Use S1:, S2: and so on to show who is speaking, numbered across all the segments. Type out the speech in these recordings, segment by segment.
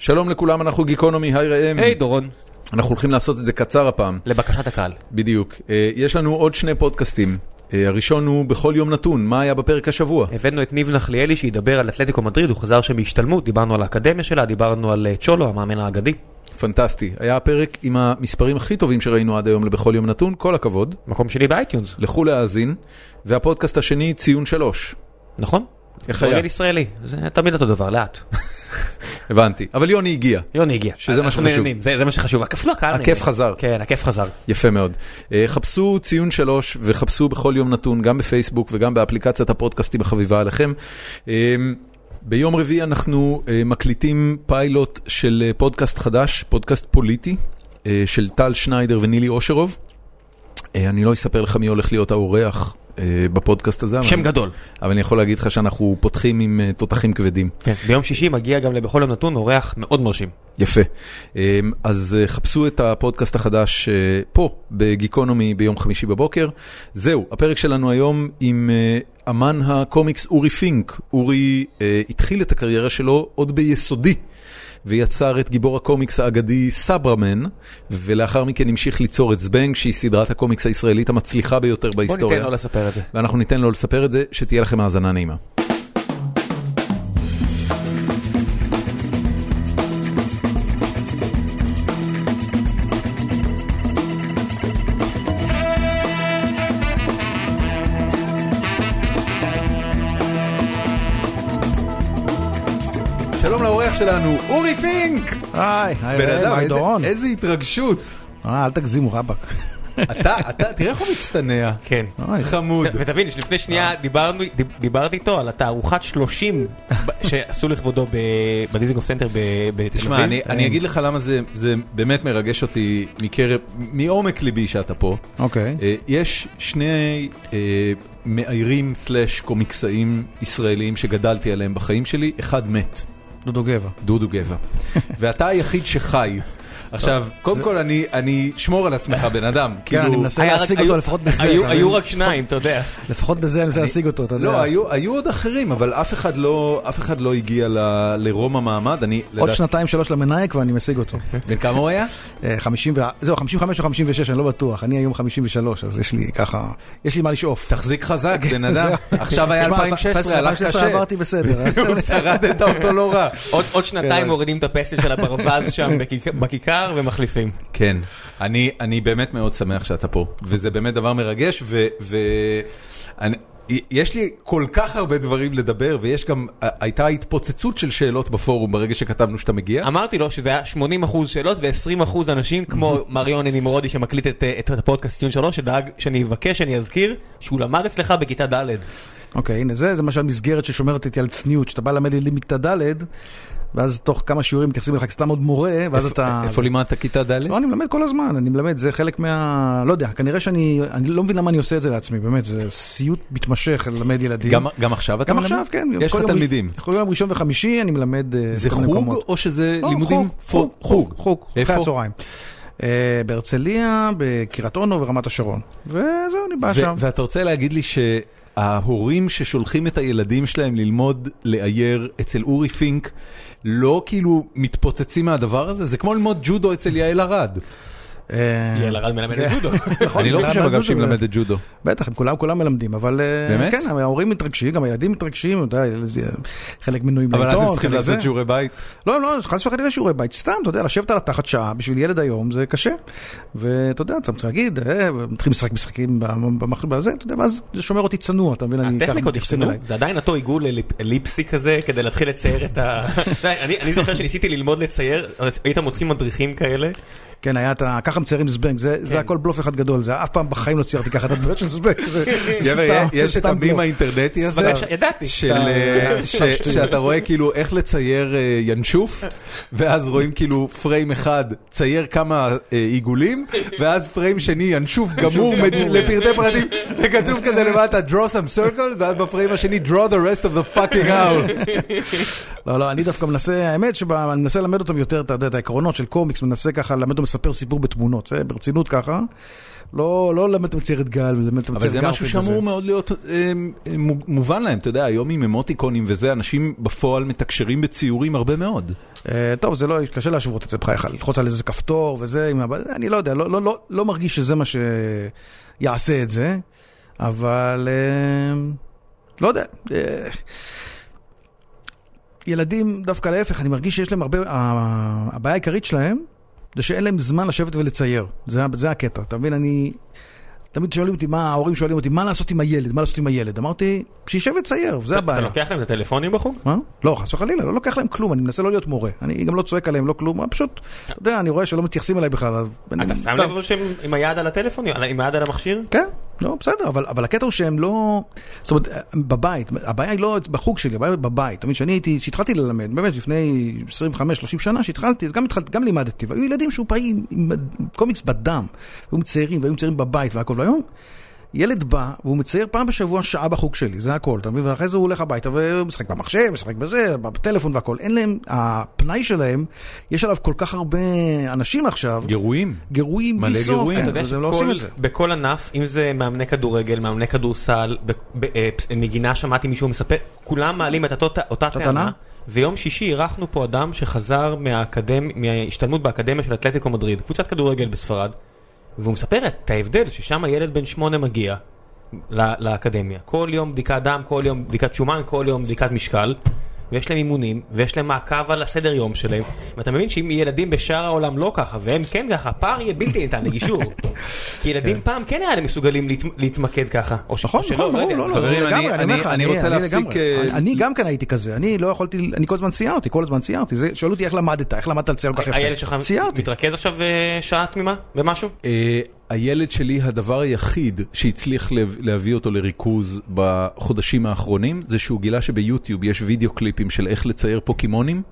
S1: שלום לכולם, אנחנו גיקונומי, היי ראם.
S2: היי דורון,
S1: אנחנו הולכים לעשות את זה קצר הפעם,
S2: לבקשת הקהל.
S1: בדיוק. אה, יש לנו עוד שני פודקאסטים. אה, הראשון הוא בכל יום נתון, מה היה בפרק השבוע?
S2: הבאנו את ניב נחליאלי שידבר על אתלטיקו מדריד, הוא חזר שם בהשתלמות, דיברנו על האקדמיה שלה, דיברנו על אה, צ'ולו, המאמן האגדי.
S1: פנטסטי. היה הפרק עם המספרים הכי טובים שראינו עד היום לבכל יום נתון, כל הכבוד.
S2: מקום שני באייטיונס,
S1: לכו להאזין. והפודקאסט השני, ציון שלוש.
S2: נכון?
S1: איך היה?
S2: כדורגל ישראלי, זה תמיד אותו דבר, לאט.
S1: הבנתי. אבל יוני הגיע.
S2: יוני הגיע.
S1: שזה מה
S2: אנחנו
S1: שחשוב.
S2: נהנים, זה זה מה שחשוב, הכיף לא הקהל.
S1: הכיף
S2: נהנה.
S1: חזר.
S2: כן, הכיף חזר.
S1: יפה מאוד. אה, חפשו ציון שלוש וחפשו בכל יום נתון, גם בפייסבוק וגם באפליקציית הפודקאסטים החביבה עליכם. אה, ביום רביעי אנחנו אה, מקליטים פיילוט של אה, פודקאסט חדש, פודקאסט פוליטי, אה, של טל שניידר ונילי אושרוב. אה, אני לא אספר לך מי הולך להיות האורח אה, בפודקאסט הזה, אבל,
S2: שם גדול.
S1: אבל אני יכול להגיד לך שאנחנו פותחים עם אה, תותחים כבדים.
S2: כן, ביום שישי מגיע גם לבכל יום נתון אורח מאוד מרשים.
S1: יפה. אמ, אז אה, חפשו את הפודקאסט החדש אה, פה, בגיקונומי ביום חמישי בבוקר. זהו, הפרק שלנו היום עם אה, אמן הקומיקס אורי פינק. אורי אה, התחיל את הקריירה שלו עוד ביסודי. ויצר את גיבור הקומיקס האגדי סברמן, ולאחר מכן המשיך ליצור את זבנג, שהיא סדרת הקומיקס הישראלית המצליחה ביותר
S2: בוא
S1: בהיסטוריה.
S2: ניתן לו לספר את זה.
S1: ואנחנו ניתן לו לספר את זה, שתהיה לכם האזנה נעימה. שלום לאורח שלנו, אורי פינק!
S3: היי, היי,
S1: בן
S3: ראם,
S1: אדם,
S3: היי
S1: איזה-
S3: דורון.
S1: איזה התרגשות.
S3: אה, אל תגזימו רבאק.
S1: אתה, אתה, תראה איך הוא מצטנע.
S2: כן.
S1: אה.
S2: אה.
S3: אוי.
S1: חמוד.
S2: ותבין שלפני שנייה דיברנו, דיב- דיברתי איתו על התערוכת 30 ב- שעשו לכבודו ב- בדיזינגוף סנטר ב- בתל אביב.
S1: תשמע, אני, אני אגיד לך למה זה, זה באמת מרגש אותי מקרב, מעומק ליבי שאתה פה.
S3: אוקיי.
S1: אה, יש שני אה, מאיירים סלאש קומיקסאים ישראלים שגדלתי עליהם בחיים שלי, אחד מת,
S3: דודו גבע.
S1: דודו גבע. ואתה היחיד שחי. עכשיו, קודם כל אני, אני שמור על עצמך בן אדם. כאילו-
S3: כן, אני מנסה
S2: היה רק-
S3: להשיג
S2: היו-
S3: אותו לפחות בזה.
S2: היו-
S3: אתה
S2: היו
S3: מבין?
S2: רק שניים, אתה יודע.
S3: לפחות בזה אני מנסה להשיג אותו, אתה יודע.
S1: לא, היו, היו עוד אחרים, אבל אף אחד לא, אף אחד לא הגיע ל, לרום המעמד, אני,
S3: עוד שנתיים שלוש למנאייק ואני משיג אותו.
S1: בן כמה הוא היה?
S3: אה, 50 ו- זהו, 55 או 56, אני לא בטוח. אני היום 53, אז יש לי ככה, יש לי מה לשאוף.
S1: תחזיק חזק, בן אדם.
S3: כן, זהו.
S1: עכשיו היה
S3: תשמע,
S1: 2016, הלך
S3: 2016
S1: קשה.
S3: עברתי בסדר. אה?
S1: הוא שרדת אותו לא רע.
S2: עוד, עוד
S3: כן.
S2: שנתיים מורידים את הפסל של הברווז שם בכיכר, בכיכר ומחליפים.
S1: כן, אני, אני באמת מאוד שמח שאתה פה, וזה באמת דבר מרגש, ו... ו אני, יש לי כל כך הרבה דברים לדבר, ויש גם, הייתה התפוצצות של שאלות בפורום ברגע שכתבנו שאתה
S3: אמ,
S1: מגיע.
S2: אמרתי לו שזה היה 80% שאלות ו-20% אנשים כמו מריון נמרודי שמקליט את, אה, את הפודקאסט ציון שלו, שדאג שאני אבקש, שאני אזכיר, שהוא למד אצלך בכיתה ד'.
S3: אוקיי, הנה זה, זה למשל מסגרת ששומרת איתי על צניעות, שאתה בא ללמד לי מכיתה ד', ואז תוך כמה שיעורים מתייחסים אליך כסתם עוד מורה, ואז אתה...
S1: איפה לימדת כיתה ד'?
S3: לא, אני מלמד כל הזמן, אני מלמד, זה חלק מה... לא יודע, כנראה שאני... אני לא מבין למה אני עושה את זה לעצמי, באמת, זה סיוט מתמשך ללמד ילדים.
S1: גם, גם עכשיו אתה
S3: גם
S1: מלמד?
S3: עכשיו, כן.
S1: יש
S3: כל
S1: לך
S3: יום-
S1: תלמידים.
S3: כל יום ראשון וחמישי אני מלמד... אה,
S1: זה
S3: בכל מיני
S1: חוג
S3: מקומות.
S1: או שזה
S3: לא,
S1: לימודים?
S3: חוג,
S1: פו-
S3: חוג, חוג,
S1: איפה?
S3: אחרי הצהריים. אה, בהרצליה, בקריית אונו ורמת השרון. וזהו, אני בא
S1: ו-
S3: אה, שם.
S1: ואתה רוצה להגיד לי שההורים ששולחים את הילדים שלהם ללמוד לאייר אצל אורי פינק, לא כאילו מתפוצצים מהדבר הזה? זה כמו ללמוד ג'ודו אצל יעל ארד.
S3: אה,
S2: יאללה, רד מלמד את ג'ודו.
S3: נכון,
S1: אני לא
S3: מלמד
S1: חושב אגב
S3: ג'ודו,
S1: שהיא מלמדת ג'ודו.
S3: בטח, הם כולם כולם מלמדים, אבל... אה,
S1: באמת?
S3: כן, ההורים מתרגשים, גם הילדים מתרגשים, אתה יודע, חלק מנויים
S1: אבל
S3: לעיתון.
S1: אז הם צריכים
S3: חלק
S1: לעשות
S3: לא, זה.
S1: שיעורי בית.
S3: לא, לא, חס וחלילה שיעורי בית, סתם, אתה יודע, לשבת על התחת שעה בשביל ילד היום זה קשה. ואתה יודע, אתה צריך להגיד, אה, מתחילים לשחק משחקים במחשב הזה, אתה יודע, ואז זה שומר אותי צנוע, אתה מבין? אני- ככה
S2: הטכניקות
S3: מתייחסים
S2: השתנו,
S3: אליי.
S2: זה עדיין אותו עיגול אליפ- אליפסי כזה כדי להתחיל לצייר את ה... אתה יודע, אני אני זוכר שניסיתי ללמוד לצייר, אז היית מוציא מדריכים כאלה,
S3: כן, היה את ה... ככה מציירים זבנג, זה
S1: כן.
S3: זה הכל בלוף אחד גדול, זה אף פעם בחיים לא ציירתי ככה את הדמויות של זבנג, זה זה
S1: גבר,
S3: סתם,
S1: יש
S3: זה
S1: את
S3: סתם
S1: המים
S3: בלוף.
S1: האינטרנטי הזה,
S2: בבקשה, ידעתי.
S1: של, אה,
S3: סתם,
S1: ש-
S3: סתם שטויות.
S1: שאתה רואה כאילו איך לצייר אה, ינשוף, ואז רואים כאילו פריים אחד, צייר כמה אה, עיגולים, ואז פריים שני, ינשוף גמור מד- לפרטי פרטים, וכתוב כזה למטה, draw some circles, ואז בפריים השני, draw the rest of the fucking out.
S3: לא, לא, אני דווקא מנסה, האמת שאני מנסה ללמד אותם יותר, אתה יודע, את העקרונות של קומיקס, מנסה ככה ללמד אותם לספר סיפור בתמונות, זה ברצינות ככה. לא, לא ללמד אותם צייר את גל, ללמד אותם
S1: אבל
S3: צייר
S1: זה משהו שאמור מאוד להיות אה, מו- מובן להם, אתה יודע, היום עם אמוטיקונים וזה, אנשים בפועל מתקשרים בציורים הרבה מאוד.
S3: אה, טוב, זה לא, קשה להשוות את זה בחייך, ללחוץ על איזה כפתור וזה, עם הבא, אני לא יודע, לא, לא, לא, לא מרגיש שזה מה שיעשה את זה, אבל אה, לא יודע. אה, ילדים, דווקא להפך, אני מרגיש שיש להם הרבה, ה- הבעיה העיקרית שלהם, זה שאין להם זמן לשבת ולצייר, זה, ה- זה הקטע, אתה מבין? אני... תמיד שואלים אותי, מה, ההורים שואלים אותי, מה לעשות עם הילד, מה לעשות עם הילד? אמרתי, שישב וצייר, זה
S2: אתה
S3: הבעיה.
S2: לוקח להם את הטלפונים בחוג?
S3: מה? לא, חס וחלילה, לא לוקח להם כלום, אני מנסה לא להיות מורה. אני גם לא צועק עליהם, לא כלום, אני פשוט, אתה יודע, אני רואה שלא מתייחסים אליי בכלל, אז...
S2: אתה
S3: אני-
S2: שם לב אבל שהם עם היד על הטלפון? עם היד על המכשיר?
S3: כן, לא, בסדר, אבל, אבל הקטע הוא שהם לא... זאת אומרת, בבית, הבעיה היא לא בחוג שלי, הבעיה היא בבית. תמיד כשאני הייתי, כשהתחלתי ללמד, באמת לפני 25-30 שנה שהתחלתי, אז גם, התחל, גם לימדתי, והיו ילדים שהוא פעיל עם קומיקס בדם, והיו מציירים, והיו מציירים בבית והכל, והיום... ילד בא, והוא מצייר פעם בשבוע שעה בחוג שלי, זה הכל, אתה מבין? ואחרי זה הוא הולך הביתה ומשחק במחשב, משחק בזה, בטלפון והכל. אין להם, הפנאי שלהם, יש עליו כל כך הרבה אנשים עכשיו,
S1: גירויים.
S3: גירויים
S1: מלא
S3: בלי סוף,
S1: גירויים.
S3: כן,
S2: אתה יודע
S3: אז הם לא עושים את זה.
S2: שכל- בכל ענף, אם זה מאמני כדורגל, מאמני כדורסל, ב- ב- אה, פס- נגינה שמעתי מישהו מספר, כולם מעלים את אותו- אותה
S3: אותה
S2: טענה.
S3: טענה?
S2: ויום שישי אירחנו פה אדם שחזר מהאקדמ- מההשתלמות באקדמיה של אתלטיקו מדריד, קבוצת כדורגל בספרד, והוא מספר את ההבדל ששם הילד בן שמונה מגיע ל- לאקדמיה. כל יום בדיקת דם, כל יום בדיקת שומן, כל יום בדיקת משקל. ויש להם אימונים, ויש להם מעקב על הסדר יום שלהם, ואתה מבין שאם ילדים בשאר העולם לא ככה, והם כן ככה, הפער יהיה בלתי ניתן לגישור. כי ילדים פעם כן היה להם מסוגלים להת- להתמקד ככה, או ש- או
S3: נכון,
S2: שלא,
S3: נכון,
S2: לא
S3: ברור,
S2: יודע.
S3: לא, לא,
S1: חברים,
S3: זה
S1: אני-
S3: לגמרי, אומר
S1: אני-
S3: לך,
S1: אני רוצה להפסיק,
S3: לגמרי.
S1: אה,
S3: אני- אני גם כן הייתי כזה, אני לא יכולתי, אני כל הזמן ציירתי, כל הזמן ציירתי, זה- שאלו אותי איך למדת, איך למדת על צייר כל כך יפה,
S2: הילד שלך
S3: ציירתי.
S2: מתרכז עכשיו אה, שעה תמימה במשהו?
S1: אה, הילד שלי, הדבר היחיד שהצליח לב- להביא אותו לריכוז בחודשים האחרונים, זה שהוא גילה שביוטיוב יש וידאו קליפים של איך לצייר פוקימונים,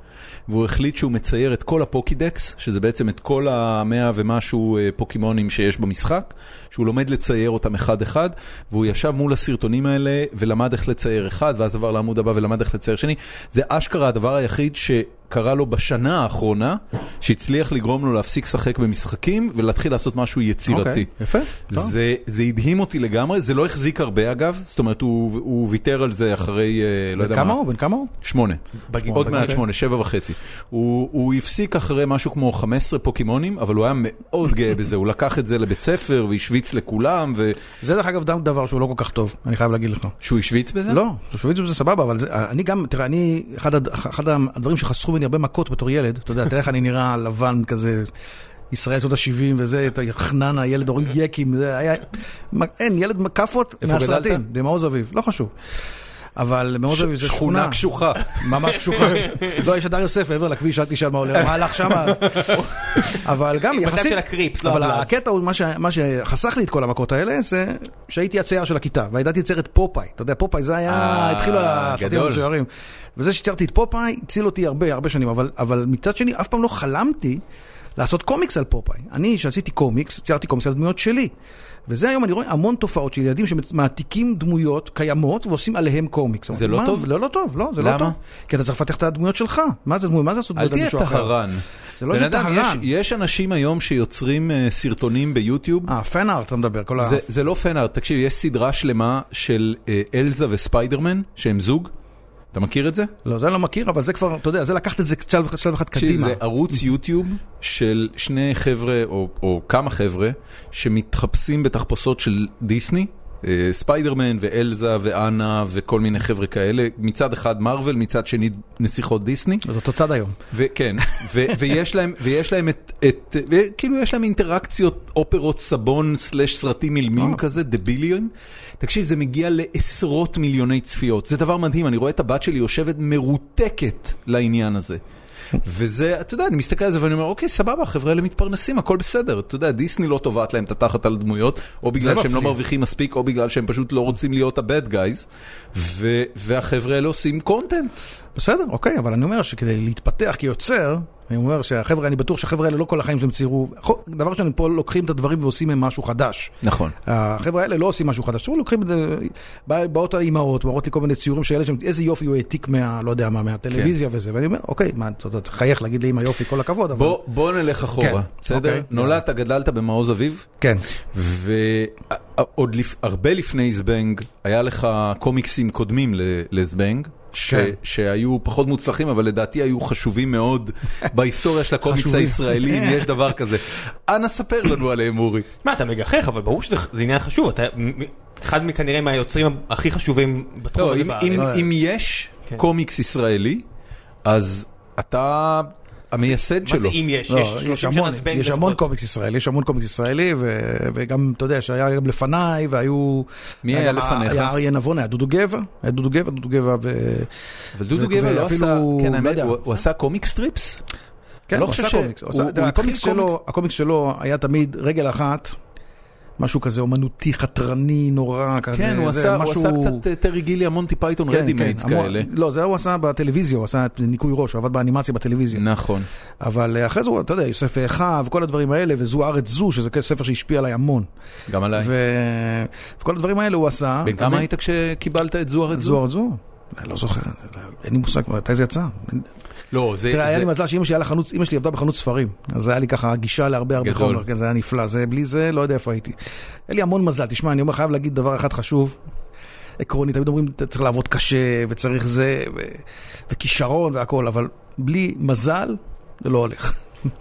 S1: והוא החליט שהוא מצייר את כל הפוקידקס, שזה בעצם את כל המאה ומשהו אה, פוקימונים שיש במשחק, שהוא לומד לצייר אותם אחד-אחד, והוא ישב מול הסרטונים האלה ולמד איך לצייר אחד, ואז עבר לעמוד הבא ולמד איך לצייר שני. זה אשכרה הדבר היחיד ש... קרה לו בשנה האחרונה, שהצליח לגרום לו להפסיק לשחק במשחקים ולהתחיל לעשות משהו יצירתי.
S3: אוקיי, יפה, טוב.
S1: זה, זה הדהים אותי לגמרי, זה לא החזיק הרבה אגב, זאת אומרת הוא, הוא ויתר על זה אחרי, אה, לא יודע מה.
S3: כמה הוא? אוקיי. בן כמה הוא?
S1: שמונה.
S2: בגיל-
S1: עוד
S2: בגיל-
S1: מעט שמונה, שבע וחצי. הוא הוא הפסיק אחרי משהו כמו 15 פוקימונים, אבל הוא היה מאוד גאה בזה, הוא לקח את זה לבית ספר והשוויץ לכולם, ושהוא
S3: זה דרך אגב גם דבר שהוא לא כל כך טוב, אני חייב להגיד לך.
S1: השוויץ בזה?
S3: לא, שוויצים זה סבבה, אבל זה- אני גם, תראה, אני, אחד הד- אחד הדברים שחסכו ממני הרבה מכות בתור ילד, אתה יודע, תראה איך אני נראה לבן כזה, ישראל שנות ה-70 וזה, את החננה, ילד הורים יקים, זה היה, אין, ילד כאפות
S1: איפה
S3: מהסרטים,
S1: גדלת?
S3: במעוז אביב, לא חשוב. אבל מעוז אביב זה
S1: שכונה
S3: שכונה.
S1: קשוחה.
S3: ממש קשוחה. לא, יש את הר יוסף מעבר לכביש, אל תשאל מה עולה, מה הלך שם אז. אבל גם
S2: בדף
S3: יחסית...
S2: של הקריפס, לא
S3: אבל
S2: הבלאץ.
S3: הקטע הוא, מה ש- מה שחסך לי את כל המכות האלה, זה שהייתי הצייר של הכיתה, והידעתי לצייר את פופאי. אתה יודע, פופאי זה היה,
S1: אה,
S3: התחילו הסרטים
S1: גדול.
S3: המצוירים. וזה שציירתי את פופאי, הציל אותי הרבה, הרבה שנים, אבל- אבל מצד שני, אף פעם לא חלמתי. לעשות קומיקס על פופאי. אני, כשעשיתי קומיקס, ציירתי קומיקס על דמויות שלי. וזה היום אני רואה המון תופעות של ילדים שמעתיקים דמויות קיימות ועושים עליהם קומיקס.
S1: זה לא
S3: מה?
S1: טוב?
S3: לא, לא טוב, לא, זה
S1: למה?
S3: לא טוב. כי אתה צריך לפתח את הדמויות שלך. מה זה דמויות? מה זה לעשות
S1: אל
S3: דמויות על
S1: תהיה
S3: מישהו אחר?
S1: טהרן.
S3: זה לא איזה
S1: בן אדם, יש-
S3: טהרן.
S1: יש אנשים היום שיוצרים אה, סרטונים ביוטיוב,
S3: אה, פן ארט אתה מדבר, כל ה...
S1: זה, זה לא פנארט, תקשיב, יש סדרה שלמה של אה, אלזה וספיידרמן, שהם זוג. אתה מכיר את זה?
S3: לא, זה אני לא מכיר, אבל זה כבר, אתה יודע, זה לקחת את זה שלב שלב אחד
S1: תקשיב,
S3: קדימה.
S1: זה ערוץ יוטיוב של שני חבר'ה, או, או כמה חבר'ה, שמתחפשים בתחפושות של דיסני. אה, ספיידרמן ואלזה ואנה וכל מיני חבר'ה כאלה, מצד אחד מרוויל, מצד שני נסיכות דיסני.
S3: זה אותו צד היום.
S1: וכן, ו- ויש להם, ויש להם את, את כאילו יש להם אינטראקציות אופרות סבון סלאש סרטים אילמים כזה, דבילים. תקשיב, זה מגיע לעשרות מיליוני צפיות. זה דבר מדהים, אני רואה את הבת שלי יושבת מרותקת לעניין הזה. וזה, אתה יודע, אני מסתכל על זה ואני אומר, אוקיי, סבבה, החבר'ה האלה מתפרנסים, הכל בסדר. אתה יודע, דיסני לא תובעת להם את התחת על הדמויות, או בגלל שהם לא
S3: מפליא.
S1: מרוויחים מספיק, או בגלל שהם פשוט לא רוצים להיות ה-bad guys, ו- והחבר'ה האלה עושים קונטנט.
S3: בסדר, אוקיי, אבל אני אומר שכדי להתפתח כיוצר, אני אומר שהחבר'ה, אני בטוח שהחבר'ה האלה לא כל החיים שלהם ציירו, דבר ראשון, הם פה לוקחים את הדברים ועושים מהם משהו חדש.
S1: נכון.
S3: החבר'ה האלה לא עושים משהו חדש, הם לוקחים את זה, בא- באות האימהות, מראות לי כל מיני ציורים של ילד שם, איזה יופי הוא העתיק מה, לא יודע מה, מהטלוויזיה
S1: כן.
S3: וזה, ואני אומר, אוקיי, מה, אתה יודע, צריך לחייך להגיד לאמא יופי, כל הכבוד, אבל...
S1: בוא, בוא נלך אחורה,
S3: כן,
S1: בסדר?
S3: אוקיי.
S1: נולדת, גדלת במעוז אביב,
S3: כן,
S1: ועוד לפ... הרבה לפני זבנג, היה לך קומיקסים קודמים ל- לזבנג. ש...
S3: כן.
S1: שהיו פחות מוצלחים, אבל לדעתי היו חשובים מאוד בהיסטוריה של הקומיקס
S3: חשובים.
S1: הישראלי, אם יש דבר כזה. אנא ספר לנו עליהם, אורי.
S2: מה, אתה מגחך, אבל ברור שזה זה עניין חשוב. אתה מ- מ- אחד מכנראה מהיוצרים הכי חשובים בתחום
S1: לא,
S2: הזה
S1: אם, אם,
S2: בארץ.
S1: אם יש
S2: כן.
S1: קומיקס ישראלי, אז אתה המייסד
S2: מה זה
S1: שלו.
S2: אם יש?
S3: לא,
S2: יש
S3: יש
S2: 30 שנה
S3: המון,
S2: זבנג
S3: יש המון
S2: לפחות.
S3: קומיקס ישראלי, יש המון קומיקס ישראלי, ו- וגם, אתה יודע, שהיה גם לפניי, והיו...
S1: מי היה
S3: גם-
S1: לפניך?
S3: היה אריה נבון, היה דודו גבע, היה דודו גבע, דודו גבע ו...
S1: אבל דודו גבע לא
S3: ואפילו-
S1: עשה, כן,
S3: לא
S1: האמת,
S3: יודע.
S1: הוא- הוא עשה קומיק סטריפס?
S3: כן,
S1: לא
S3: הוא
S1: חושב
S3: עשה
S1: ש-
S3: קומיקס. הוא עשה-
S1: הוא-
S3: אתה יודע,
S1: הוא התחיל
S3: הקומיקס שלו,
S1: קומיקס.
S3: הקומיקס שלו היה תמיד רגל אחת, משהו כזה אומנותי, חתרני, נורא, כזה.
S1: כן, הוא
S3: אה, זה
S1: עשה הוא
S3: משהו-
S1: עשה קצת אה, טרי גילי, המונטי פייתון,
S3: כן,
S1: רדי
S3: כן,
S1: מיידס
S3: המון-
S1: כאלה.
S3: לא, זה הוא עשה בטלוויזיה, הוא עשה ניקוי ראש, הוא עבד באנימציה בטלוויזיה.
S1: נכון.
S3: אבל אה, אחרי זה הוא, אתה יודע, יוסף ואחיו, כל הדברים האלה, וזו ארץ זו, שזה ספר שהשפיע עליי המון.
S1: גם עליי.
S3: ו- אה, וכל הדברים האלה הוא עשה.
S1: בן כמה היית כשקיבלת את זו ארץ זו?
S3: זו ארץ זו. אני לא זוכר, אין לי מושג מתי זה יצא.
S1: לא, זה...
S3: תראה, היה
S1: זה-
S3: לי מזל שאימא שלי, היה לה חנות- אמא שלי עבדה בחנות ספרים, אז היה לי ככה גישה להרבה הרבה
S1: גדול.
S3: חומר, כן, זה היה נפלא, זה בלי זה, לא יודע איפה הייתי. היה לי המון מזל, תשמע, אני אומר, חייב להגיד דבר אחד חשוב, עקרוני, תמיד אומרים, "אתה צריך לעבוד קשה, וצריך זה, ו- וכישרון והכל, אבל בלי מזל, זה לא הולך.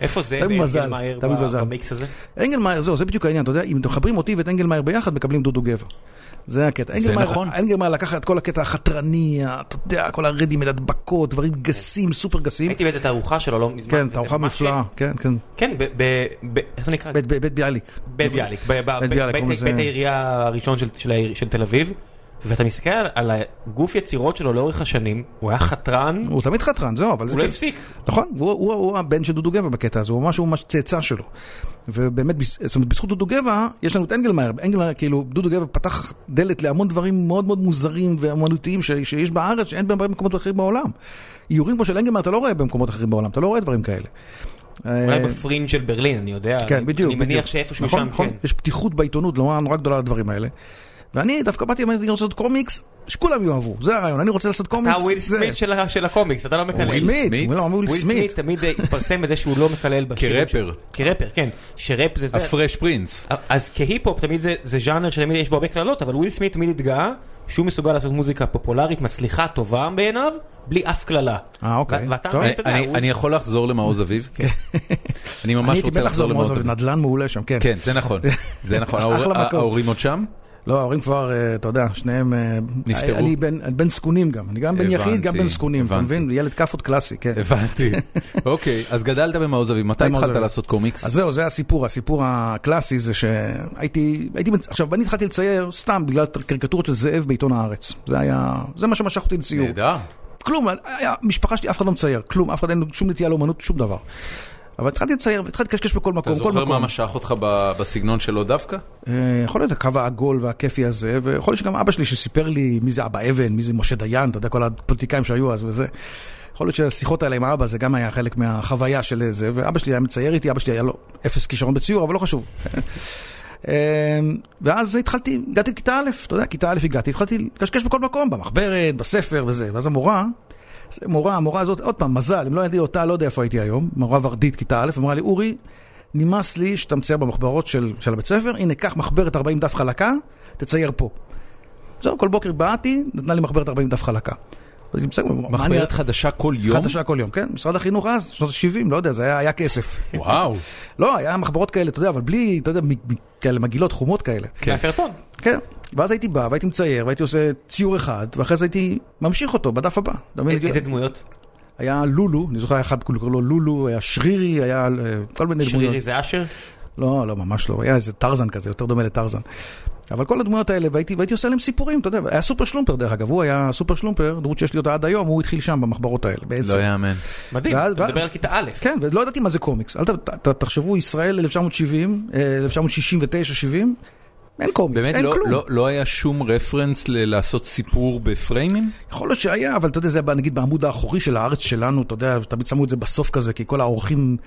S2: איפה זה?
S3: תמיד מזל,
S2: ואנגלמאייר
S3: תמיד
S2: ב-
S3: מזל.
S2: במיקס הזה?
S3: אנגלמאייר, זהו, זה בדיוק העניין, אתה יודע, אם אתם מחברים אותי ואת אנגלמאייר ביחד, מקבלים דודו גבר. זה הקטע. אנגלמאייר-
S1: נכון.
S3: אנגלמאייר לקח את כל הקטע החתרני, ה- אתה יודע, כל הרדימד, הדבקות, דברים גסים, סופר גסים.
S2: הייתי באיזה תערוכה שלו לא מזמן.
S3: כן,
S2: וזה
S3: תערוכה
S2: ממש-
S3: מופלאה, כן, כן.
S2: כן, ב... ב- ב- איך זה נקרא?
S3: בית- בית בית ביאליק.
S2: בית ביאליק, ב- ב-
S3: בית
S2: ב-
S3: ביאליק,
S2: בית-
S3: קוראים לזה-
S2: בית העירייה הראשון של- של העיר- של תל אביב, ואתה מסתכל על- על הגוף יצירות שלו לאורך השנים, הוא היה חתרן,
S3: הוא תמיד חתרן, זהו, אבל זה...
S2: הוא לא
S3: כן.
S2: הפסיק.
S3: נכון, הוא, הוא, הוא הבן של דודו גבע בקטע הזה, הוא ממש הוא ממש צאצא שלו. ובאמת, בז- זאת אומרת, בזכות דודו גבע, יש לנו את אנגלמאייר. אנגלמאייר, כאילו, דודו גבע פתח דלת להמון דברים מאוד מאוד מוזרים ואמנותיים ש, שיש בארץ, שאין בהם במקומות אחרים בעולם. איורים כמו של אנגלמאייר אתה לא רואה במקומות אחרים בעולם, אתה לא רואה דברים כאלה.
S2: אולי
S3: אה,
S2: בפרינג' של ברלין, אני יודע.
S3: כן,
S2: אני-
S3: בדיוק.
S2: אני מניח
S3: בדיוק.
S2: שאיפשהו
S3: נכון,
S2: שם,
S3: נכון.
S2: כן.
S3: יש פתיחות בעיתונות נורא נורא גדולה לדברים האלה. ואני דווקא באתי, אמרתי, אני רוצה לעשות קומיקס שכולם יאהבו, זה הרעיון, אני רוצה לעשות קומיקס.
S2: אתה וויל
S3: זה-
S2: סמית של ה- של הקומיקס, אתה לא מקלל.
S1: וויל
S3: סמית,
S1: סמית?
S3: לא, אמרו לי
S2: וויל
S3: סמית.
S2: סמית תמיד אה, התפרסם בזה שהוא לא מקלל בשירים.
S1: כראפר.
S2: שלו. כראפר, כן. שראפ זה...
S1: הפרש
S3: אה,
S1: פרינס.
S2: אז כהיפ-הופ תמיד זה, זה ז'אנר שתמיד יש בו הרבה קללות, אבל וויל סמית תמיד התגאה שהוא מסוגל לעשות מוזיקה פופולרית, מצליחה, טובה בעיניו, בלי אף קללה.
S3: אה, אוקיי.
S2: ו- ואתה
S3: טוב.
S2: אומר,
S1: אני-
S2: אתה יודע,
S1: אני
S2: הוא-
S1: אני יכול לחזור למעוז אביב? אני
S3: אני
S1: ממש
S3: כן. הייתי
S1: רוצה
S3: בטח
S1: לחזור
S3: זור
S1: למעוז
S3: מוזוב,
S1: אביב.
S3: נדל"ן מעולה שם, כן.
S1: כן, זה נכון. זה נכון.
S3: אחלה
S1: ההור-
S3: מקום.
S1: ההורים עוד שם?
S3: לא, ההורים כבר, אה, אתה יודע, שניהם... אה,
S1: נפטרו.
S3: אני בן- בן זקונים גם, אני גם בן יחיד, גם
S1: הבנתי,
S3: בן זקונים, אתה
S1: הבנתי.
S3: מבין? ילד כאפות קלאסי, כן.
S1: הבנתי. אוקיי, אז גדלת במעוז אביב, מתי
S3: במעוז
S1: התחלת
S3: אביב.
S1: לעשות קומיקס?
S3: אז זהו, זה הסיפור, הסיפור הקלאסי זה שהייתי, הייתי, מצ- עכשיו, אני התחלתי לצייר סתם בגלל קריקטורות של זאב בעיתון הארץ. זה היה, זה מה שמשך אותי לציור.
S1: נהדר.
S3: כלום, היה, משפחה שלי אף אחד לא מצייר, כלום, אף אחד אין לו שום נטייה לאומנות, שום דבר. אבל התחלתי לצייר, והתחלתי לקשקש בכל מקום,
S1: אתה
S3: כל מקום.
S1: זוכר מה משך אותך ב- בסגנון שלו דווקא?
S3: אה, יכול להיות הקו העגול והכיפי הזה, ויכול להיות שגם אבא שלי שסיפר לי מי זה אבא אבן, מי זה משה דיין, אתה יודע, כל הפוליטיקאים שהיו אז וזה. יכול להיות שהשיחות האלה עם האבא זה גם היה חלק מהחוויה של זה, ואבא שלי היה מצייר איתי, אבא שלי היה לו אפס כישרון בציור, אבל לא חשוב. אה, ואז התחלתי, הגעתי לכיתה א', אתה יודע, כיתה א' הגעתי, התחלתי לקשקש בכל מקום, במחברת, בספר וזה, ואז המורה, מורה, המורה הזאת, עוד פעם, מזל, אם לא הייתי אותה, לא יודע איפה הייתי היום, מורה ורדית, כיתה א', אמרה לי, אורי, נמאס לי שאתה מצייר במחברות של, של הבית ספר, הנה, קח מחברת 40 דף חלקה, תצייר פה. זהו, כל בוקר באתי, נתנה לי מחברת 40 דף חלקה. אז אני מצייר, מה אני-
S1: מחברת חדשה כל יום?
S3: חדשה כל יום, כן, משרד החינוך אז, שנות ה-70, לא יודע, זה היה, היה כסף.
S1: וואו.
S3: לא, היה מחברות כאלה, אתה יודע, אבל בלי, אתה יודע, מ- מ- כאלה מגעילות, חומות כאלה.
S2: מהקרטון.
S3: כן. ואז הייתי בא, והייתי מצייר, והייתי עושה ציור אחד, ואחרי זה הייתי ממשיך אותו בדף הבא. אתה מבין?
S2: אה, איזה דמויות?
S3: היה לולו, אני זוכר, היה אחד קוראים לו לולו, היה שרירי, היה אה, כל מיני דמויות.
S2: שרירי זה אשר?
S3: לא, לא, ממש לא, היה איזה טרזן כזה, יותר דומה לטרזן. אבל כל הדמויות האלה, והייתי, והייתי עושה להם סיפורים, אתה יודע, היה סופר שלומפר דרך אגב, הוא היה סופר שלומפר, דמות שיש לי אותה עד היום, הוא התחיל שם במחברות האלה, בעצם.
S1: לא יאמן.
S2: מדהים,
S3: ואז-
S2: אתה
S3: ואז-
S2: מדבר על כיתה א'.
S3: כן, ולא ידעתי אה, מה זה קומיקס. אל ת, ת, ת, תחשבו, ישראל 1970, 1969-70, אין קומיקס,
S1: באמת
S3: אין
S1: לא-
S3: כלום.
S1: לא- לא היה שום רפרנס ל- לעשות סיפור בפריימים?
S3: יכול להיות שהיה, אבל אתה יודע, זה היה ב- נגיד בעמוד האחורי של הארץ שלנו, אתה יודע, תמיד שמו את זה בסוף כזה, כי כל העורכים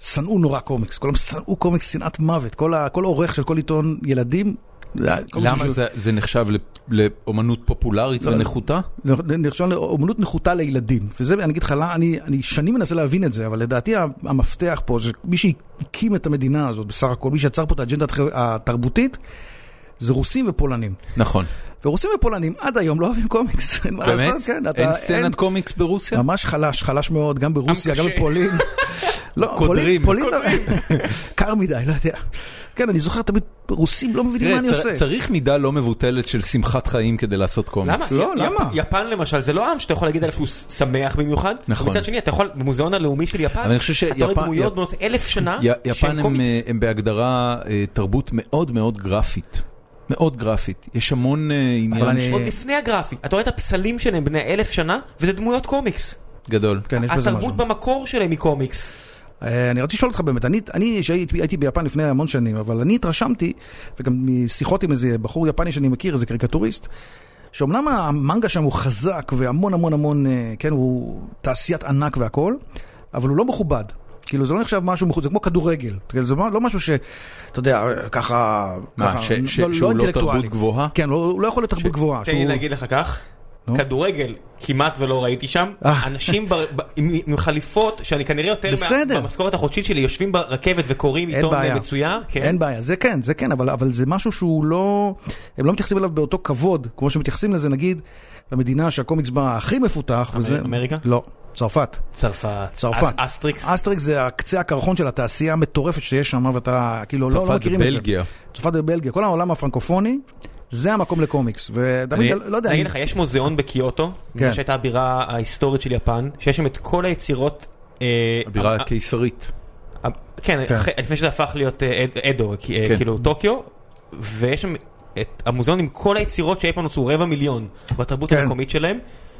S3: שנאו נורא קומיקס, כולם שנאו קומיקס שנאת מוות, כל ה- כל עורך של כל עיתון ילדים. זה היה קומיקס
S1: למה
S3: של-
S1: זה- זה נחשב ל- לאומנות פופולרית
S3: לא, לא.
S1: ונחותה?
S3: נרשם לאומנות נחותה לילדים, וזה, אני אגיד לך, לא, אני, אני שנים מנסה להבין את זה, אבל לדעתי ה- המפתח פה, זה מי שהקים את המדינה הזאת בסך הכל, מי שיצר פה את האג'נדה התח- התרבותית, זה רוסים ופולנים.
S1: נכון.
S3: ורוסים ופולנים עד היום לא אוהבים קומיקס, אין מה
S1: באמת?
S3: לעשות, כן, אתה-
S1: אין סצנת קומיקס ברוסיה?
S3: ממש חלש, חלש מאוד, גם ברוסיה,
S2: עם
S3: גם
S2: קשה.
S3: בפולין. לא,
S1: קודרים.
S3: פולין, פולין, קר מדי, לא יודע. כן, אני זוכר תמיד, רוסים לא מבינים מה
S1: תראה,
S3: אני
S1: צר-
S3: עושה.
S1: צריך מידה לא מבוטלת של שמחת חיים כדי לעשות קומיקס.
S2: למה?
S3: לא,
S2: י-
S3: למה?
S2: יפן למשל זה לא עם שאתה יכול להגיד עליו שהוא ס- שמח במיוחד.
S1: נכון.
S2: מצד שני אתה יכול, במוזיאון הלאומי של יפן,
S1: אבל אני חושב
S2: אתה רואה
S1: שיפן-
S2: דמויות
S1: יפ-
S2: בנות אלף שנה,
S1: י-
S2: שהן
S1: יפן הם,
S2: קומיקס.
S1: אה, הם בהגדרה אה, תרבות מאוד מאוד גרפית. מאוד גרפית. יש המון אה,
S3: אבל
S1: עניין
S3: אני-
S2: עוד לפני הגרפי, אתה רואה את הפסלים שלהם בני אלף שנה, וזה דמויות קומיקס.
S1: גדול.
S3: כן, יש בזה משהו.
S2: התרבות במקור שלהם היא קומיקס.
S3: אה, אני רציתי לשאול אותך באמת, אני, אני שהייתי הייתי ביפן לפני המון שנים, אבל אני התרשמתי, וגם משיחות עם איזה בחור יפני שאני מכיר, איזה קריקטוריסט, שאומנם המנגה שם הוא חזק והמון המון המון, אה, כן, הוא תעשיית ענק והכל, אבל הוא לא מכובד. כאילו זה לא נחשב משהו מחוץ, זה כמו כדורגל. כאילו, זה לא משהו ש... אתה יודע, ככה...
S1: מה,
S3: ככה,
S1: ש- ש- שהוא לא
S3: אינטלקטואלי.
S1: תרבות גבוהה?
S3: כן, לא- הוא לא יכול להיות תרבות גבוהה.
S2: תן לי
S3: שהוא-
S2: להגיד לך כך,
S3: נו.
S2: כדורגל כמעט ולא ראיתי שם,
S3: אה.
S2: אנשים בר- ב- עם עם חליפות, שאני כנראה יותר מה-
S3: בסדר.
S2: במשכורת החודשית שלי, יושבים ברכבת וקוראים
S3: אין
S2: עיתון
S3: בעיה.
S2: מצויר, כן.
S3: אין בעיה, זה כן, זה כן, אבל, אבל זה משהו שהוא לא, הם לא מתייחסים אליו באותו כבוד, כמו שמתייחסים לזה נגיד במדינה שהקומיקס בה הכי מפותח, וזה...
S2: אמריקה?
S3: לא, צרפת.
S2: צרפת,
S3: צרפת.
S2: אס- אסטריקס,
S3: אסטריק זה הקצה הקרחון של התעשייה המטורפת שיש שם, ואתה כאילו לא, לא
S1: צרפת
S3: מכירים את זה.
S1: ובלגיה.
S3: צרפת ובלגיה. כל העולם הפרנקופוני, זה המקום לקומיקס. ודוד,
S1: אני-
S3: לא יודע,
S2: אני אגיד לך, יש מוזיאון בקיוטו,
S3: כן.
S2: כן. שהייתה הבירה ההיסטורית של יפן, שיש שם את כל היצירות. אה,
S1: הבירה
S2: ה-
S1: הקיסרית.
S2: ה- כן,
S3: כן.
S2: אחרי- לפני שזה הפך להיות אה, אד- אדו, כ- אה,
S1: כן.
S2: כאילו טוקיו, ויש שם את המוזיאון עם כל היצירות שאי פעם נוצרו, רבע מיליון, בתרבות
S3: כן.
S2: המקומית שלהם,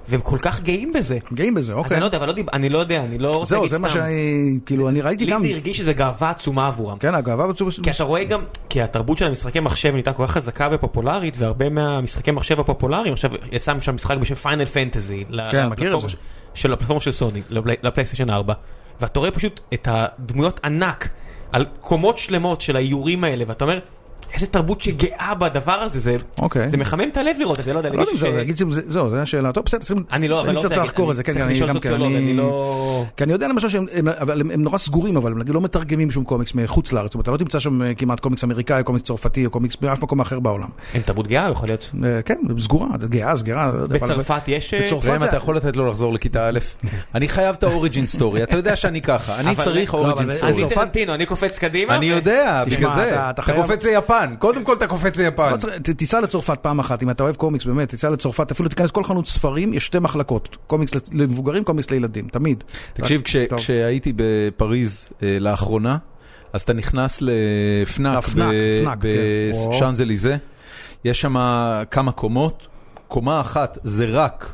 S2: והם כל כך גאים בזה.
S3: הם גאים בזה,
S2: אז
S3: אוקיי.
S2: אני לא יודע, אבל לא דיב- אני לא יודע, אני לא רוצה
S3: זהו,
S2: להגיד
S3: זה מה
S2: סתם.
S3: שאני, כאילו, אני ראיתי גם...
S2: לי זה הרגיש שזה גאווה עצומה עבורם.
S3: כן, הגאווה בצורה...
S2: כי אתה רואה גם, כי התרבות של המשחקי מחשב נהייתה כל כך חזקה ופופולרית, והרבה מהמשחקי מחשב הפופולריים, עכשיו יצא משם משחק בשם פיינל פנטזי.
S3: כן, מכיר את זה.
S2: של הפלטפורמה של סוני, לפלי- לפלייסטיישן 4. ואתה רואה פשוט את הדמויות ענק, על קומות שלמות של האיורים האלה, ואתה אומר, איזה תרבות שגאה בדבר הזה, זה,
S3: אוקיי.
S2: זה מחמם את הלב לראות את זה, לא יודע,
S3: לא יודע אם
S2: להגיד
S3: זה,
S2: ש-
S3: להגיד שזה, זהו, זו השאלה. טוב, בסדר, צריכים...
S2: אני לא, אבל לא
S3: אני
S2: רוצה
S3: צריך
S2: להגיד,
S3: לחקור
S2: אני
S3: את זה, כן,
S2: צריך
S3: אני
S2: לשאול
S3: גם כן,
S2: סוציולוג, אני לא...
S3: כי אני יודע למשל שהם הם, אבל הם, הם נורא סגורים, אבל הם נגיד לא מתרגמים שום קומיקס מחוץ לארץ, זאת אומרת, אתה לא תמצא שם אה, כמעט קומיקס אמריקאי, או קומיקס צרפתי, או קומיקס באף מקום אחר בעולם.
S2: הם תרבות גאה, יכול להיות.
S3: אה, כן, סגורה, גאה, סגרה. לא יודע, אבל-
S2: בצרפת יש... אה,
S3: בצרפת
S1: ראם,
S3: זה-
S1: אתה יכול לתת לו לחזור לכיתה א', אני חייב את האוריג'ין סטורי, אתה יודע שאני ככה, אני
S2: אבל-
S1: צריך
S2: לא,
S1: אוריג'ין
S2: אבל
S1: סטורי.
S2: אני טרנטינו, אני קופץ קדימה.
S1: אני
S2: ו-
S1: יודע,
S3: תשמע,
S1: בגלל
S3: אתה-
S1: זה.
S3: אתה
S1: אתה
S3: חייב-
S1: קופץ ליפן, קודם כל אתה קופץ ליפן.
S3: לא צריך- ת- תיסע לצרפת פעם אחת, אם אתה אוהב קומיקס, באמת, תיסע לצרפת, אפילו תיכנס כל חנות ספרים, יש שתי מחלקות, קומיקס למבוגרים, קומיקס לילדים, תמיד.
S1: תקשיב,
S3: רק-
S1: כש-
S3: טוב.
S1: כשהייתי בפריז אה, לאחרונה, אז אתה נכנס לפנאק
S3: לפנאק, פנאק, כן. וואו.
S1: בשאנזליזה, יש שם כמה קומות, קומה אחת זה רק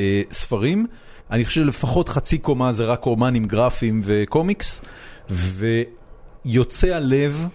S1: אה, ספרים, אני חושב לפחות חצי קומה זה רק אומנים גרפיים וקומיקס, ויוצא הלב,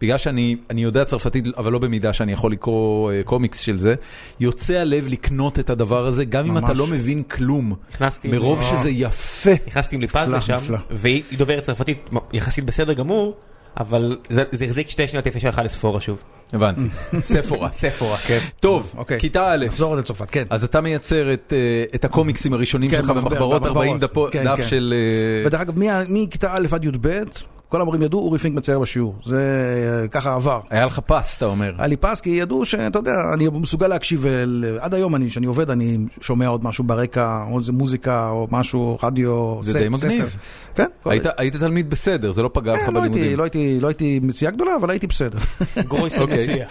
S1: בגלל שאני אני יודע צרפתית, אבל לא במידה שאני יכול לקרוא אה, קומיקס של זה, יוצא הלב לקנות את הדבר הזה, גם אם אתה
S3: ממש.
S1: לא מבין כלום,
S2: נכנסתי-
S1: מרוב
S2: אה.
S1: שזה יפה.
S2: נכנסתי עם ליפז
S3: נפלא,
S2: לשם,
S3: נפלא.
S2: והיא היא דוברת צרפתית יחסית בסדר גמור, אבל זה זה החזיק שתי שניות לפני שהלכה לספורה שוב.
S1: הבנתי, ספורה.
S2: ספורה, כן.
S1: טוב,
S3: אוקיי.
S1: כיתה א',
S3: נחזור לצרפת, כן.
S1: אז אתה מייצר את, אה, את הקומיקסים הראשונים
S3: כן,
S1: שלך
S3: במחבר-
S1: במחברות 40
S3: במחברות.
S1: דפו-
S3: כן,
S1: דף
S3: כן.
S1: של... אה,
S3: ודרך אגב, מ- מכיתה א' עד י"ב, כל המורים ידעו, אורי פינק מצייר בשיעור. זה אה, ככה עבר.
S1: היה לך פס, אתה אומר.
S3: היה לי פס, כי ידעו שאתה יודע, אני מסוגל להקשיב, אל- עד היום אני, כשאני עובד, אני שומע עוד משהו ברקע, או איזה מוזיקה, או משהו, רדיו,
S1: זה
S3: ספר,
S1: די מגניב.
S3: ספר. כן, כל-
S1: היית- היית תלמיד בסדר, זה לא פגע לך
S3: כן, לא הייתי-
S1: בלימודים.
S3: לא הייתי- לא הייתי מציאה גדולה, אבל הייתי בסדר.
S2: גרויס
S1: אוקיי.
S2: המציע.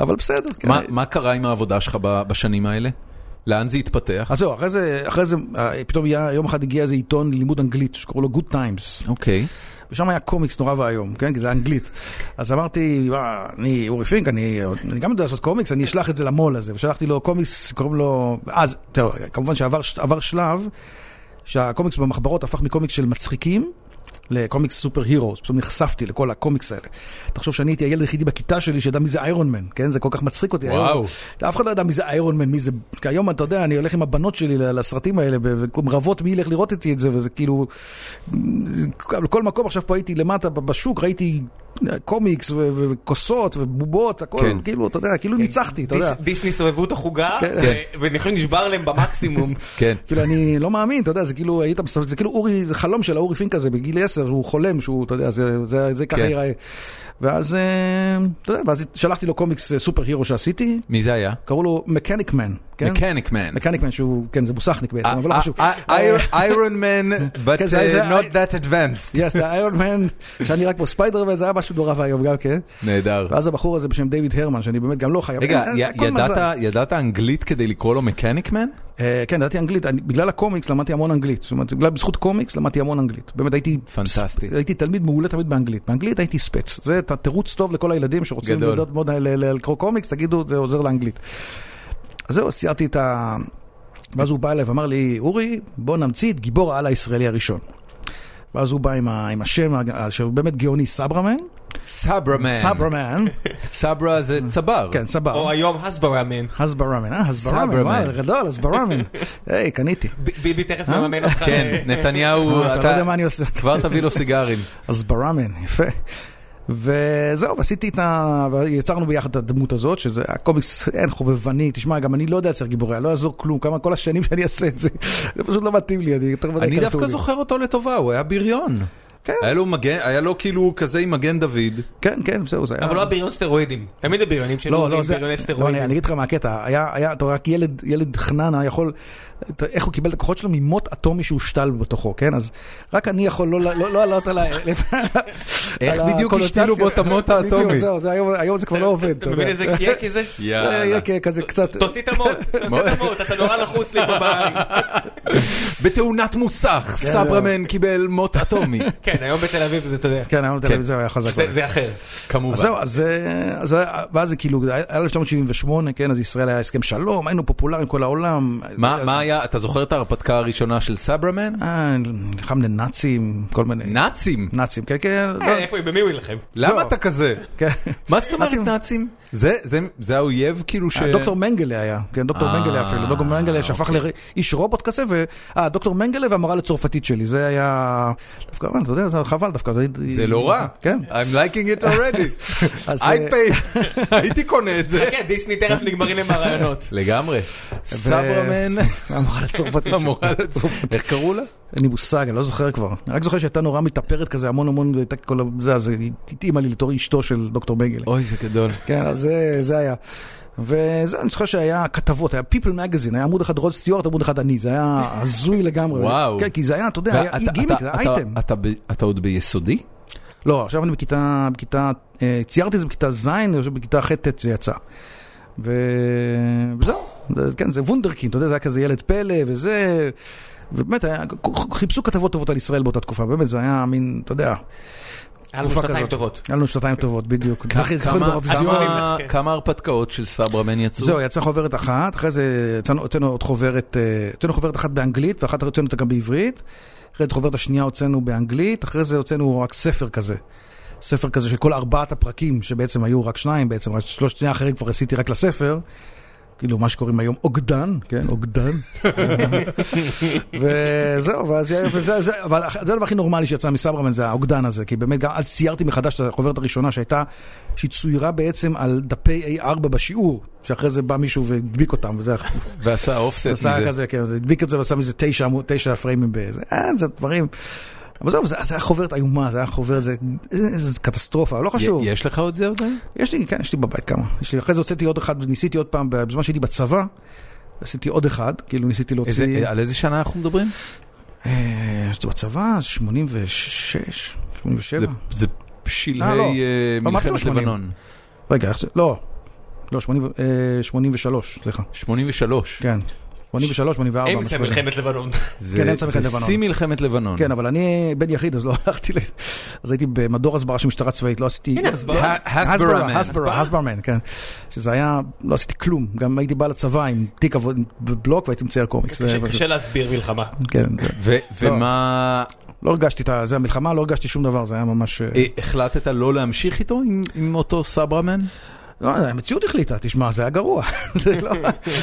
S3: אבל בסדר. כן.
S1: מה- מה קרה עם העבודה שלך ב- בשנים האלה? לאן זה התפתח?
S3: אז זהו, אחרי זה, אחרי זה, אה, פתאום היה- יום אחד הגיע איזה עיתון לימוד אנגלית, שקראו לו Good Times.
S1: אוקיי.
S3: ושם היה קומיקס נורא ואיום, כן? כי זה היה אנגלית. אז אמרתי, "וואה, אני אורי פינק, אני, אני גם יודע לעשות קומיקס, אני אשלח את זה למו"ל הזה. ושלחתי לו קומיקס, קוראים לו... אז, טוב, כמובן שעבר ש- עבר שלב שהקומיקס במחברות הפך מקומיקס של מצחיקים לקומיקס סופר הירוס, פתאום נחשפתי לכל הקומיקס האלה. תחשוב שאני הייתי הילד היחידי בכיתה שלי שידע מי זה איירון מן, כן? זה כל כך מצחיק אותי.
S1: וואו.
S3: היום. אף אחד לא ידע מי זה איירון מן, מי זה... כי היום, אתה יודע, אני הולך עם הבנות שלי ל- לסרטים האלה, ורבות מי ילך לראות איתי את זה, וזה כאילו... בכל מקום, עכשיו פה הייתי למטה ב- בשוק, ראיתי אה, קומיקס ו- ו- וכוסות ובובות, הכל,
S1: כן.
S3: כאילו, אתה יודע, כאילו ניצחתי, אתה יודע.
S2: דיס- דיסני סובבו את החוגה,
S3: כן.
S2: ו- ונכון נשבר להם במקסימום.
S1: כן.
S3: כאילו, אני לא מאמין, אתה יודע, זה כאילו, היית מסתובב, זה כאילו אורי, זה חלום של האורי פינק הזה בגיל 10, הוא חולם שהוא, אתה יודע, זה, זה, זה ככה
S1: כן.
S3: ייראה. ואז, אה, אתה יודע, ואז שלחתי לו קומיקס אה, סופר הירו שעשיתי,
S1: מי זה היה?
S3: קראו לו מקניק מן, כן?
S1: מקניק מן.
S3: מקניק מן, שהוא, כן, זה מוסכניק
S1: אה,
S3: בעצם, אבל לא חשוב.
S4: איירון מן, but
S3: כן, זה-
S4: uh,
S3: זה-
S4: not that advanced.
S3: יס, זה איירון מן, שאני רק כמו ספיידר וזה היה משהו נורא ואיום גם כן.
S1: נהדר.
S3: ואז הבחור הזה בשם דיוויד הרמן, שאני באמת גם לא חייב.
S1: רגע,
S3: אה,
S1: י-
S3: הכל
S1: ידעת-
S3: מזל.
S1: ידעת אנגלית כדי לקרוא לו מקניק מן?
S3: אה, כן, ידעתי אנגלית, אני, בגלל הקומיקס למדתי המון אנגלית, זאת אומרת, בגלל, בזכות קומיקס למדתי המון אנגלית, באמת הייתי,
S1: פנטסטי.
S3: הייתי תלמיד מעולה תמיד באנגלית, באנגלית הייתי ספץ, זה ת- תירוץ טוב לכל הילדים שרוצים
S1: גדול.
S3: לדעת מאוד ל- ל- לקרוא קומיקס, תגידו, זה עוזר לאנגלית. אז זהו, סיירתי את ה... ואז הוא בא אליי ואמר לי, אורי, בוא נמציא את גיבור העל הישראלי הראשון. ואז הוא בא עם, ה, עם השם, ה- שהוא באמת גאוני, סברמן,
S1: סברמן.
S3: סברמן,
S1: סברה זה צבר.
S3: כן, סבר,
S2: או היום הסבראמן.
S3: הסברמן, אה, הסברמן,
S1: סברמן.
S3: וואלה, גדול, הסברמן, היי, קניתי.
S2: ב- ביבי תכף
S3: אה?
S2: מממן אותך.
S1: כן,
S2: ל-
S1: נתניהו,
S3: אתה לא יודע מה אני עושה.
S1: כבר תביא לו סיגרים.
S3: אז בראמן, יפה. וזהו, ועשיתי את ה... יצרנו ביחד את הדמות הזאת, שזה הקומיקס, אין חובבני, תשמע, גם אני לא יודע לצייר גיבוריה, לא יעזור כלום, כמה כל השנים שאני אעשה את זה, זה פשוט לא מתאים לי, אני יותר מדי
S1: אני דווקא
S3: קרטוני.
S1: זוכר אותו לטובה, הוא היה בריון.
S3: כן.
S1: היה לו מגן, היה לו כאילו כזה עם מגן דוד.
S3: כן, כן, זהו, זה היה...
S2: אבל לא הבריון סטרואידים. תמיד הבריונים שלו,
S3: לא,
S2: אומרים
S3: לא, זה...
S2: בריוני
S3: לא, אני
S2: סטרואידים.
S3: אני אגיד לך מה הקטע, היה, היה, אתה רואה, רק ילד, ילד חנן היה יכול, אתה- איך הוא קיבל את הכוחות שלו ממוט אטומי שהושתל בתוכו, כן? אז רק אני יכול לא, לא, לא לעלות על ה...
S1: איך
S3: על ה-
S1: בדיוק השתילו בו את המוט
S3: בדיוק,
S1: האטומי?
S3: זהו, זה היום- היום זה כבר לא עובד,
S2: אתה מבין איזה קייק זה?
S3: זה
S1: יאללה.
S3: יהיה כ- כזה קצת...
S2: תוציא את המוט, תוציא את המוט, אתה נורא לחוץ לי פה בעין.
S1: בתאונת מוסך,
S3: כן,
S1: סברמן קיבל מוט אטומי.
S2: כן, היום בתל אביב זה, אתה יודע,
S3: כן, היום בתל אביב זה היה חזק.
S2: זה- זה אחר.
S1: כמובן.
S3: אז זהו, אז, אה, אז היה- ואז זה כאילו, היה 1978, כן, אז ישראל היה הסכם שלום, היינו פופולריים כל העולם.
S1: מה מה היה, אתה זוכר את ההרפתקה הראשונה של סברמן?
S3: אה, נלחמנו נאצים, כל מיני...
S1: נאצים.
S3: נאצים, כן, כן. לא,
S2: אה, איפה, במי הוא יילחם?
S1: למה
S3: זהו.
S1: אתה כזה?
S3: כן.
S1: מה זאת אומרת
S3: לא. נאצים- אה,
S1: נאצים? זה- זה- זה האויב כאילו ש...
S3: דוקטור מנגלה היה, כן, דוקטור
S1: אה,
S3: מנגלה אפילו, דוקטור מנגלה שהפך לאיש רובוט כזה, ו... אה, דוקטור מנגלה והמורה לצרפתית שלי, זה היה... דווקא, אבל, אתה יודע, זה חבל דווקא.
S1: זה לא רע.
S3: כן.
S1: I'm liking it already.
S3: אז,
S1: I'd
S3: אה,
S1: pay. הייתי קונה את זה.
S2: כן, דיסני תכף נגמרים להם הרעיונות.
S1: לגמרי. סברמן.
S3: המורה לצרפתית שלי.
S1: המורה לצרפת. איך קראו לה?
S3: אין לי מושג, אני לא זוכר כבר. אני רק זוכר שהייתה נורא מתאפרת כזה המון המון, והייתה כל ה- זה, אז היא התאימה לי לתור אשתו של דוקטור בגל.
S1: אוי, זה גדול.
S3: כן, אז זה, זה היה. וזה, אני זוכר שהיה כתבות, היה People Magazine, היה עמוד אחד רוד סטיוארט, עמוד אחד אני, זה היה הזוי לגמרי.
S1: וואו.
S3: כן, כי זה היה, אתה יודע, היה אי גימיק, זה היה אייטם.
S1: אתה עוד ביסודי?
S3: לא, עכשיו אני בכיתה, בכיתה, אה, ציירתי את זה בכיתה ז', אני חושב בכיתה ח'-ט' זה יצא. ו- וזהו, זה- כן, זה וונדרקין, אתה יודע, זה היה כזה ילד פלא וזה, ובאמת, היה, חיפשו כתבות טובות על ישראל באותה תקופה, באמת, זה היה מין, אתה יודע,
S2: היה לנו
S3: תקופה
S2: שנתיים
S3: כזאת.
S2: טובות.
S3: היה לנו שנתיים טובות, בדיוק. אחי, זכינו
S1: כמה-
S3: באירוויזיון.
S1: כמה-
S2: כן.
S1: כמה הרפתקאות של סברמן יצאו?
S3: זהו, יצאה חוברת אחת, אחרי זה יצאנו- הוצאנו עוד חוברת, אה, הוצאנו חוברת אחת באנגלית, ואחת הוצאנו אותה גם בעברית. אחרי זה את החוברת השנייה הוצאנו באנגלית, אחרי זה הוצאנו רק ספר כזה. ספר כזה של כל ארבעת הפרקים, שבעצם היו רק שניים בעצם, רק שלושת שניה אחרים כבר עשיתי רק לספר. כאילו מה שקוראים היום אוגדן, כן, אוגדן. וזהו, ואז היה, וזה, זה, אבל זה הדבר הכי נורמלי שיצא מסברמן, זה האוגדן הזה, כי באמת גם אז ציירתי מחדש את החוברת הראשונה שהייתה, שהיא צוירה בעצם על דפי A4 בשיעור, שאחרי זה בא מישהו והדביק אותם, וזה
S1: ועשה אופסט
S3: עשה
S1: מזה.
S3: כזה, כן, זה הדביק את זה ועשה מזה תשע, עמוד- תשע פריימים באיזה, אה, זה דברים. אבל זהו, זה, זה היה חוברת איומה, זה היה חוברת, זה, זה, זה קטסטרופה, אבל לא חשוב.
S1: י- יש לך עוד זה עדיין?
S3: יש לי, כן, יש לי בבית כמה. יש לי, אחרי זה הוצאתי עוד אחד, ניסיתי עוד פעם, בזמן שהייתי בצבא, עשיתי עוד אחד, כאילו ניסיתי
S1: איזה-
S3: להוציא...
S1: על איזה שנה אנחנו מדברים?
S3: כן. אה, זה בצבא, 86, 87.
S1: זה- זה
S3: אה,
S1: שלהי
S3: לא.
S1: אה,
S3: אמרתי לו
S1: מלחמת
S3: 80.
S1: לבנון.
S3: רגע, איך זה? לא. לא, 80, אה, 83, סליחה.
S1: 83.
S3: כן. 83, 84.
S2: אמצע
S3: משהו כזה.
S2: מלחמת לבנון.
S1: זה-
S3: כן, אמצע מלחמת
S1: זה
S3: לבנון.
S1: שיא מלחמת לבנון.
S3: כן, אבל אני בן יחיד, אז לא הלכתי ל... אז הייתי במדור הסברה של משטרה צבאית, לא עשיתי...
S2: הנה, הסברה.
S1: ה-
S3: אה,
S1: הסברמן.
S3: הסברה, הסברמן, כן. שזה היה, לא עשיתי כלום. גם הייתי בא לצבא עם תיק עבוד, בלוק והייתי מצייר קומיקס. זה-
S2: קשה- קשה להסביר מלחמה.
S3: כן, זה-
S1: ו- ומה...
S3: לא הרגשתי את ה... זה המלחמה, לא הרגשתי שום דבר, זה היה ממש... אה,
S1: אה, החלטת לא להמשיך איתו עם- עם אותו סברמן?
S3: לא, המציאות החליטה, תשמע, זה היה גרוע. זה לא...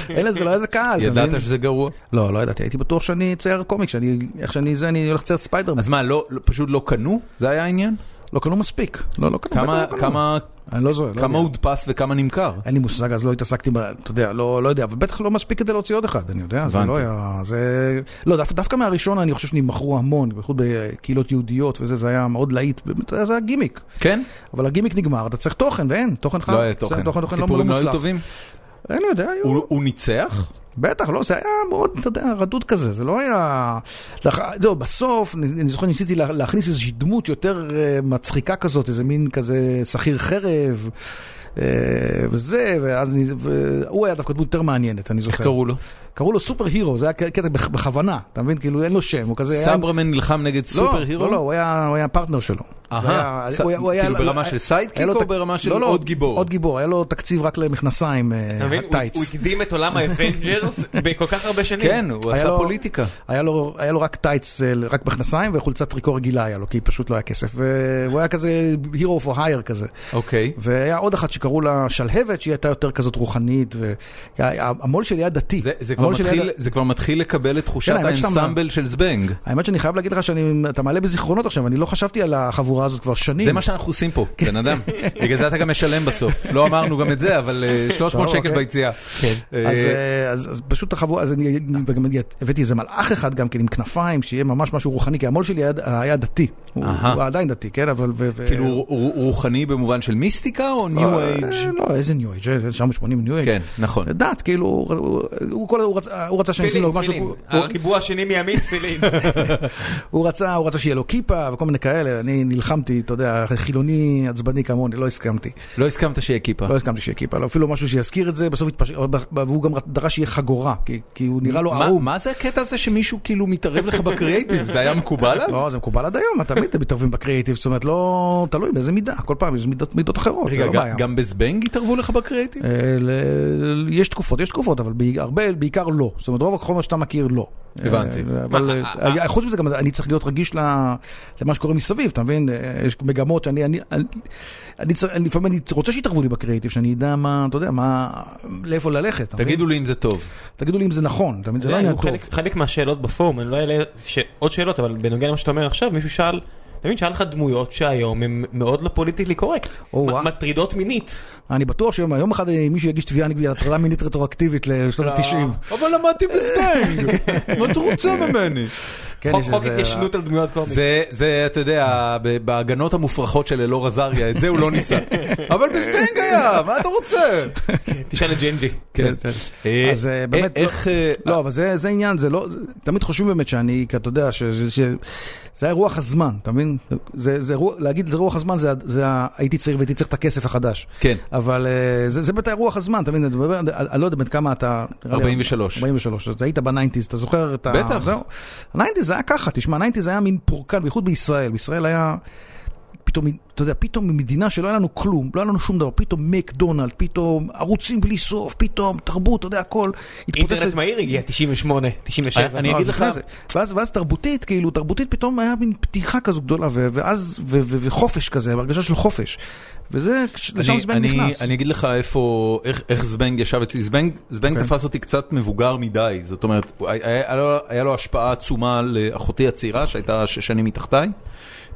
S3: אלה, זה לא היה איזה קהל, אתה מבין?
S1: ידעת שזה גרוע?
S3: לא, לא ידעתי, הייתי בטוח שאני אצייר קומיק, שאני... איך שאני זה, אני הולך לצייר ספיידרמן.
S1: אז מה, לא, לא- פשוט לא קנו? זה היה העניין?
S3: לא קנו מספיק. לא, לא קנו.
S1: כמה,
S3: בטח לא קנו.
S1: כמה,
S3: אני לא זוכר. לא
S1: כמה
S3: יודע.
S1: הודפס וכמה נמכר?
S3: אין לי מושג, אז לא התעסקתי, ב- אתה יודע, לא, לא יודע, אבל בטח לא מספיק כדי להוציא עוד אחד, אני יודע, זה
S1: הבנתי.
S3: לא היה, זה... לא, דו, דווקא מהראשון אני חושב שנמכרו המון, בייחוד בקהילות יהודיות וזה, זה היה מאוד להיט, באמת, אתה יודע, זה היה גימיק.
S1: כן?
S3: אבל הגימיק נגמר, אתה צריך תוכן, ואין, תוכן חם.
S1: לא היה
S3: זה
S1: תוכן.
S3: תוכן, תוכן
S1: סיפורים לא היו
S3: מוצלח.
S1: טובים?
S3: אני יודע, היו...
S1: הוא הוא ניצח?
S3: בטח, לא, זה היה מאוד, אתה יודע, רדוד כזה, זה לא היה... לאח- זהו, בסוף, אני אני זוכר, ניסיתי לה- להכניס איזושהי דמות יותר אה, מצחיקה כזאת, איזה מין כזה שכיר חרב, אה, וזה, ואז אני... והוא היה דווקא דמות יותר מעניינת, אני זוכר.
S1: איך קראו לו?
S3: קראו לו סופר הירו, זה היה כ- קטע בכ- בכוונה, אתה מבין? כאילו, אין לו שם, הוא כזה... היה-
S1: סברמן נלחם נגד
S3: לא,
S1: סופר הירו?
S3: לא, לא, הוא היה הוא היה הפרטנר שלו. זה
S1: אהה,
S3: היה-
S1: ס-
S3: הוא היה- הוא היה-
S1: כאילו ברמה
S3: היה-
S1: של
S3: היה
S1: סיידקיק
S3: לו
S1: או
S3: תק-
S1: ברמה של
S3: לא, לא,
S1: עוד גיבור?
S3: עוד גיבור, היה לו תקציב רק למכנסיים, אה,
S2: אתה מבין? הוא-
S3: הטייץ.
S2: הוא הקדים את עולם האבנג'רס בכל כך הרבה שנים.
S1: כן, הוא
S3: היה
S1: עשה
S3: לו-
S1: פוליטיקה.
S3: היה לו, היה לו רק טייץ, אה, רק מכנסיים וחולצת טריקו רגילה היה לו, כי פשוט לא היה כסף. והוא היה כזה hero for hire כזה.
S1: אוקיי.
S3: והיה עוד אחת שקראו לה שלהבת, שהיא הייתה יותר כזאת רוחנית, והמו"ל שלי היה דתי.
S1: זה- זה כבר
S3: המו"ל שלי היה
S1: מתחיל-
S3: ד-
S1: זה כבר מתחיל לקבל את תחושת
S3: כן, האמת שאתה-
S1: האנסמבל של זבנג.
S3: האמת שאני חייב להגיד לך שאתה מעלה בזיכרונות עכשיו, אני לא חשבתי על החבורה הזאת כבר שנים.
S1: זה מה שאנחנו עושים פה,
S3: כן.
S1: בן אדם. בגלל זה אתה גם משלם בסוף. לא אמרנו גם את זה, אבל אה, 300
S3: טוב,
S1: שקל
S3: אוקיי.
S1: ביציאה. אה,
S3: אז, אה, אז, אז פשוט החבורה, אז אני וגם אני הבאתי איזה מלאך אחד גם כן עם כנפיים, שיהיה ממש משהו רוחני, כי המו"ל שלי היה, היה דתי, הוא,
S1: אהה.
S3: הוא עדיין דתי, כן, אבל... ו, ו-
S1: כאילו רו- רו- רוחני במובן של מיסטיקה או ניו
S3: אה,
S1: אייג'?
S3: לא, איזה ניו אייג', 980 ניו אייג'.
S1: כן, נכון.
S3: דת, כאילו, הוא- הוא- הוא כל- הוא רצה- הוא רצה שאני אשים לו
S2: תפילין,
S3: משהו,
S2: תפילין.
S3: הוא-
S2: הריבוע השני מימין תפילין.
S3: הוא רצה הוא רצה שיהיה לו כיפה וכל מיני כאלה, אני נלחמתי, אתה יודע, חילוני עצבני כמוני, לא הסכמתי.
S1: לא הסכמת שיהיה כיפה.
S3: לא הסכמתי שיהיה כיפה, לא, אפילו משהו שיזכיר את זה, בסוף התפשר... והוא גם דרש שיהיה חגורה, כי- כי הוא נראה לו
S1: מה-
S3: ערום.
S1: מה זה הקטע הזה שמישהו כאילו מתערב לך בקריאייטיב? זה היה מקובל אז?
S3: לא, זה מקובל עד היום, תמיד אתם מתערבים בקריאיטיב, זאת אומרת, לא תלוי באיזה מידה, כל פעם יש מידות, מידות אחרות,
S1: רגע,
S3: זה לא
S1: גם-
S3: בעיה.
S1: גם בזבנג התערבו לך בקריאייטיב?
S3: אה, ל- יש תקופות, יש תקופות, אבל בעי- הרבה, בעיקר לא. זאת אומרת, רוב החומר שאתה מכיר, לא.
S1: הבנתי.
S3: אה, אבל
S2: מה,
S3: אה, אה, חוץ מזה, גם אני צריך להיות רגיש ל- למה שקורה מסביב, אתה מבין? אה, יש מגמות שאני, אני, אני- אני צריך- אני לפעמים אני רוצה שיתערבו לי בקריאיטיב, שאני אדע מה, אתה יודע, מה, לאיפה ללכת. אתה מבין?
S1: תגידו לי אם זה טוב.
S3: תגידו לי אם זה נכון, אתה מבין? זה לא
S2: היו
S3: עניין טוב.
S2: אה, חלק- חלק מהשאלות בפורום, אני לא אעלה ש- עוד שאלות, אבל בנוגע למה שאתה אומר עכשיו, מישהו שאל, אתה מבין, שאל לך דמויות שהיום הן מאוד לא פוליטיקלי קורקט.
S3: או-אה.
S2: מ- מטרידות מינית.
S3: אני בטוח שיום יום אחד אה, מישהו יגיש תביעה נגד הטרדה מינית רטרואקטיבית לשנות ה-90.
S1: אבל למדתי בזבנג, מה אתה רוצה ממני?
S3: כן,
S2: חוק
S3: יש
S2: חוק
S3: איזה-
S2: התיישנות על דמויות קומיקס.
S1: זה, זה, אתה יודע, ב- בהגנות המופרכות של אלאור עזריה, את זה הוא לא ניסה. אבל בזבנג היה, מה אתה רוצה?
S2: תשאל את ג'ינג'י.
S1: כן. אה,
S3: אז, אה,
S1: אה,
S3: באמת, לא-
S1: איך... אה,
S3: לא, אבל זה, זה עניין, זה לא, זה- תמיד חושבים באמת שאני, כי אתה יודע, ש, ש, ש, זה היה רוח הזמן, אתה מבין? זה, זה, רוח- להגיד זה רוח הזמן, זה, ה- זה ה- הייתי צעיר והייתי צריך את הכסף החדש.
S1: כן.
S3: אבל אה, זה, זה בטח רוח הזמן, אתה מבין? אתה מדבר- אני אני לא יודע בן כמה אתה... נראה לי-
S1: 43.
S3: 43, אז היית בניינטיז, אתה זוכר את ה...
S1: בטח.
S3: זהו. הניינטיז היה ככה, תשמע, הניינטיז היה מין פורקן, בייחוד בישראל, בישראל היה... פתאום, אתה יודע, פתאום ממדינה שלא היה לנו כלום, לא היה לנו שום דבר, פתאום מקדונלד, פתאום ערוצים בלי סוף, פתאום תרבות, אתה יודע, הכל. התפוצץ-
S2: אינטרנט מהיר הגיע 98, 97.
S1: אני
S3: לא,
S1: אגיד
S3: אז
S1: לך-
S3: לפני זה. ואז, ואז תרבותית, כאילו, תרבותית פתאום היה מין פתיחה כזו גדולה, ו- ואז, ו- ו- וחופש כזה, הרגשה של חופש. וזה, כש- לשם
S1: אני,
S3: זבנג
S1: אני,
S3: נכנס.
S1: אני אגיד לך איפה, איך, איך זבנג ישב אצלי, זבנג, זבנג
S3: כן.
S1: תפס אותי קצת מבוגר מדי, זאת אומרת, הוא- היה, היה, לו, היה לו השפעה עצומה על אה, אחותי הצעירה שהייתה שש שנים מתחתיי,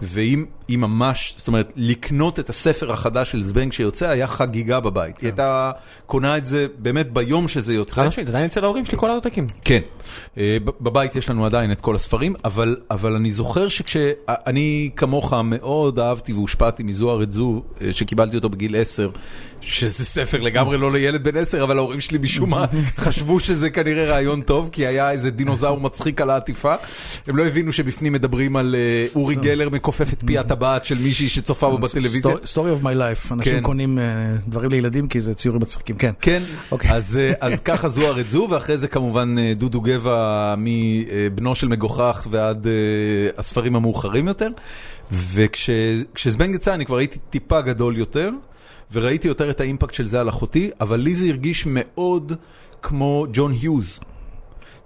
S1: והיא היא ממש, זאת אומרת, לקנות את הספר החדש של זבנג שיוצא היה חגיגה בבית,
S3: כן.
S1: היא הייתה קונה את זה באמת ביום שזה יוצא.
S2: חד משמעית, עדיין אצל ההורים שלי כל העותקים.
S1: כן, אה, ב- בבית יש לנו עדיין את כל הספרים, אבל, אבל אני זוכר שכשאני כמוך מאוד אהבתי והושפעתי מזוהר את זו, אה, שקיבלתי אותו בגיל 10, שזה ספר לגמרי לא לילד בן 10, אבל ההורים שלי משום מה חשבו שזה כנראה רעיון טוב, כי היה איזה דינוזאור מצחיק על העטיפה. הם לא הבינו שבפנים מדברים על אה, אורי גלר מכופף את פי הטבעת של מישהי שצופה בו בטלוויזיה.
S3: סטורי אוף מיי לייף,
S1: כן.
S3: אנשים קונים אה, דברים לילדים כי זה ציורים מצחיקים, כן.
S1: כן,
S3: אוקיי.
S1: אז, אה, אז ככה זוהר את זו, ואחרי זה כמובן אה, דודו גבע מבנו של מגוחך ועד אה, הספרים המאוחרים יותר. וכשזבנג יצא אני כבר הייתי טיפה גדול יותר, וראיתי יותר את האימפקט של זה על אחותי, אבל לי זה הרגיש מאוד כמו ג'ון היוז.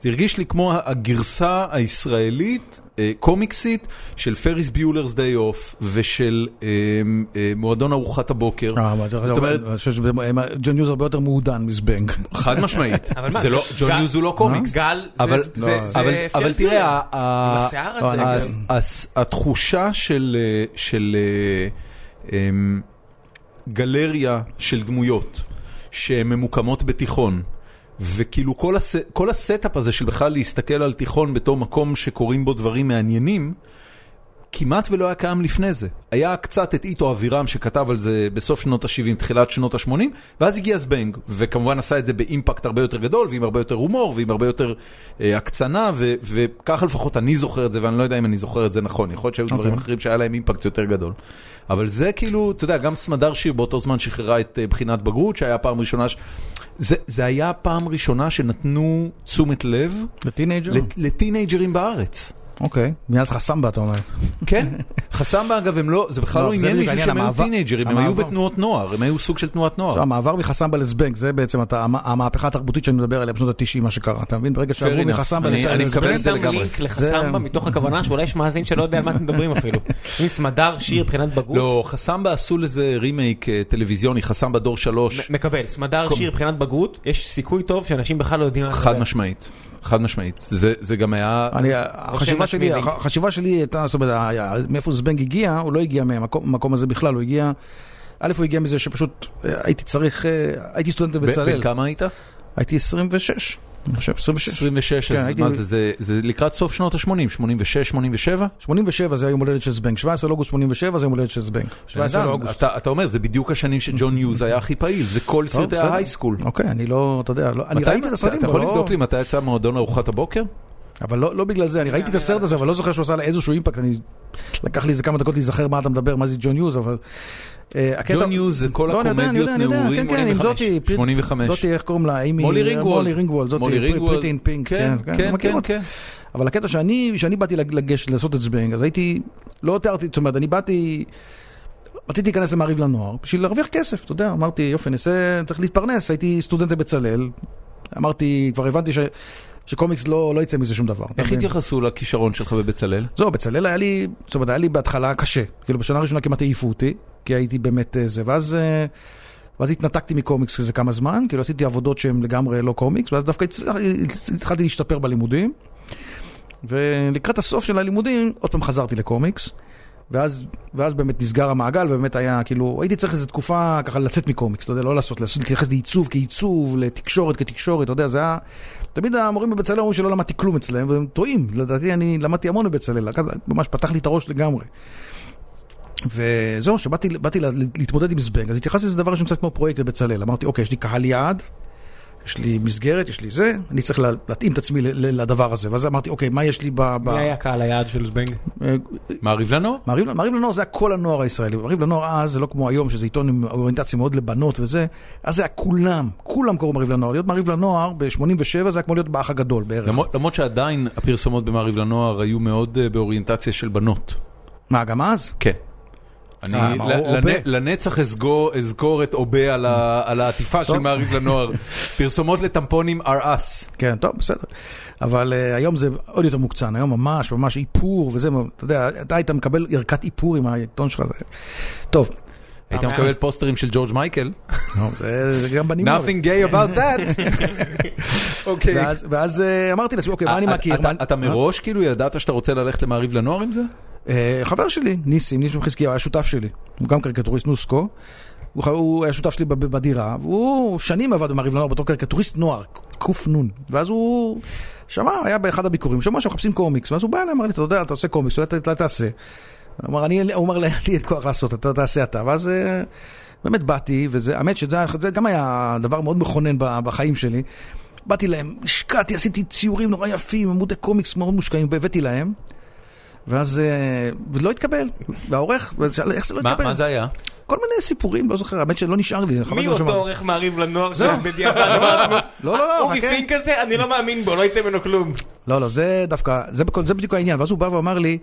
S1: זה הרגיש לי כמו הגרסה הישראלית, אה, קומיקסית, של פריס ביולרס דיי אוף ושל אה, אה, מועדון ארוחת הבוקר.
S3: אה, אבל
S1: זאת אומרת,
S3: אני חושב שזה- אה, ג'ון יוז הרבה יותר מעודן מזבנג.
S1: חד משמעית.
S2: אבל מה?
S1: זה לא, ג'ון
S2: גל-
S1: יוז הוא לא קומיקס.
S2: גל, זה-
S1: אבל,
S2: זה-
S1: אבל-
S2: זה
S1: אבל-
S2: פרס
S1: אבל
S2: ביולר.
S1: תראה, ה- ה-
S2: השיער הזה, כן.
S1: ה-
S2: גם.
S1: הס- התחושה של, אה, של אה, אמ, גלריה של דמויות שממוקמות בתיכון, וכאילו כל, הס, כל הסטאפ הזה של בכלל להסתכל על תיכון בתור מקום שקורים בו דברים מעניינים, כמעט ולא היה קיים לפני זה. היה קצת את איתו אבירם שכתב על זה בסוף שנות ה-70, תחילת שנות ה-80, ואז הגיע זבנג, וכמובן עשה את זה באימפקט הרבה יותר גדול, ועם הרבה יותר הומור, ועם הרבה יותר אה, הקצנה, ו- וככה לפחות אני זוכר את זה, ואני לא יודע אם אני זוכר את זה נכון, יכול להיות שהיו דברים אחרים שהיה להם אימפקט יותר גדול. אבל זה כאילו, אתה יודע, גם סמדר שיר באותו זמן שחררה את אה, בחינת בגרות, שהיה פעם ראשונה, ש... זה, זה היה פעם ראשונה שנתנו תשומת לב
S3: כן. לטינג'ר?
S1: לט- לטינג'רים בארץ.
S3: אוקיי. מאז חסמבה אתה אומר.
S1: כן, חסמבה אגב הם לא, זה בכלל
S3: לא,
S1: לא
S3: זה
S1: עניין
S3: בדיוק
S1: מישהו שהם
S3: העניין,
S1: היו
S3: המעבר-
S1: טינג'רים, הם היו
S3: המעבר.
S1: בתנועות נוער, הם היו סוג של תנועת נוער.
S3: לא, המעבר מחסמבה לזבנג, זה בעצם אתה- המ- המהפכה התרבותית שאני מדבר עליה בשנות ה-90, מה שקרה, אתה מבין? ברגע שעברו
S1: enough.
S3: מחסמבה
S1: אני-
S3: לט-
S1: אני מקבל
S2: מקבל
S1: את זה
S2: שם
S1: לגמרי.
S2: לינק לחסמבה מתוך הכוונה שאולי יש מאזין שלא יודע על מה אתם מדברים אפילו. מין סמדר שיר מבחינת בגרות.
S1: לא, חסמבה עשו לזה רימייק אה, טלוויזיוני, חסמבה דור שלוש,
S2: מ- מקבל, סמדר שיר מבחינת בגרות, יש סיכוי טוב שאנשים בכלל לא יודעים על מה
S1: חד
S2: לדבר.
S1: משמעית, חד משמעית. זה זה גם היה,
S3: אני,
S2: רושם
S3: החשיבה
S2: לעצמי
S3: שלי,
S2: לינק.
S3: החשיבה שלי הייתה, זאת אומרת, היה- מאיפה זבנג הגיע, הוא לא הגיע מהמקום מהמקום הזה בכלל, הוא הגיע, א', הוא הגיע מזה שפשוט אה, הייתי צריך, אה, הייתי סטודנט
S1: ב- בן
S3: בבצלאל,
S1: כמה היית?
S3: הייתי 26, אני חושב, 26.
S1: 26,
S3: כן,
S1: אז
S3: הייתי-
S1: מה זה, זה, זה לקראת סוף שנות ה-80, 86, 87?
S3: 87 זה היום הולדת של זבנג, 17 לאוגוסט 87 זה היום הולדת של זבנג. 17
S1: בן אדם,
S3: לאוגוסט.
S1: אתה אתה אומר, זה בדיוק השנים שג'ון יוז היה הכי פעיל, זה כל
S3: טוב,
S1: סרטי
S3: בסדר.
S1: ההייסקול.
S3: אוקיי, אני לא, אתה יודע, לא- אני
S1: מתי-
S3: ראיתי את הסרטים,
S1: אתה
S3: אבל
S1: יכול
S3: לא-
S1: לבדוק לי מתי יצא מועדון ארוחת הבוקר?
S3: אבל לא לא בגלל זה, אני ראיתי את הסרט הזה, אבל לא זוכר שהוא עשה לה איזשהו אימפקט, אני... לקח לי איזה כמה דקות להיזכר מה אתה מדבר, מה זה ג'ון יוז, אבל... אה, הקטע-
S1: ג'ון יוז זה כל
S3: לא, אני יודע, אני
S1: הקומדיות
S3: יודע, אני יודע,
S1: נעורים,
S3: כן, כן, עם
S2: 85.
S3: זאתי, פריט-
S1: 85.
S3: זאתי, איך קוראים לה? אימי...
S1: מולי רינגוולד.
S3: מולי רינגוולד, זאתי,
S1: מולי רינגוולד.
S3: פריטי אין פינק,
S1: כן,
S3: אני
S1: כן,
S3: מכיר
S1: כן,
S3: אותה.
S1: כן.
S3: אבל הקטע שאני, שאני באתי לגשת לעשות את זבנג, אז הייתי, לא תיארתי, זאת אומרת, אני באתי, רציתי להיכנס למעריב לנוער בשביל להרוויח כסף, אתה יודע, אמרתי, יופי, אני עושה, צריך להתפרנס, הייתי סטודנט בבצלאל, אמרתי, כבר הבנתי ש, שקומיקס לא, לא יצא מזה שום דבר. אתה
S1: איך
S3: מבין?
S1: התייחסו לכישרון שלך בבצלאל?
S3: זהו, בצלאל היה לי, זאת אומרת, היה לי בהתחלה קשה. כאילו, בשנה הראשונה כמעט העיפו אותי, כי הייתי באמת אה, זה, ואז... אה, ואז התנתקתי מקומיקס איזה כמה זמן, כאילו עשיתי עבודות שהן לגמרי לא קומיקס, ואז דווקא הצלח- התחלתי להשתפר בלימודים. ולקראת הסוף של הלימודים, עוד פעם חזרתי לקומיקס, ואז, ואז באמת נסגר המעגל, ובאמת היה כאילו, הייתי צריך איזו תקופה ככה לצאת מקומיקס, אתה יודע, לא לעשות, לעשות להתייחס לעיצוב כעיצוב, לתקשורת כתקשורת, אתה יודע, זה היה... תמיד המורים בבצלאל אומרים שלא למדתי כלום אצלהם, והם טועים, לדעתי אני למדתי המון בבצלאל, לקח- ממש פתח לי את הראש לגמרי. וזהו, שבאתי באתי לה- להתמודד עם זבנג, אז התייחסתי לזה דבר ראשון קצת כמו פרויקט בבצלאל, אמרתי, אוקיי, יש לי קהל יעד, יש לי מסגרת, יש לי זה, אני צריך לה- להתאים את עצמי ל- ל- לדבר הזה, ואז אמרתי, אוקיי, מה יש לי ב... ב-
S2: מי היה קהל היעד של זבנג?
S3: אה,
S1: מעריב לנו?
S3: מעריב, מעריב לנוער זה היה כל הנוער הישראלי, מעריב לנוער אז זה לא כמו היום שזה עיתון עם אוריינטציה מאוד לבנות וזה, אז זה היה כולם, כולם קראו מעריב לנוער, להיות מעריב לנוער ב-87 זה היה כמו להיות באח הגדול בערך.
S1: למרות, למרות שעדיין הפרסומות במעריב לנוער היו מאוד אה, באוריינטציה של בנות.
S3: מה, גם אז?
S1: כן. אני
S3: אה, מה,
S1: ל-
S3: או-
S1: לנ-
S3: אובה?
S1: לנצח אזכור, אזכור את אובה על, ה- על העטיפה של
S3: טוב.
S1: מעריב לנוער. פרסומות לטמפונים are us.
S3: כן, טוב, בסדר. אבל uh, היום זה עוד יותר מוקצן, היום ממש, ממש איפור וזה, אתה יודע, אתה היית מקבל ערכת איפור עם העיתון שלך. זה- טוב,
S1: היית
S2: אבל-
S1: מקבל פוסטרים של ג'ורג' מייקל.
S3: זה, זה גם בנימור.
S1: Nothing gay about that. אוקיי.
S3: ואז, ואז אה, אמרתי לעצמי, אוקיי, מה אני
S1: אתה-
S3: מכיר?
S1: אתה-
S3: מה-
S1: אתה מראש כאילו ידעת שאתה רוצה ללכת למעריב לנוער עם זה?
S3: אה, חבר שלי, ניסים, ניסים חזקיהו, היה שותף שלי. הוא גם קריקטוריסט נוסקו. הוא, ח- הוא היה שותף שלי בב- בדירה, והוא שנים עבד במעריב לנוער בתור קריקטוריסט נוער, קנ. ואז הוא שמע, היה באחד הביקורים, שמע שמחפשים קומיקס, ואז הוא בא אליי, אמר לי, אתה יודע, אתה עושה קומיקס, אולי אתה- אתה תעשה. הוא אמר, אני, הוא אמר לי, אין לי אין כוח לעשות, אתה תעשה אתה. ואז אה, באמת באתי, וזה, האמת שזה היה- זה גם היה דבר מאוד מכונן ב- בחיים שלי. באתי להם, השקעתי, עשיתי ציורים נורא יפים, עמודי קומיקס מאוד מושקעים, והבאתי להם. ואז, אה, ולא התקבל, והעורך, ושאל, איך זה לא
S1: מה
S3: התקבל?
S1: מה זה היה?
S3: כל מיני סיפורים, לא זוכר, האמת שלא נשאר לי. חבל
S2: מי
S3: שלא
S2: אותו
S3: שמעתי.
S2: עורך מעריב לנוער שבדיעבד אמר לעצמו,
S3: לא, לא, לא,
S2: אורי
S3: חכה.
S2: פינק הזה, אני לא מאמין בו, לא יצא ממנו כלום.
S3: לא, לא, זה דווקא, זה, בכל- זה בדיוק העניין. ואז הוא בא ואמר לי,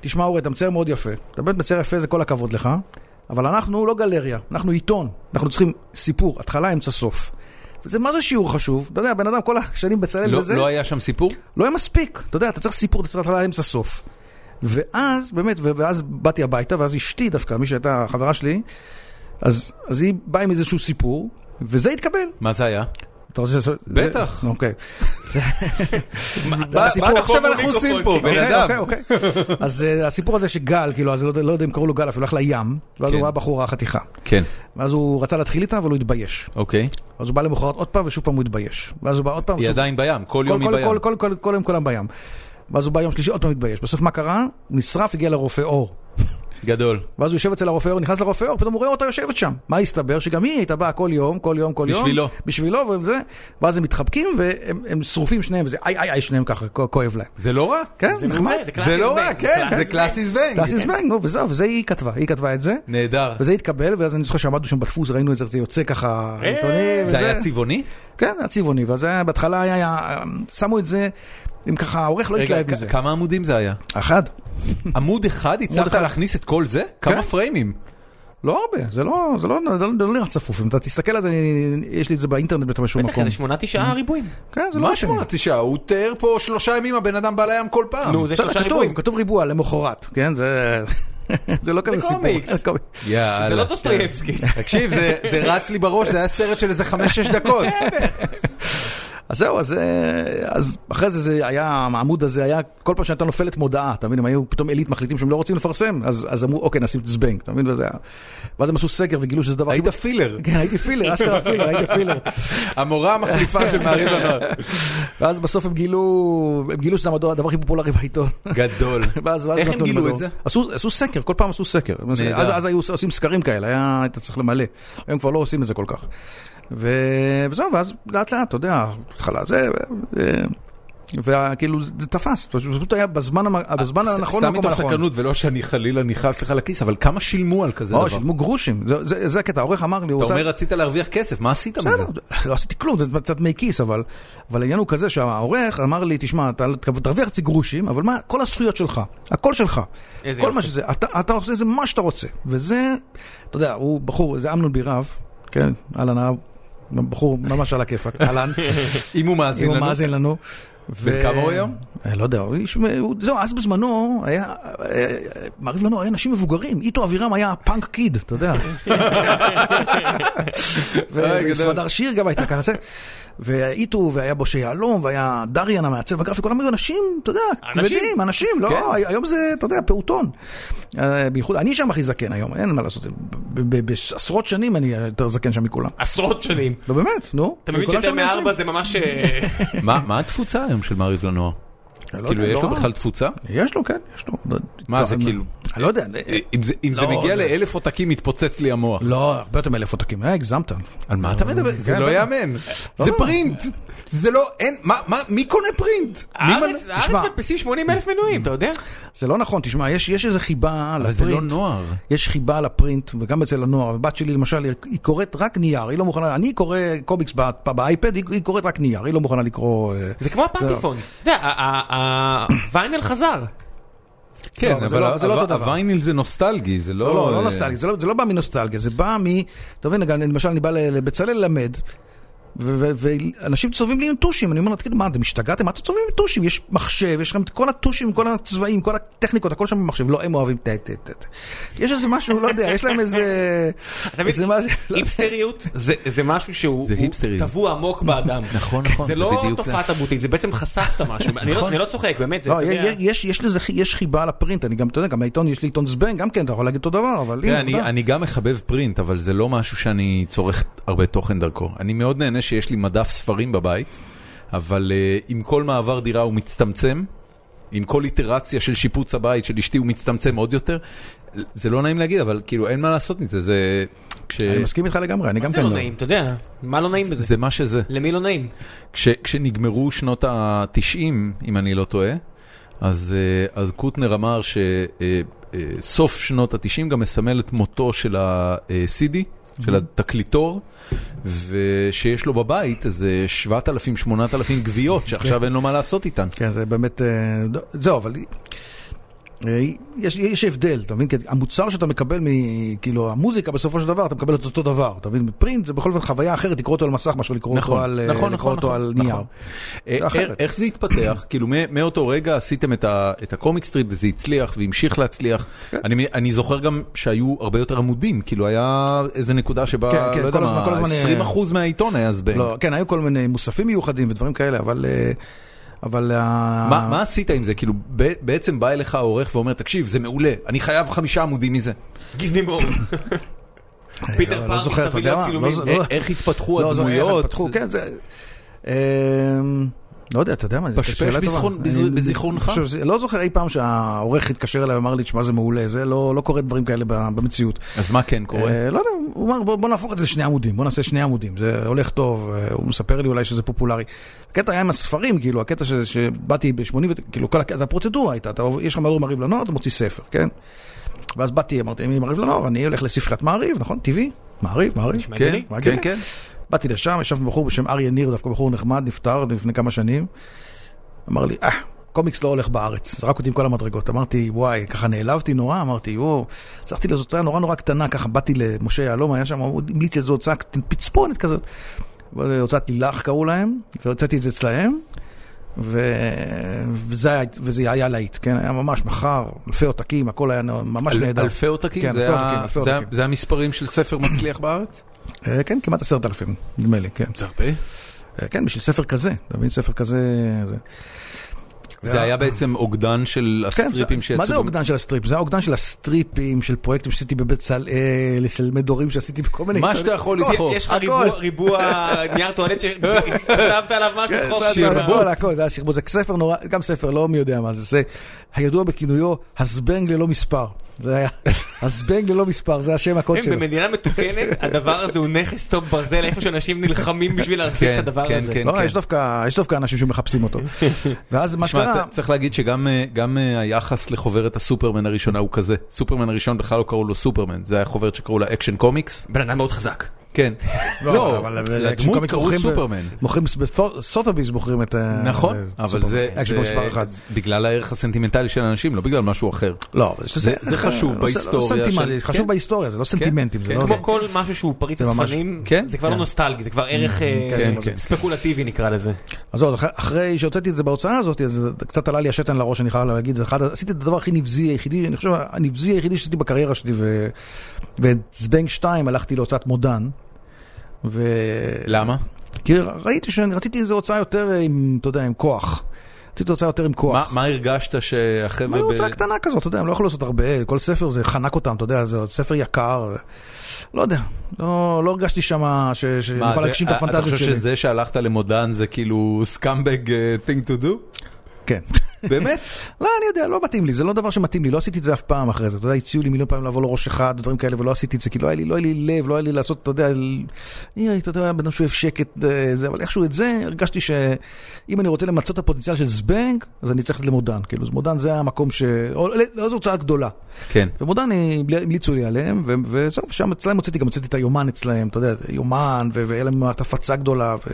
S3: תשמע אורי, אתה מצייר מאוד יפה. אתה באמת מצייר יפה, זה כל הכבוד לך, אבל אנחנו לא גלריה, אנחנו עיתון. אנחנו צריכים סיפור, התחלה, אמצע, סוף. זה מה זה שיעור חשוב, אתה יודע, בן אדם כל השנים בצלאל
S1: לא
S3: וזה,
S1: לא היה שם סיפור?
S3: לא היה מספיק, אתה יודע, אתה צריך סיפור, אתה צריך להתחלה לאמצע סוף. ואז, באמת, ו- ואז באתי הביתה, ואז אשתי דווקא, מי שהייתה חברה שלי, אז, אז היא באה עם איזשהו סיפור, וזה התקבל.
S1: מה זה היה?
S3: אתה רוצה לעשות... זה-
S1: בטח.
S3: אוקיי.
S1: מה מה עכשיו אנחנו עושים פה, בן
S3: אוקיי,
S1: אדם?
S3: אוקיי, אוקיי. אז אה, הסיפור הזה שגל, כאילו, אז לא יודע- לא יודע אם קראו לו גל, אפילו הלך לים, ואז
S1: כן.
S3: הוא ראה בחורה חתיכה.
S1: כן,
S3: ואז הוא רצה להתחיל איתה, אבל הוא התבייש.
S1: אוקיי.
S3: אז הוא בא למחרת עוד פעם, ושוב פעם הוא התבייש. ואז הוא בא עוד פעם...
S1: היא
S3: ושוב-
S1: עדיין בים, כל
S3: כל-
S1: יום היא
S3: כל-
S1: בים.
S3: כל- כל- כל- כל יום כולם בים. ואז הוא בא יום שלישי, עוד פעם התבייש. בסוף מה קרה? הוא נשרף, הגיע לרופא אור.
S1: גדול.
S3: ואז הוא יושב אצל הרופא אור, נכנס לרופא אור, פתאום הוא רואה אותה יושבת שם. מה הסתבר? שגם היא הייתה באה כל יום, כל יום, כל יום.
S1: בשבילו.
S3: בשבילו, והם זה. ואז הם מתחבקים, והם הם שרופים שניהם, וזה איי איי איי שניהם ככה, כ- כואב להם.
S1: זה לא רע.
S3: כן,
S2: זה
S3: נחמד.
S2: מעולה, זה
S1: זה לא רע,
S2: קלאסי
S1: כן,
S2: זבנג.
S1: זה קלאסי זבנג.
S3: קלאסיס בנג, נו, וזהו, וזה היא כתבה, היא כתבה את זה.
S1: נהדר.
S3: וזה התקבל, ואז אני זוכר שעמדנו שם בדפוס, ראינו את זה, זה יוצא ככה,
S2: אה,
S3: עיתונים,
S1: זה
S3: וזה.
S1: היה צבעוני?
S3: כן, היה צבעוני, ואז היה- בהתחלה היה- היה, שמו את זה, אם ככה, העורך לא
S1: רגע,
S3: התלהב
S1: כ-
S3: מזה.
S1: כמה עמודים זה היה?
S3: אחד.
S1: עמוד אחד הצלחת
S3: אחד.
S1: להכניס את כל זה? כמה פריימים?
S3: לא הרבה, זה לא, זה לא, זה לא, זה לא נראה צפוף, אם אתה תסתכל על זה, אני- יש לי את זה באינטרנט בשום
S2: בטח,
S3: מקום.
S2: זה שמונה
S1: Mm.
S2: תשעה ריבועים.
S3: כן, זה לא
S1: מה
S3: רציני.
S1: שמונה תשעה? הוא תיאר פה שלושה ימים הבן אדם בא לים כל פעם.
S2: נו, זה
S3: בסדר,
S2: שלושה
S3: לא, כתוב,
S2: ריבועים.
S3: כתוב ריבוע למחרת, כן? זה... זה לא כזה סיפור.
S2: קומיקס.
S3: זה קומיקס.
S1: יאללה.
S2: זה לא דוסטויבסקי.
S1: תקשיב, זה זה רץ לי בראש, זה היה סרט של איזה חמש-שש דקות.
S3: אז זהו, אז, אה, אז אחרי זה, זה היה, העמוד הזה היה, כל פעם שהייתה נופלת מודעה, אתה מבין, הם היו פתאום עילית מחליטים שהם לא רוצים לפרסם, אז, אז אמרו, אוקיי, נשים את זבנג, אתה מבין, וזה היה... ואז הם עשו סקר וגילו שזה דבר...
S1: היית
S3: שהוא-
S1: פילר,
S3: כן, הייתי פילר, אשכרה פילר, הייתי פילר.
S1: המורה המחליפה של מעריב לנוער.
S3: ואז בסוף הם גילו, הם גילו שזה המדור- הדבר הכי פופולרי בעיתון.
S1: גדול.
S3: ואז, ואז
S1: איך
S3: נתנו
S1: הם גילו
S3: למדור.
S1: את זה?
S3: עשו, עשו סקר, כל פעם עשו סקר.
S1: נהדר.
S3: אז, אז היו עושים סקרים כאלה, היה, היית צריך למלא. היום כבר לא עושים את זה כל כך. ו... וזהו, ואז לאט לאט, אתה יודע, התחלה זה, ו- וכאילו זה תפס, פשוט פשוט היה בזמן, המ- בזמן
S1: סת-
S3: הנכון,
S1: אה, סתם
S3: במקום
S1: מתוך
S3: הנכון.
S1: סקרנות, ולא שאני חלילה נכנס לך לכיס, אבל כמה שילמו על כזה
S3: או,
S1: דבר?
S3: שילמו גרושים, זה- זה- זה הקטע, העורך אמר לי, הוא
S1: אתה
S3: עושה-
S1: אומר רצית להרוויח כסף, מה עשית מזה?
S3: בסדר, לא עשיתי כלום, זה קצת דמי כיס, אבל אבל העניין הוא כזה שהעורך אמר לי, תשמע, אתה תרוויח אצלי גרושים, אבל מה, כל הזכויות שלך, הכל שלך.
S2: איזה
S3: כל
S2: יופי.
S3: מה שזה, אתה, אתה עושה זה מה שאתה רוצה. וזה, אתה יודע, הוא בחור, זה אמנון בירב, כן, אהלן אהב, בחור ממש על הכיפאק, אהלן,
S1: אם הוא
S3: אם
S1: מאזין
S3: הוא
S1: לנו,
S3: מאזין לנו.
S1: בן כמה הוא היום?
S3: אה, לא יודע, הוא איש, הוא- זהו, אז בזמנו היה, אה, אה, מעריב לנו, היה אנשים מבוגרים, איתו אבירם היה פאנק קיד, אתה יודע.
S1: אה, גדול.
S3: וסמדר שיר גם הייתה ככה, זה. ואיתו, והיה בושה יהלום, והיה דריאן המעצב הגרפי, כולם היו אנשים, אתה יודע,
S2: אנשים.
S3: כבדים, אנשים,
S1: כן.
S3: לא, היום זה, אתה יודע, פעוטון. אה, בייחוד, אני שם הכי זקן היום, אין מה לעשות, ב- ב- בעשרות שנים אני יותר זקן שם מכולם.
S2: עשרות שנים.
S3: לא באמת, נו.
S2: אתה מבין
S3: כולם
S2: שיותר
S3: שם בני עשרים.
S2: מארבע זה ממש... אה,
S1: מה מה התפוצה היום של מעריב לנוער?
S3: אני לא
S1: כאילו
S3: יודע,
S1: יש
S3: לא
S1: לו
S3: רע.
S1: בכלל תפוצה?
S3: יש לו, כן, יש לו.
S1: מה, זה
S3: טוב,
S1: כאילו-
S3: אני לא יודע.
S1: אם זה- אם זה
S3: לא,
S1: מגיע
S3: זה-
S1: לאלף עותקים מתפוצץ לי המוח.
S3: לא, הרבה יותר מאלף עותקים, אה, הגזמת.
S1: על מה אתה מדבר? זה
S3: כן,
S1: לא
S3: בטח.
S1: יאמן. זה
S3: לא.
S1: פרינט. זה לא, אין, מה, מה, מי קונה פרינט? מי
S2: הארץ
S1: מנ-
S2: הארץ
S3: תשמע.
S2: מדפיסים 80 אלף מנויים, אתה יודע?
S3: זה לא נכון, תשמע, יש יש איזו חיבה
S1: אבל זה לא
S3: לפרינט.
S1: נוער.
S3: יש חיבה לפרינט, וגם אצל הנוער. הבת שלי למשל, היא- היא קוראת רק נייר, היא לא מוכנה, אני קורא קומיקס בא- באייפד, היא היא קוראת רק נייר, היא לא מוכנה לקרוא... אה,
S2: זה כמו הפנטיפון. אתה יודע, ה- ה- ה- הוויינל חזר.
S1: כן,
S3: זה לא- זה לא
S1: אבל
S3: אותו דבר.
S1: הווייניל זה נוסטלגי, זה לא...
S3: לא, לא, לא
S1: אה,
S3: נוסטלגיה, זה לא- זה לא בא מנוסטלגיה, זה בא מ... אתה מבין, גם, למשל, אני בא ל- לבצלאל ללמד, ו- ו- ואנשים צובעים לי עם טושים, אני אומר לו, תגיד, מה, אתם השתגעתם? מה אתם צובעים עם טושים? יש מחשב, יש לכם את כל הטושים, כל הצבעים, כל הטכניקות, הכל שם במחשב, לא, הם אוהבים... ת- ת- ת- ת. יש איזה משהו, לא יודע, יש להם איזה...
S2: אתה מבין?
S3: איזה משהו...
S2: היפסטריות זה- זה משהו שהוא
S1: זה
S2: הוא
S1: היפסטריות.
S2: טבוע עמוק באדם.
S1: נכון, נכון,
S2: זה
S1: זה נכון.
S2: לא
S1: בדיוק
S2: תופעה תרבותית, זה בעצם חשפת משהו. אני לא- אני לא צוחק, באמת, זה,
S3: לא,
S2: אתה יודע-
S3: יש- יש- יש לזה, יש חיבה לפרינט, אני גם, אתה יודע, גם העיתון, יש לי עיתון זבנג, גם כן, אתה יכול להגיד אותו דבר, אבל...
S1: תראה,
S3: הנה,
S1: אני-
S3: עובדה.
S1: אני גם מחבב פרינט, אבל זה לא משהו שאני צורך הרבה תוכן דרכו. אני מאוד נהנה שיש לי מדף ספרים בבית, אבל אה, עם כל מעבר דירה הוא מצטמצם, עם כל איטרציה של שיפוץ הבית של אשתי הוא מצטמצם עוד יותר. זה לא נעים להגיד, אבל כאילו אין מה לעשות מזה, זה... כש-
S3: אני מסכים איתך לגמרי, אני גם
S2: מה
S3: כן...
S2: זה לא נעים, אתה יודע, מה לא נעים בזה?
S1: זה מה שזה.
S2: למי לא נעים?
S1: כש, כשנגמרו שנות ה-90, אם אני לא טועה, אז, אה, אז קוטנר אמר שסוף שנות ה-90 גם מסמל את מותו של ה-CD, של התקליטור, ושיש לו בבית איזה 7,000-8,000 גוויות שעכשיו אין לו מה לעשות איתן.
S3: כן, זה באמת... אה, לא- זהו, אבל... אה, יש, יש הבדל, אתה מבין? כי המוצר שאתה מקבל, מ, כאילו, המוזיקה בסופו של דבר, אתה מקבל את אותו דבר, אתה מבין? פרינט זה בכל אופן חוויה אחרת לקרוא אותו על מסך מאשר לקרוא
S1: נכון,
S3: אותו על, אה, לקרוא אותו על נייר.
S1: אה,
S3: זה אחרת.
S1: אה, איך זה התפתח? כאילו מא- מאותו רגע עשיתם את ה- את הקומיק סטריט וזה הצליח והמשיך להצליח.
S3: כן.
S1: אני מ- אני זוכר גם שהיו הרבה יותר עמודים, כאילו היה איזה נקודה שבה,
S3: כן, כן,
S1: לא יודע
S3: כל הזמן- כל
S1: מה,
S3: הזמן, אה,
S1: 20% מהעיתון היה זבנג.
S3: לא, כן, היו כל מיני מוספים מיוחדים ודברים כאלה, אבל... אה, אבל... ה-
S1: מה מה עשית עם זה? כאילו ב- בעצם בא אליך העורך ואומר, תקשיב, זה מעולה, אני חייב חמישה עמודים מזה.
S2: גיב לי מור.
S3: אני
S2: פיטר
S3: לא- לא
S2: פארק,
S3: זוכר, אתה
S2: תביא
S3: יודע
S2: לי
S3: מה,
S2: הצילומים.
S3: לא-
S1: אה,
S3: לא-
S1: איך התפתחו
S3: לא, זה- איך
S1: הדמויות?
S3: התפתחו,
S1: זה-
S3: כן, זה... אמ, לא יודע, אתה יודע מה, זו
S1: פשפש
S3: שאלה טובה.
S1: בזכרון-
S3: אני-
S1: בז- בזיכרונך?
S3: אני חושב שזה- לא זוכר אי פעם שהעורך התקשר אליי ואמר לי, תשמע, זה מעולה, זה לא לא קורה דברים כאלה ב- במציאות.
S1: אז מה כן קורה?
S3: אה, לא יודע, הוא אמר, "בוא- בוא נהפוך את זה לשני עמודים, בוא נעשה שני עמודים, זה הולך טוב, אה, הוא מספר לי אולי שזה פופולרי. הקטע היה עם הספרים, כאילו, הקטע ש- שבאתי ב-80, כאילו, כל הקטע, זה הפרוצדורה הייתה, אתה- יש לך מהלום מעריב לנוער, אתה מוציא ספר, כן? ואז באתי, אמרתי, אני מעריב לנוער, אני הולך לספריית מעריב, נכון? טבעי? מעריב, מעריב.
S2: נשמע
S1: כן,
S2: הגיוני?
S1: כן,
S3: מה הגיוני?
S1: כן.
S3: באתי לשם, ישב בחור בשם אריה ניר, דווקא בחור נחמד, נפטר לפני כמה שנים. אמר לי, אה, קומיקס לא הולך בארץ, זרק אותי עם כל המדרגות. אמרתי, וואי, ככה נעלבתי נורא, אמרתי, וואו, הצלחתי לאיזו הוצאה נורא נורא קטנה, ככה באתי למשה יהלום, היה שם, הוא המליץ איזו הוצאה קט- פצפונת כזאת. אבל אה, הוצאת לילך קראו להם, והוצאתי את זה אצלהם. ו... וזה, היה- וזה היה להיט, כן, היה ממש מחר, אלפי עותקים, הכל היה ממש
S1: אל-
S3: נהדר.
S1: אלפי עותקים?
S3: כן,
S1: זה
S3: אלפי
S1: ה-
S3: עותקים, אלפי
S1: זה ה-
S3: עותקים.
S1: זה המספרים של ספר מצליח בארץ?
S3: אה, כן, כמעט עשרת אלפים, נדמה לי, כן.
S1: זה הרבה.
S3: אה, כן, בשביל ספר כזה, אתה מבין? ספר כזה... זה,
S1: זה היה בעצם אוגדן של
S3: כן,
S1: הסטריפים
S3: זה-
S1: שיצאו.
S3: מה זה
S1: במ-
S3: האוגדן של הסטריפ? זה האוגדן של הסטריפים, של פרויקטים שעשיתי בבצלאל, של מדורים שעשיתי בכל מיני...
S1: מה שאתה יכול
S3: הכל,
S1: לזכור.
S2: יש לך
S3: הכל.
S2: ריבוע- ריבוע נייר טואלט
S1: כן,
S2: שכתבת עליו משהו,
S3: כן,
S2: חוק
S3: זה-
S1: שיר
S2: שלך.
S3: זה-
S1: שירבוט.
S3: הכל, הכל, זה היה שירבוט, זה ספר נורא, גם ספר לא מי יודע מה זה, זה הידוע בכינויו הזבנג ללא מספר, זה היה, הזבנג ללא מספר, זה השם הקוד
S2: הם
S3: שלו.
S2: במדינה מתוקנת, הדבר הזה הוא נכס טוב ברזל, איפה שאנשים נלחמים בשביל להחזיק
S1: כן,
S2: את הדבר
S1: כן,
S2: הזה.
S1: כן.
S3: לא, יש דווקא, יש דווקא אנשים שמחפשים אותו. ואז מה
S1: תשמע,
S3: שקרה,
S1: צ- צריך להגיד שגם אה, גם, אה, היחס לחוברת הסופרמן הראשונה הוא כזה. סופרמן הראשון בכלל לא קראו לו סופרמן, זה היה חוברת שקראו לה אקשן קומיקס.
S2: בן אדם מאוד חזק.
S1: כן. לא,
S3: אבל-
S1: לדמות
S3: כשקומיקס
S1: קראו
S3: מוכרים ב-
S1: סופרמן.
S3: מוכרים, ב- סוטוביס מוכרים את... ה-
S1: נכון,
S3: את
S1: אבל
S3: אה, סופרמן.
S1: זה
S3: אקשן
S1: זה-
S3: מספר אחד.
S1: בגלל הערך הסנטימנטלי של האנשים, לא בגלל משהו אחר.
S3: לא, אבל יש לזה-
S1: זה חשוב
S3: לא- לא
S1: בהיסטוריה
S3: סנטימנט,
S1: של-
S3: זה חשוב
S1: כן.
S3: בהיסטוריה, זה לא סנטימנטים. זה
S1: כן,
S3: לא-
S2: כמו כל משהו שהוא פריט
S3: זה ממש-
S2: הספרים,
S1: כן.
S2: זה כבר לא נוסטלגי, זה כבר ערך אה,
S1: כן, כן.
S2: ספקולטיבי נקרא לזה.
S3: אז זהו, אז אח- אחרי שהוצאתי את זה בהוצאה הזאת, אז זה קצת עלה לי השתן לראש, אני חייב להגיד, זה אחד, ה- עשיתי את הדבר הכי נבזי היחידי, אני חושב, הנבזי היחידי שעשיתי בקריירה שלי, ו- ואת זבנג 2 הלכתי להוצאת מודן. ו...
S1: למה?
S3: כי ראיתי שאני רציתי איזו הוצאה יותר אה, עם, אתה יודע, עם כוח. רציתי הוצאה יותר עם כוח.
S1: מה- מה הרגשת
S3: מה
S1: שהחבר'ה... ב-
S3: הוצאה קטנה כזאת, אתה יודע, הם לא יכלו לעשות הרבה, כל ספר זה חנק אותם, אתה יודע, זה עוד ספר יקר, לא יודע, לא, לא הרגשתי שמה ש- שאני
S1: מה,
S3: יכול
S1: זה-
S3: להגשים את
S1: אה,
S3: הפנטזיות שלי.
S1: אתה חושב שזה שהלכת למודן זה כאילו סקאמבג thing to do?
S3: כן.
S1: באמת?
S3: לא, אני יודע, לא מתאים לי, זה לא דבר שמתאים לי, לא עשיתי את זה אף פעם אחרי זה, אתה יודע, הציעו לי מיליון פעמים לבוא לראש אחד, ודברים כאלה, ולא עשיתי את זה, כי לא היה לי, לא היה לי לב, לא היה לי לעשות, אתה יודע, ל- אני, אתה יודע, בן אדם שאוהב שקט, אה, זה, אבל איכשהו את זה, הרגשתי שאם אני רוצה למצות את הפוטנציאל של זבנג, אז אני צריך ללכת למודן, כאילו, אז מודן זה המקום ש... או, לא, לא, זו הוצאה גדולה.
S1: כן.
S3: ומודן אה, המליצו לי עליהם, ו- וזהו, שם אצלהם הוצאתי, גם הוצאתי את היומן אצלהם, אתה יודע, יומן, ו- והיה להם מעט הפצה גדולה, ו-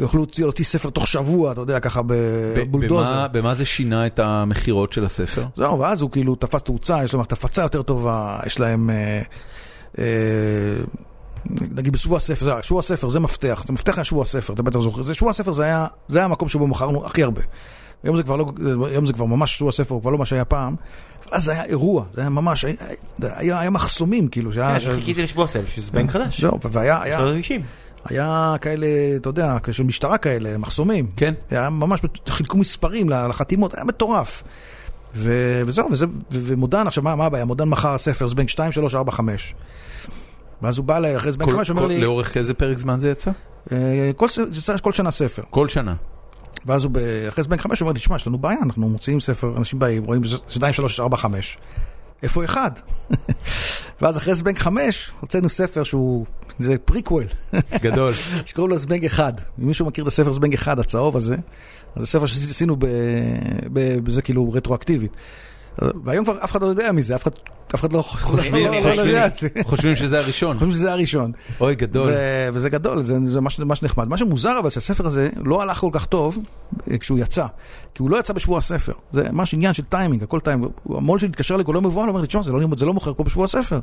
S3: ויוכלו להוציא- להוציא ספר תוך שבוע, אתה יודע, ככה
S1: ב-
S3: בבולדוזר.
S1: במה- במה זה שינה את המכירות של הספר?
S3: זהו, ואז הוא כאילו תפס תאוצה, יש להם הפצה יותר טובה, יש להם... אה, אה, נגיד בשבוע הספר, זה- שבוע הספר זה מפתח, זה מפתח היה שבוע הספר, אתה בטח זוכר, זה שבוע הספר זה היה, זה היה המקום שבו מכרנו הכי הרבה. היום זה כבר לא, היום זה כבר ממש שבוע הספר, הוא כבר לא מה שהיה פעם. אז זה היה אירוע, זה היה ממש, היה, היה, היה מחסומים כאילו, שהיה...
S2: כן, חיכיתי לשבוע סבב, שזה בנק חדש.
S3: זהו, והיה,
S2: יש
S3: אה. היה,
S2: לו רגשים.
S3: היה כאלה, אתה יודע, של משטרה כאלה, מחסומים.
S1: כן.
S3: היה ממש, חילקו מספרים לחתימות, היה מטורף. ו- וזהו, וזה, ו- ומודן, עכשיו מה, מה הבעיה? מודן מכר ספר זבנג 2, 3, 4, 5. ואז הוא בא אליי אחרי זבנג
S1: כל-
S3: 5, אומר
S1: כל-
S3: לי,
S1: לאורך איזה פרק זמן זה יצא?
S3: "אה, כל, ס- יצא כל שנה ספר.
S1: כל שנה.
S3: ואז הוא, ב- אחרי זבנג 5, הוא אומר לי, שמע, יש לנו בעיה, אנחנו מוציאים ספר, אנשים באים, רואים 2, 3, 4, 5. איפה אחד? ואז אחרי זבנג 5, הוצאנו ספר שהוא, זה פריקוול.
S1: גדול.
S3: שקוראים לו זבנג אחד. אם מישהו מכיר את הספר זבנג אחד, הצהוב הזה, אז זה ספר שעשינו ב... ב... בזה כאילו רטרואקטיבית. והיום כבר אף אחד לא יודע מזה, אף אחד- אף אחד לא
S1: חושבים-
S3: לא- לא יודע את זה.
S1: חושבים שזה הראשון.
S3: חושבים שזה הראשון.
S1: אוי, גדול.
S3: ו- וזה גדול, זה, זה ממש, ממש נחמד. מה שמוזר אבל שהספר הזה לא הלך כל כך טוב אה, כשהוא יצא, כי הוא לא יצא בשבוע הספר. זה ממש עניין של טיימינג, הכל טיימינג. הוא- המו"ל שלי התקשר אליי כל יום מבוהל, הוא אומר לי, תשמע, זה, לא, זה לא מוכר פה בשבוע הספר.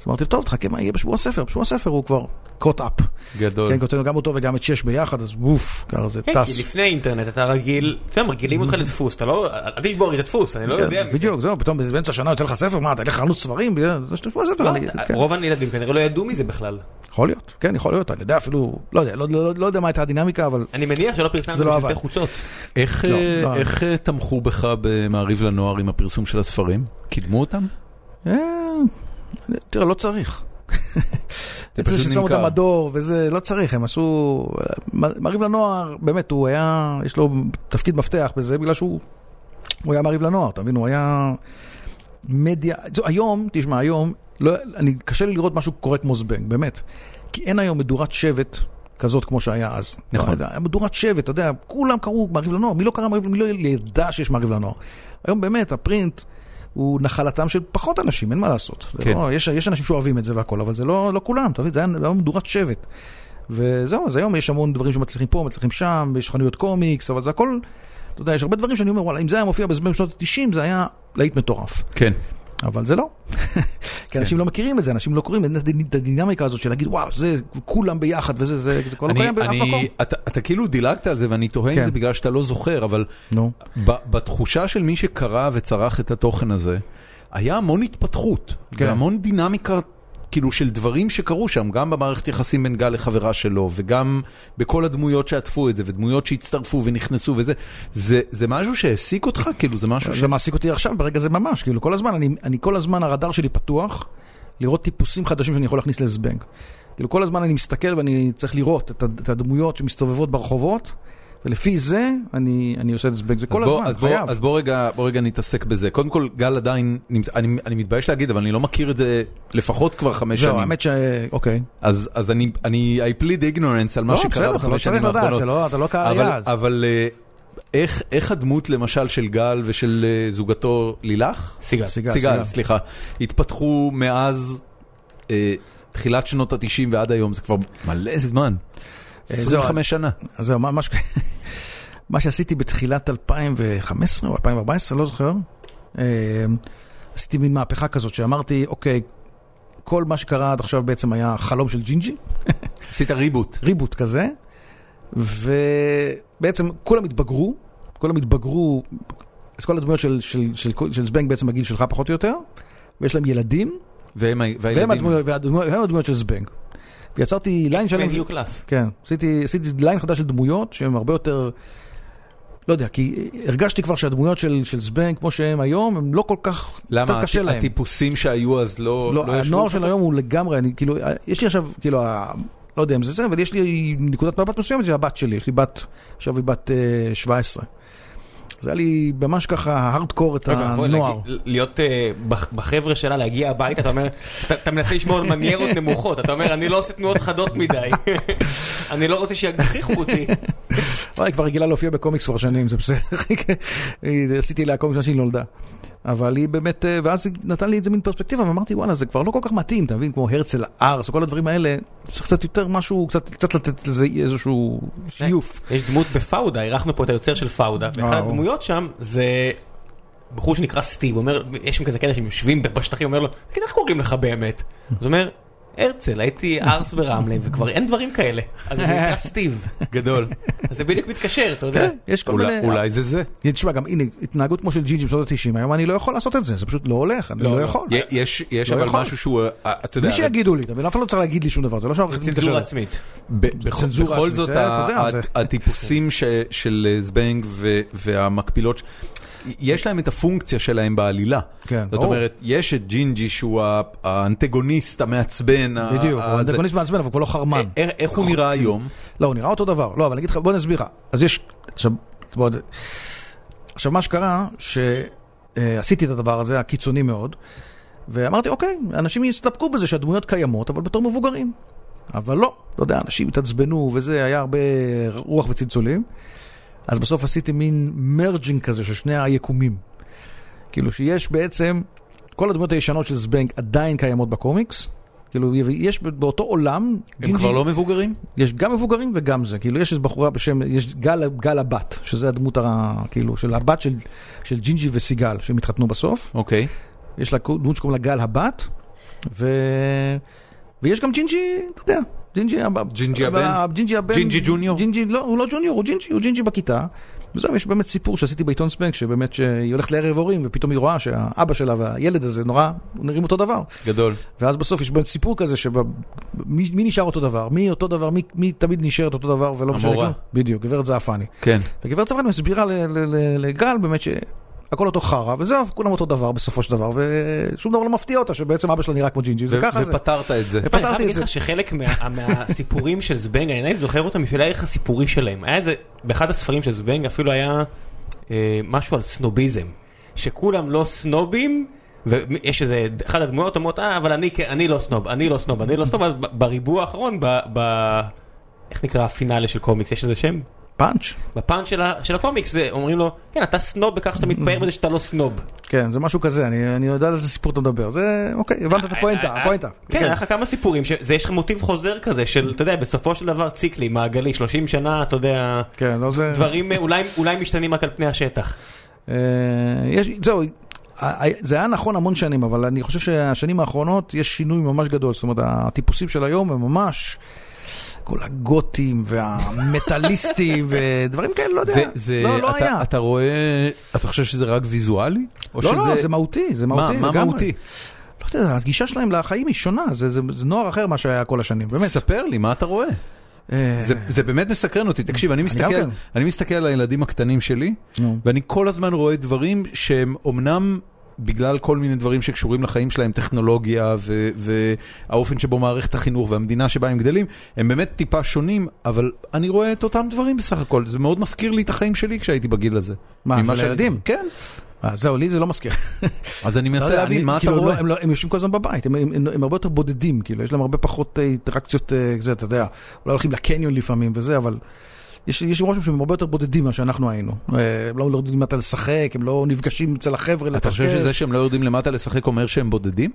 S3: אז אמרתי, לו, טוב, תחכה מה יהיה בשבוע הספר, בשבוע הספר הוא כבר קוט אפ.
S1: גדול.
S3: כן, כי הוצאנו גם אותו וגם את שש ביחד, אז בוף, ככה זה
S2: כן,
S3: טס.
S2: כי לפני אינטרנט אתה רגיל, אתה יודע, מרגילים אותך לדפוס, אתה לא, אל אל תשבור לי את הדפוס, אני לא יודע מזה.
S3: Mm-hmm. כן, בדיוק, זהו, פתאום באמצע השנה יוצא לך ספר, מה, אתה הולך לחנות ספרים? זה שבוע הספר.
S2: לא,
S3: אני-
S2: אתה-
S3: כן.
S2: רוב הילדים כנראה לא ידעו מזה בכלל.
S3: יכול להיות, כן, יכול להיות, אני יודע אפילו, לא יודע, לא- לא לא יודע מה הייתה הדינמיקה, אבל
S2: אני מניח שלא
S3: זה
S2: פרסמתם
S3: לא
S2: בשלטי
S3: עבד.
S2: חוצות.
S1: איך,
S3: לא,
S1: אה,
S3: לא.
S1: איך אה, תמכו בך במעריב לנוער עם הפרסום של הספרים? קידמו אותם?
S3: אה, תראה, לא צריך.
S1: זה
S3: צריך
S1: פשוט
S3: ששמו את
S1: נמכר.
S3: המדור וזה, לא צריך, הם עשו... מעריב לנוער, באמת, הוא היה, יש לו תפקיד מפתח בזה, בגלל שהוא הוא היה מעריב לנוער, אתה מבין? הוא היה מדיה... זו, היום, תשמע, היום, לא, אני, קשה לי לראות משהו קורה כמו זבנג, באמת. כי אין היום מדורת שבט. כזאת כמו שהיה אז.
S1: נכון.
S3: לא יודע, היה מדורת שבט, אתה יודע, כולם קראו מעריב לנוער, מי לא קרא מעריב, מי לא ידע שיש מעריב לנוער. היום באמת, הפרינט הוא נחלתם של פחות אנשים, אין מה לעשות. זה
S1: כן.
S3: לא, יש, יש אנשים שאוהבים את זה והכל, אבל זה לא, לא כולם, אתה מבין? זה היה זה היה מדורת שבט. וזהו, אז היום יש המון דברים שמצליחים פה, מצליחים שם, יש חנויות קומיקס, אבל זה הכל, אתה יודע, יש הרבה דברים שאני אומר, וואלה, אם זה היה מופיע בזמן שנות ה-90, זה היה להיט מטורף.
S1: כן.
S3: אבל זה לא. כי אנשים לא מכירים את זה, אנשים לא קוראים את הדינ- את הדינמיקה הזאת של להגיד, וואו, זה כולם ביחד וזה, זה זה כבר לא
S1: אני,
S3: קיים באף מקום.
S1: אני, אתה, אתה כאילו דילגת על זה ואני תוהה אם
S3: כן.
S1: זה בגלל שאתה לא זוכר, אבל
S3: נו.
S1: ב- בתחושה של מי שקרא וצרך את התוכן הזה, היה המון התפתחות,
S3: כן.
S1: והמון דינמיקה כאילו של דברים שקרו שם, גם במערכת יחסים בין גל לחברה שלו, וגם בכל הדמויות שעטפו את זה, ודמויות שהצטרפו ונכנסו וזה, זה, זה משהו שהעסיק אותך? כאילו זה משהו ש...
S3: אה, זה מעסיק אותי עכשיו, ברגע זה ממש, כאילו כל הזמן, אני, אני כל הזמן הרדאר שלי פתוח, לראות טיפוסים חדשים שאני יכול להכניס לזבנג. כאילו כל הזמן אני מסתכל ואני צריך לראות את, הד- את הדמויות שמסתובבות ברחובות, ולפי זה אני, אני עושה את זבנג, זה
S1: אז
S3: כל
S1: בוא-
S3: הזמן,
S1: אז בוא,
S3: חייב.
S1: אז בוא רגע, בוא רגע נתעסק בזה. קודם כל, גל עדיין, נמצא, אני, אני מתבייש להגיד, אבל אני לא מכיר את זה לפחות כבר חמש
S3: זהו,
S1: שנים.
S3: האמת ש... אוקיי.
S1: אז, אז אני, אני, I plead ignorance על מה
S3: לא,
S1: שקרה
S3: בסדר, אתה לא
S1: בחמש שנים
S3: צריך לדעת,
S1: האחרונות.
S3: זה לא- אתה לא קהל
S1: אבל,
S3: היעד.
S1: אבל אה, איך, איך הדמות למשל של גל ושל אה, זוגתו לילך?
S2: סיגל.
S3: סיגל.
S1: סיגל,
S3: סיגל.
S1: סליחה. התפתחו מאז אה, תחילת שנות ה-90 ועד היום, זה כבר מלא זמן.
S3: אה, זהו,
S1: 25
S3: אז-
S1: שנה.
S3: אז זהו, מה, מה, ש... מה שעשיתי בתחילת 2015 או 2014, לא זוכר, אה, עשיתי מין מהפכה כזאת שאמרתי, אוקיי, כל מה שקרה עד עכשיו בעצם היה חלום של ג'ינג'י,
S1: עשית ריבוט.
S3: ריבוט כזה, ובעצם כולם התבגרו, כולם התבגרו, אז כל הדמויות של, של, של, של, של זבנג בעצם בגיל שלך פחות או יותר, ויש להם ילדים,
S1: והם ה- והילדים.
S3: והם הדמויות, והדמויות, והם הדמויות של זבנג. ויצרתי ליין שלם...
S2: בדיוק קלאס.
S3: כן, עשיתי, עשיתי ליין חדש של דמויות שהן הרבה יותר, לא יודע, כי הרגשתי כבר שהדמויות של, של זבנג כמו שהן היום, הן לא כל כך,
S1: למה?
S3: קצת קשה
S1: הט-
S3: להם.
S1: הטיפוסים שהיו אז לא
S3: לא,
S1: לא ישבו?
S3: הנוער של היום הוא לגמרי, אני כאילו, יש לי עכשיו, כאילו, ה- לא יודע אם זה זה, אבל יש לי נקודת מבט מסוימת, זה הבת שלי, יש לי בת, עכשיו היא בת אה, 17. זה היה לי ממש ככה הארדקור את
S2: אוי ואבוי,
S3: הנוער.
S2: להגיד- להיות אה, בח- בחבר'ה שלה, להגיע הביתה, אתה אומר, אתה- אתה מנסה לשמור על מניירות נמוכות, אתה אומר, אני לא עושה תנועות חדות מדי, אני לא רוצה שיגחיכו אותי.
S3: אבל היא כבר רגילה להופיע בקומיקס כבר שנים, זה בסדר. כן. היא- עשיתי לה קומיקס מאז שהיא נולדה. אבל היא באמת, אה, ואז היא נתן לי איזה מין פרספקטיבה, ואמרתי, וואלה, זה כבר לא כל כך מתאים, אתה מבין? כמו הרצל ארס או כל הדברים האלה, צריך קצת יותר משהו, קצת, קצת לתת לזה איזשהו שיוף.
S2: יש דמות בפאודה, אירחנו פה את היוצר של פאודה, ואחת
S3: וואו.
S2: הדמויות שם זה בחור שנקרא סטיב, הוא אומר, יש שם כזה קטע שהם יושבים בשטחים, הוא אומר לו, תגיד, איך קוראים לך באמת? אז הוא אומר, הרצל, הייתי ארס ברמלה, וכבר אין דברים כאלה, אז הוא נקרא סטיב.
S1: גדול.
S2: אז זה בדיוק מתקשר, אתה יודע.
S3: כן, יש כל
S1: אולי-
S3: מיני... אה,
S1: אולי זה זה.
S3: תשמע, גם הנה, התנהגות כמו של ג'ינג'י בשנות ה-90, היום אני לא יכול לעשות את זה, זה פשוט לא הולך, אני
S2: לא,
S3: לא
S2: לא.
S3: יכול.
S1: י- יש יש
S3: לא
S1: אבל
S3: יכול.
S1: משהו שהוא, אה, אתה יודע,
S3: מי שיגידו לי, אתה מבין? אף אחד לא צריך להגיד לי שום דבר, זה לא שהעורך דין
S2: צנזורה
S3: מתקשר.
S2: עצמית.
S1: ב- בכ-
S3: צנזורה
S1: בכל
S3: עצמית,
S1: זאת
S3: זה,
S1: ה-
S3: אתה יודע,
S1: ה-
S3: זה- כן.
S1: הטיפוסים ש- של אה, זבנג ו- והמקבילות, ש- יש להם את הפונקציה שלהם בעלילה.
S3: כן,
S1: זאת
S3: ברור.
S1: אומרת, יש את ג'ינג'י שהוא ה- האנטגוניסט המעצבן. ה-
S3: בדיוק,
S1: ה-
S3: הוא
S1: אה, זה-
S3: אנטגוניסט מעצבן, אבל הוא כבר לא חרמן.
S1: אה, איך הוא נראה היום?
S3: לא, הוא נראה אותו דבר. לא, אבל אני אגיד לך, בוא נסביר לך. אז יש, עכשיו, בוא, נ- עכשיו מה שקרה, שעשיתי את הדבר הזה, הקיצוני מאוד, ואמרתי, אוקיי, אנשים יסתפקו בזה שהדמויות קיימות, אבל בתור מבוגרים. אבל לא, אתה יודע, אנשים התעצבנו וזה, היה הרבה רוח וצלצולים. אז בסוף עשיתי מין מרג'ינג כזה של שני היקומים. כאילו שיש בעצם, כל הדמויות הישנות של זבנג עדיין קיימות בקומיקס. כאילו, יש באותו עולם,
S1: הם כבר
S3: גינג'י-
S1: לא מבוגרים?
S3: יש גם מבוגרים וגם זה, כאילו יש איזו בחורה בשם, יש גל, גל הבת, שזה הדמות, ה, כאילו, של הבת של, של ג'ינג'י וסיגל, שהם התחתנו בסוף,
S1: אוקיי.
S3: יש לה דמות שקוראים לה גל הבת, ו... ויש גם ג'ינג'י, אתה יודע, ג'ינג'י הבן,
S1: ג'ינג'י הבן?
S3: ג'ינג'י הבן,
S1: ג'ינג'י ג'וניור?
S3: ג'ינג'י, לא, הוא לא ג'וניור, הוא ג'ינג'י, הוא ג'ינג'י בכיתה, וזהו, יש באמת סיפור שעשיתי בעיתון ספנק, שבאמת שהיא הולכת לערב הורים, ופתאום היא רואה שהאבא שלה והילד הזה נורא, נראים אותו דבר.
S1: גדול.
S3: ואז בסוף יש באמת סיפור כזה שמי מי נשאר אותו דבר, מי אותו דבר, מי, מי תמיד נשארת אותו דבר ולא משנה
S1: המורה.
S3: כלום. בדיוק, גברת זעפני.
S1: כן.
S3: וגברת זעפני מסבירה ל- ל- ל- לגל באמת שהכל אותו חרא, וזהו, כולם אותו דבר בסופו של דבר, ושום דבר לא מפתיע אותה שבעצם אבא שלה נראה כמו ג'ינג'י, זה
S1: ו-
S3: ככה זה. אה,
S1: ופתרת את זה.
S2: אני חייב
S3: פתרתי את
S2: להגיד
S3: זה.
S2: לך שחלק מה- מהסיפורים של זבנג, אני עדיין זוכר אותם בשביל הערך הסיפורי שלהם. היה איזה, באחד הספרים של זבנג אפילו היה אה, משהו על סנוביזם, שכולם לא סנובים. ויש איזה, אחת הדמויות אומרות, אה, אבל אני, כ- אני לא סנוב, אני לא סנוב, אני לא סנוב, אז ב- בריבוע האחרון, ב, ב... איך נקרא הפינאלה של קומיקס, יש איזה שם?
S3: פאנץ'.
S2: בפאנץ' של, ה- של הקומיקס, זה, אומרים לו, כן, אתה סנוב בכך שאתה
S3: Mm-hmm.
S2: מתפאר בזה שאתה לא סנוב.
S3: כן, זה משהו כזה, אני, אני יודע על איזה סיפור אתה מדבר. זה, אוקיי, הבנת את הפואנטה, הפואנטה.
S2: כן, היה לך כמה סיפורים, שזה יש לך מוטיב חוזר כזה של, אתה יודע, בסופו של דבר ציקלי, מעגלי, 30 שנה, אתה יודע,
S3: כן, לא זה...
S2: דברים אה, אולי- אולי משתנים רק על פני השטח.
S3: אה, יש, זהו, ה- ה- זה היה נכון המון שנים, אבל אני חושב שהשנים האחרונות יש שינוי ממש גדול. זאת אומרת, הטיפוסים של היום הם ממש כל הגותים והמטאליסטים ודברים כאלה, לא יודע.
S1: זה, זה,
S3: לא, לא
S1: אתה,
S3: היה.
S1: אתה רואה, אתה חושב שזה רק ויזואלי? או
S3: לא,
S1: שזה...
S3: לא, זה מהותי, זה
S1: מה,
S3: מהותי.
S1: מה
S3: לגמרי.
S1: מהותי?
S3: לא יודע, הגישה שלהם לחיים היא שונה, זה, זה, זה נוער אחר מה שהיה כל השנים, באמת.
S1: ספר לי, מה אתה רואה?
S3: אה,
S1: זה, זה באמת מסקרן אותי. תקשיב, אני מסתכל,
S3: כן.
S1: אני מסתכל על הילדים הקטנים שלי,
S3: נו.
S1: ואני כל הזמן רואה דברים שהם אמנם... בגלל כל מיני דברים שקשורים לחיים שלהם, טכנולוגיה ו- והאופן שבו מערכת החינוך והמדינה שבה הם גדלים, הם באמת טיפה שונים, אבל אני רואה את אותם דברים בסך הכל. זה מאוד מזכיר לי את החיים שלי כשהייתי בגיל הזה.
S3: מה,
S1: ממה
S3: של
S1: שאני-
S3: הילדים?
S1: כן.
S3: אה, זהו, לי זה לא מזכיר.
S1: אז אני מנסה להבין,
S3: אני-
S1: מה אתה
S3: כאילו, לא,
S1: רואה?
S3: הם, לא, הם יושבים כל הזמן בבית, הם, הם, הם, הם הרבה יותר בודדים, כאילו, יש להם הרבה פחות אה, אינטראקציות, אה, זה, אתה יודע, אולי הולכים לקניון לפעמים וזה, אבל יש, יש לי רושם שהם הרבה יותר בודדים ממה שאנחנו היינו. אה, הם לא לא יודעים מתי לשחק, הם לא נפגשים אצל החבר'ה
S1: אתה חושב
S3: לקשקש.
S1: שזה שהם לא יורדים למטה לשחק אומר שהם בודדים?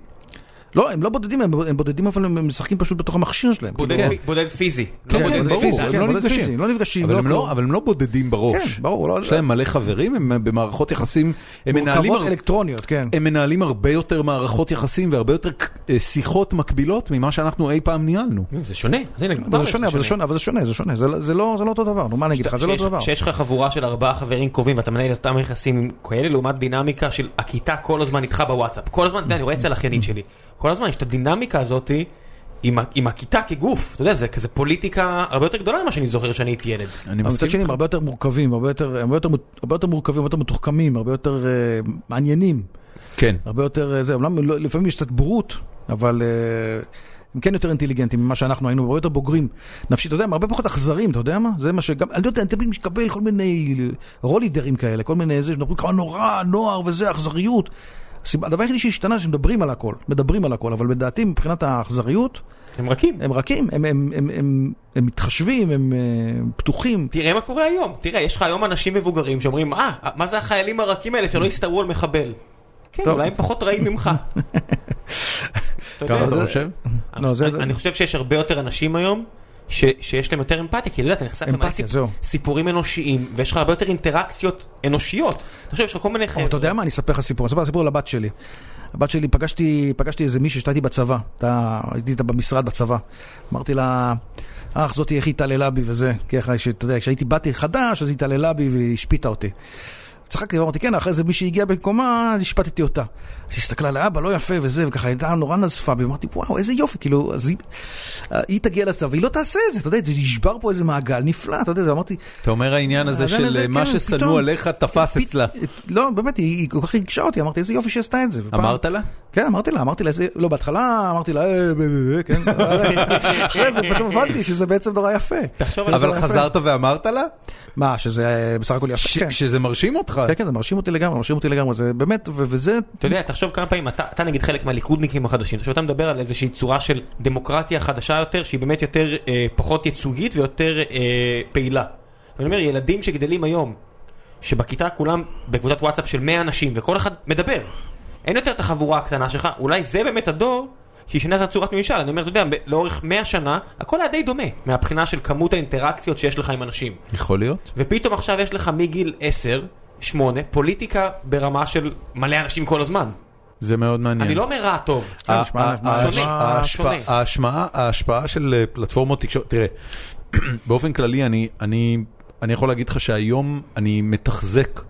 S3: לא, הם לא בודדים, הם, הם בודדים, אבל הם, הם משחקים פשוט בתוך המכשיר שלהם. כאילו.
S2: בודד
S1: כן.
S2: פי- בודד פיזי.
S1: כן,
S2: לא
S1: כן,
S2: בודד
S1: ברור,
S2: פיזי.
S1: הם לא
S3: בודד
S1: נפגשים.
S3: פיזי, לא נפגשים,
S1: אבל, הם
S3: כלום.
S1: לא, אבל הם לא בודדים בראש.
S3: כן, ברור, לא...
S1: יש להם מלא חברים, הם במערכות יחסים, הם מנהלים,
S3: מורכבות
S1: הר...
S3: אלקטרוניות, כן.
S1: הם מנהלים הרבה יותר מערכות יחסים והרבה יותר אה, שיחות מקבילות ממה שאנחנו אי פעם ניהלנו.
S2: נו, זה שונה. אז הנה, גם
S3: כן. אבל
S2: בארץ
S3: זה שונה, אבל זה שונה, אבל זה שונה, זה שונה, זה לא- זה לא זה לא אותו דבר, נו מה אני אגיד לך, זה לא
S2: שיש-
S3: אותו דבר.
S2: שיש לך חבורה של ארבעה חברים קרובים ואתה מנהל את אותם יחסים עם כאלה לעומת דינמיקה של הכיתה כל הזמן איתך בוואטסאפ. כל הזמן, אתה יודע, אני רואה אצל האחיינית שלי. כל הזמן יש את הדינמיקה הזאתי עם ה- עם הכיתה כגוף. אתה יודע, זה כזה פוליטיקה הרבה יותר גדולה ממה שאני זוכר שאני הייתי ילד.
S1: אני
S3: אבל מצד
S1: מסכים
S3: שני הם
S1: איתך.
S3: הרבה יותר מורכבים, הרבה יותר, הרבה יותר, מות- הרבה יותר מורכבים, הרבה יותר מתוחכמים, הרבה יותר אה, מעניינים,
S1: כן.
S3: הרבה יותר אה, זה, אומנם לא- לפעמים יש קצת בורות, אבל אה, הם כן יותר אינטליגנטים ממה שאנחנו היינו, הרבה יותר בוגרים. נפשית, אתה יודע, הם הרבה פחות אכזרים, אתה יודע מה? זה מה שגם, אני לא יודע, אני תמיד מקבל כל מיני רולידרים כאלה, כל מיני זה, שמדברים כמה נורא, נוער וזה, אכזריות. הסיבה- הדבר היחידי שהשתנה, שמדברים על הכל, מדברים על הכל, אבל לדעתי מבחינת האכזריות,
S2: הם רכים.
S3: הם רכים, הם, הם, הם, הם, הם מתחשבים, הם אה, פתוחים.
S2: תראה מה קורה היום, תראה, יש לך היום אנשים מבוגרים שאומרים, אה, מה זה החיילים הרכים האלה שלא הסתערו על מחבל? כן,
S3: טוב.
S2: אולי הם פחות רעים ממך. אתה יודע,
S1: ככה אתה
S3: זה-
S1: חושב?
S2: אני-
S3: לא, זה-
S2: אני אני חושב שיש הרבה יותר אנשים היום ש- שיש להם יותר אמפתיה, כי אתה יודע, אתה נחשף למלא
S3: אמפתיה,
S2: סיפ-
S3: זהו.
S2: סיפורים אנושיים, ויש לך הרבה יותר אינטראקציות אנושיות. אתה חושב שיש לך כל מיני
S3: אבל אתה יודע
S2: חבר'ה.
S3: מה, אני אספר לך סיפור, אני אספר לך סיפור על הבת שלי. הבת שלי, פגשתי, פגשתי איזה מישהו שהייתי בצבא, אתה, הייתי איתה במשרד בצבא. אמרתי לה, אך זאתי איך היא התעללה בי וזה, ככה, אתה יודע, כשהייתי באתי חדש, אז היא התעללה בי והיא השפיטה אותי. צחקתי, אמרתי, כן, אחרי זה מי שהגיע במקומה, אז השפטתי אותה. אז היא הסתכלה על האבא, לא יפה וזה, וככה, הייתה נורא נזפה בי, אמרתי, וואו, איזה יופי, כאילו, אז היא, היא תגיע לצבא, והיא לא תעשה את זה, אתה יודע, זה ישבר פה איזה מעגל נפלא, אתה יודע, זה אמרתי,
S1: אתה אומר העניין הזה
S3: העניין
S1: של
S3: הזה,
S1: אה, מה
S3: כן,
S1: ששנוא
S3: פתאום.
S1: עליך תפס
S3: פת-
S1: אצלה.
S3: לא, באמת, היא היא כל כך ריגשה אותי, אמרתי, איזה יופי שעשתה את זה. ופעם-
S1: אמרת לה?
S3: כן, אמרתי לה, אמרתי לה, "איזה-" לא, בהתחלה אמרתי לה, "אה, ב- ב- ב", כן, אחרי זה פתאום הבנתי שזה בעצם נורא יפה.
S2: תחשוב על זה.
S1: אבל חזרת ואמרת לה?
S3: מה, שזה אה, בסך הכל יפה,
S1: ש-
S3: כן.
S1: שזה מרשים אותך?
S3: כן, כן, זה מרשים אותי לגמרי, מרשים אותי לגמרי, זה באמת, ו- וזה,
S2: אתה יודע, תחשוב כמה פעמים, אתה, אתה נגיד חלק מהליכודניקים החדשים, תחשוב, אתה מדבר על איזושהי צורה של דמוקרטיה חדשה יותר, שהיא באמת יותר, אה, פחות ייצוגית ויותר אה, פעילה. אני אומר, ילדים שגדלים היום, שבכיתה כולם בקבוצת וואטסאפ של 100 אנשים, וכל אחד מדבר. אין יותר את החבורה הקטנה שלך, אולי זה באמת הדור שישנה את הצורת ממשל. אני אומר, אתה יודע, ב- לאורך 100 שנה, הכל היה די דומה, מהבחינה של כמות האינטראקציות שיש לך עם אנשים.
S1: יכול להיות.
S2: ופתאום עכשיו יש לך מגיל 10, 8, פוליטיקה ברמה של מלא אנשים כל הזמן.
S1: זה מאוד מעניין.
S2: אני לא אומר רע טוב.
S1: ה-
S3: כן, נשמע-
S1: ה-
S3: נשמע-
S1: ה-
S2: שונה,
S1: ה-
S2: שונה.
S1: ההשפעה- ההשמעה- ההשפעה של אה, פלטפורמות תקשורת, תראה, באופן כללי אני, אני, אני יכול להגיד לך שהיום אני מתחזק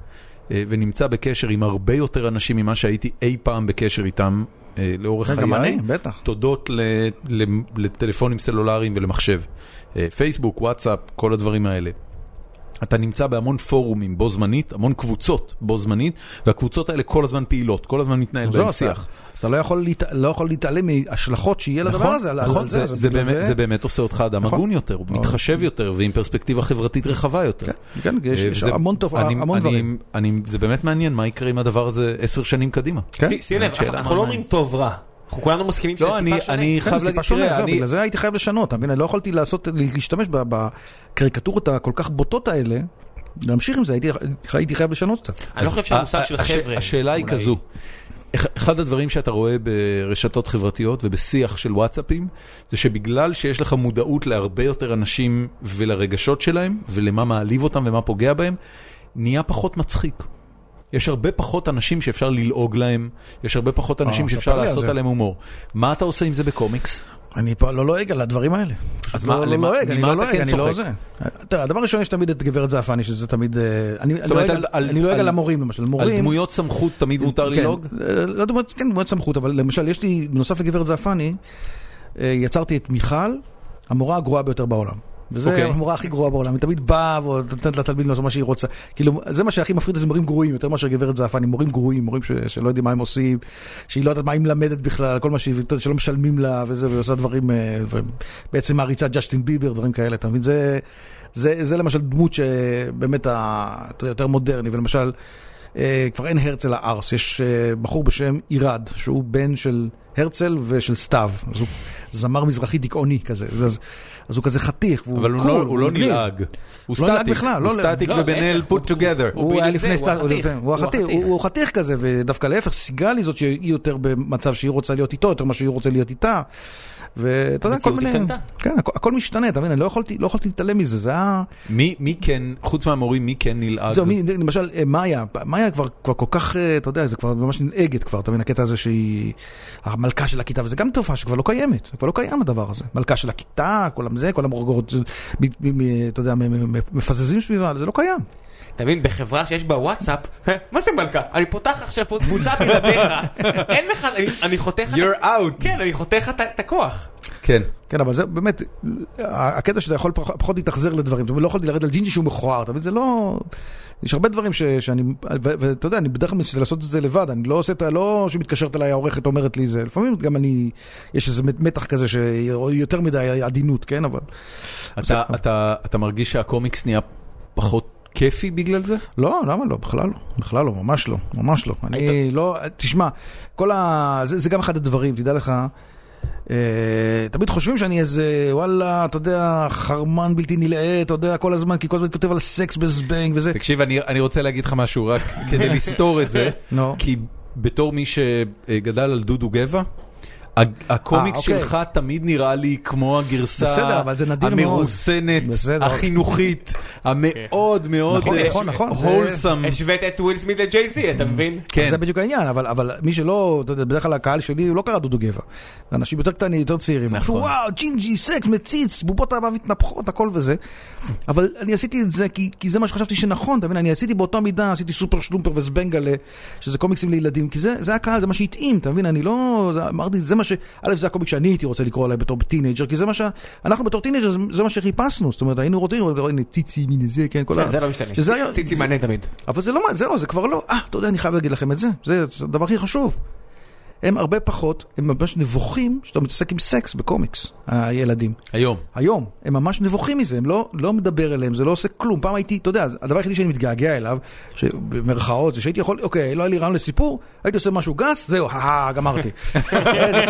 S1: אה, ונמצא בקשר עם הרבה יותר אנשים ממה שהייתי אי פעם בקשר איתם אה, לאורך
S3: כן,
S1: חיי.
S3: גם אני, בטח.
S1: תודות ל, ל, לטלפונים סלולריים ולמחשב. אה, פייסבוק, וואטסאפ, כל הדברים האלה. אתה נמצא בהמון פורומים בו זמנית, המון קבוצות בו זמנית, והקבוצות האלה כל הזמן פעילות, כל הזמן מתנהל
S3: זהו,
S1: בהן
S3: אתה-
S1: שיח.
S3: אז אתה לא יכול להת- לא יכול להתעלם מהשלכות שיהיה לדבר
S1: נכון,
S3: הזה. על- על-
S1: נכון,
S3: על
S1: זה-
S3: אז
S1: זה
S3: בגלל
S1: באמת- זה באמת עושה אותך אדם
S3: נכון.
S1: הגון יותר, הוא מתחשב יותר ועם פרספקטיבה חברתית רחבה יותר.
S3: כן, יש-
S1: אה,
S3: יש
S1: וזה-
S3: המון תופ-
S1: אני-
S3: המון
S1: אני-
S3: דברים.
S1: אני- זה באמת מעניין מה יקרה עם הדבר הזה עשר שנים קדימה.
S3: כן.
S2: שים- שים לב,
S1: כן? שאלה
S2: אנחנו
S1: מעניינת.
S2: לא אומרים טוב רע. אנחנו כולנו מסכימים שזה
S1: לא, אני-
S2: טיפה שונה.
S1: אני
S3: כן,
S1: חייב
S3: זה
S1: להגיד,
S3: טיפה שונה,
S1: תראה,
S3: זהו,
S1: אני-
S3: בגלל זה הייתי חייב לשנות, אתה מבין? אני לא יכולתי לעשות, להשתמש ב- בקריקטורות הכל כך בוטות האלה, להמשיך עם זה, הייתי- הייתי חייב לשנות קצת.
S2: אני לא
S1: אז
S2: חושב שהמושג
S1: ה-
S2: של
S1: אה, הש-
S2: חבר'ה...
S1: השאלה היא
S2: אולי-
S1: כזו, אח- אחד הדברים שאתה רואה ברשתות חברתיות ובשיח של וואטסאפים, זה שבגלל שיש לך מודעות להרבה יותר אנשים ולרגשות שלהם, ולמה מעליב אותם ומה פוגע בהם, נהיה פחות מצחיק. יש הרבה פחות אנשים שאפשר ללעוג להם, יש הרבה פחות אנשים
S3: אה,
S1: שאפשר
S3: ספר לי על
S1: לעשות
S3: זה.
S1: עליהם הומור. מה אתה עושה עם זה בקומיקס?
S3: אני פה לא לועג על הדברים האלה.
S1: אז
S3: לא-
S1: מה-
S3: לא
S1: למה-
S3: לועג, אני
S1: ממה
S3: לא
S1: אתה
S3: לועג,
S1: כן
S3: אני לא
S1: צוחק?
S3: זה. תראה, הדבר הראשון יש תמיד את גברת זעפני, שזה תמיד... אה, אני
S1: אומרת,
S3: אני לועג
S1: על-
S3: על-
S1: על-
S3: אני לועג
S1: על-
S3: על המורים, למשל.
S1: על
S3: מורים...
S1: דמויות סמכות תמיד מותר
S3: כן,
S1: ללעוג?
S3: אה, לא דמויות, כן, דמויות סמכות, אבל למשל, יש לי, בנוסף לגברת זעפני, אה, יצרתי את מיכל, המורה הגרועה ביותר בעולם. וזה
S1: אוקיי.
S3: המורה הכי גרועה בעולם, היא תמיד באה ונותנת לתלמיד לעשות מה שהיא רוצה. כאילו, זה מה שהכי מפחיד, זה מורים גרועים, יותר מאשר גברת זעפני, מורים גרועים, מורים ש- שלא יודעים מה הם עושים, שהיא לא יודעת מה היא מלמדת בכלל, כל מה שהיא, אתה יודע, שלא משלמים לה וזה, ועושה דברים, אה, ובעצם מעריצה ג'סטין ביבר, דברים כאלה, אתה מבין? זה, זה, זה למשל דמות שבאמת, ה, אתה יודע, יותר מודרני, ולמשל, אה, כבר אין הרצל הארס, יש אה, בחור בשם עירד, שהוא בן של הרצל ושל סתיו, אז הוא זמר מזרחי דיכאוני כזה, אז, אז הוא כזה חתיך, והוא
S1: אבל הוא
S3: קול,
S1: לא- הוא לא
S3: מגניב.
S1: נלעג. הוא
S3: לא נלעג
S1: סטטיק,
S3: בכלל,
S1: הוא
S3: לא-
S1: סטטיק
S2: לא,
S1: ובן-אל
S2: להפך,
S1: put together.
S2: הוא
S3: הוא היה
S2: בדיוק זה,
S3: לפני
S2: הוא
S3: סטארט, הוא
S2: החתיך.
S3: לפני- הוא
S2: הוא
S3: החתיך,
S2: החתיך.
S3: הוא הוא חתיך כזה, ודווקא להפך, סיגל היא זאת שהיא יותר במצב שהיא רוצה להיות איתו, יותר ממה שהיא רוצה להיות איתה. ואתה יודע, כל
S2: המציאות
S3: מיני...
S2: השתנתה.
S3: כן, הכ- הכל משתנה, אתה מבין? אני לא יכולתי לא יכולתי להתעלם מזה, זה היה...
S1: מי מי כן, חוץ מהמורים, מי כן נלעג?
S3: זהו, מי- למשל, אה, מאיה, מאיה כבר כבר כל כך, אה, אתה יודע, זה כבר ממש נלעגת כבר, אתה מבין? הקטע הזה שהיא המלכה של הכיתה, וזה גם תופעה שכבר לא קיימת, זה כבר לא קיים הדבר הזה. מלכה של הכיתה, כולם זה, כל המורגות, אתה יודע, מ- מ- מ- מפזזים סביבה, זה לא קיים.
S2: אתה מבין, בחברה שיש בה וואטסאפ, אה, מה זה מלכה? אני פותח עכשיו פה קבוצה בלעדיך, אין לך, אני- אני חותך...
S4: You're out.
S2: כן, אני חותך את ה- את הכוח.
S1: כן.
S3: כן, אבל זה באמת, הקטע שאתה יכול פח- פחות להתאכזר לדברים, זאת אומרת, לא יכולתי לרדת על ג'ינג'י שהוא מכוער, אתה מבין, זה לא... יש הרבה דברים ש, שאני, ו- ואתה יודע, אני בדרך כלל משתדל לעשות את זה לבד, אני לא עושה את ה... לא שמתקשרת אליי העורכת אומרת לי זה, לפעמים גם אני, יש איזה מת- מתח כזה שיותר מדי עדינות, כן, אבל...
S1: אתה, אתה, אתה מרגיש שהקומיקס נהיה פחות כיפי בגלל זה?
S3: לא, למה לא? בכלל לא. בכלל לא, ממש לא. ממש לא. אני
S2: היית-
S3: לא... תשמע, כל ה... זה, זה גם אחד הדברים, תדע לך. אה, תמיד חושבים שאני איזה, וואלה, אתה יודע, חרמן בלתי נלאה, אתה יודע, כל הזמן, כי כל הזמן אני כותב על סקס בזבנג וזה.
S1: תקשיב, אני, אני רוצה להגיד לך משהו רק כדי לסתור את זה,
S3: נו.
S1: כי בתור מי שגדל על דודו גבע, ה- הקומיקס
S3: אה, אוקיי.
S1: שלך תמיד נראה לי כמו הגרסה
S3: בסדר, אבל זה נדיר מאוד.
S1: המרוסנת,
S3: בסדר.
S1: החינוכית, המאוד מאוד
S3: נכון,
S1: אה,
S3: נכון, נכון, זה-
S1: wholesome.
S2: השווית את וויל סמית לג'יי זי, אתה מבין?
S1: אמ. כן.
S3: זה בדיוק העניין, אבל, אבל מי שלא, אתה יודע, בדרך כלל הקהל שלי הוא לא קרא דודו גבע. זה אנשים יותר קטנים, יותר צעירים.
S1: נכון.
S3: נכון. וואו, ג'ינג'י, סקס, מציץ, בובות האבא מתנפחות, הכל וזה. אבל אני עשיתי את זה כי, כי זה מה שחשבתי שנכון, אתה מבין? אני עשיתי באותה מידה, עשיתי סופר שלומפר וזבנגלה, שזה קומיקסים לילדים, כי זה, זה הקהל, זה מה שהתאים, אתה מבין? אני לא... זה, אמרתי, זה מה ש... א', זה הקומיק שאני הייתי רוצה לקרוא עליי בתור טינג'ר, כי זה מה ש... אנחנו בתור טינג'ר, זה, זה מה שחיפשנו, זאת אומרת, היינו רוצים, הנה, ציצי, מין זה, כן, כל ה...
S2: זה לא משתנה.
S3: שזה היה-
S2: ציצי מעניין תמיד.
S1: אה.
S3: אבל זה לא, מה- זה לא, זה כבר לא, אה, אתה יודע, אני חייב להגיד לכם את זה, זה זה הדבר הכי חשוב. הם הרבה פחות, הם ממש נבוכים שאתה מתעסק עם סקס בקומיקס, הילדים.
S1: היום.
S3: היום, הם ממש נבוכים מזה, הם לא, לא מדבר אליהם, זה לא עושה כלום. פעם הייתי, אתה יודע, הדבר היחידי שאני מתגעגע אליו, במרכאות, זה שהייתי יכול, אוקיי, לא היה לי רעיון לסיפור, הייתי עושה משהו גס, זהו, הא, גמרתי. איזה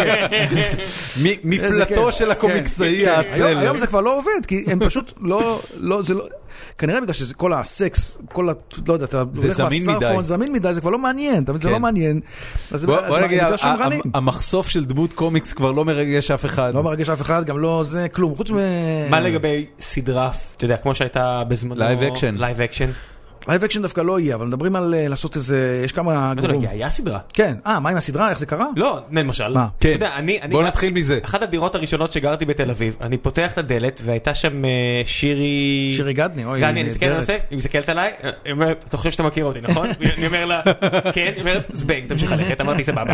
S3: כיף.
S1: מ- מפלטו
S3: איזה כיף.
S1: של הקומיקסאי
S3: כן, כן. היום-
S1: העצל.
S3: היום זה כבר לא עובד, כי הם פשוט לא, לא, זה לא, כנראה בגלל שזה כל הסקס, כל ה... לא יודע, אתה
S1: זה זמין
S3: מהסרפון,
S1: מדי.
S3: זמין מדי, זה כבר לא מעניין, אתה מבין? זה
S1: כן.
S3: לא מעניין. אז זה- לא,
S1: בוא
S3: אז
S1: בוא
S3: מה,
S1: נגיד, אה,
S3: אני בגלל
S1: ה- ה-
S3: שמרנים.
S1: המחשוף של דמות קומיקס כבר לא מרגש אף אחד.
S3: לא מרגש אף אחד, גם לא זה, כלום, חוץ מ...
S2: מה לגבי סדרה, אתה יודע, כמו שהייתה בזמנו...
S1: Live action.
S2: לייב אקשן.
S3: לייב אקשן דווקא לא יהיה, אבל מדברים על אה, לעשות איזה, יש כמה...
S2: מה זה לא
S3: גורמים.
S2: הגיע? היה סדרה.
S3: כן, אה, מה עם הסדרה? איך זה קרה?
S2: לא, למשל.
S3: מה?
S2: אתה
S1: כן.
S2: יודע, אני- אני-
S1: בוא נתחיל מזה.
S2: אחת הדירות הראשונות שגרתי בתל אביב, אני פותח את הדלת והייתה שם אה, שירי...
S3: שירי גדני, אוי,
S2: גדני, אני מסתכלת על
S3: נהדרת.
S2: הנושא, היא מסתכלת עליי, היא אומרת, אתה חושב שאתה מכיר אותי, נכון? אני אומר לה, כן, היא אומרת, זבנג, תמשיך ללכת, אמרתי, סבבה.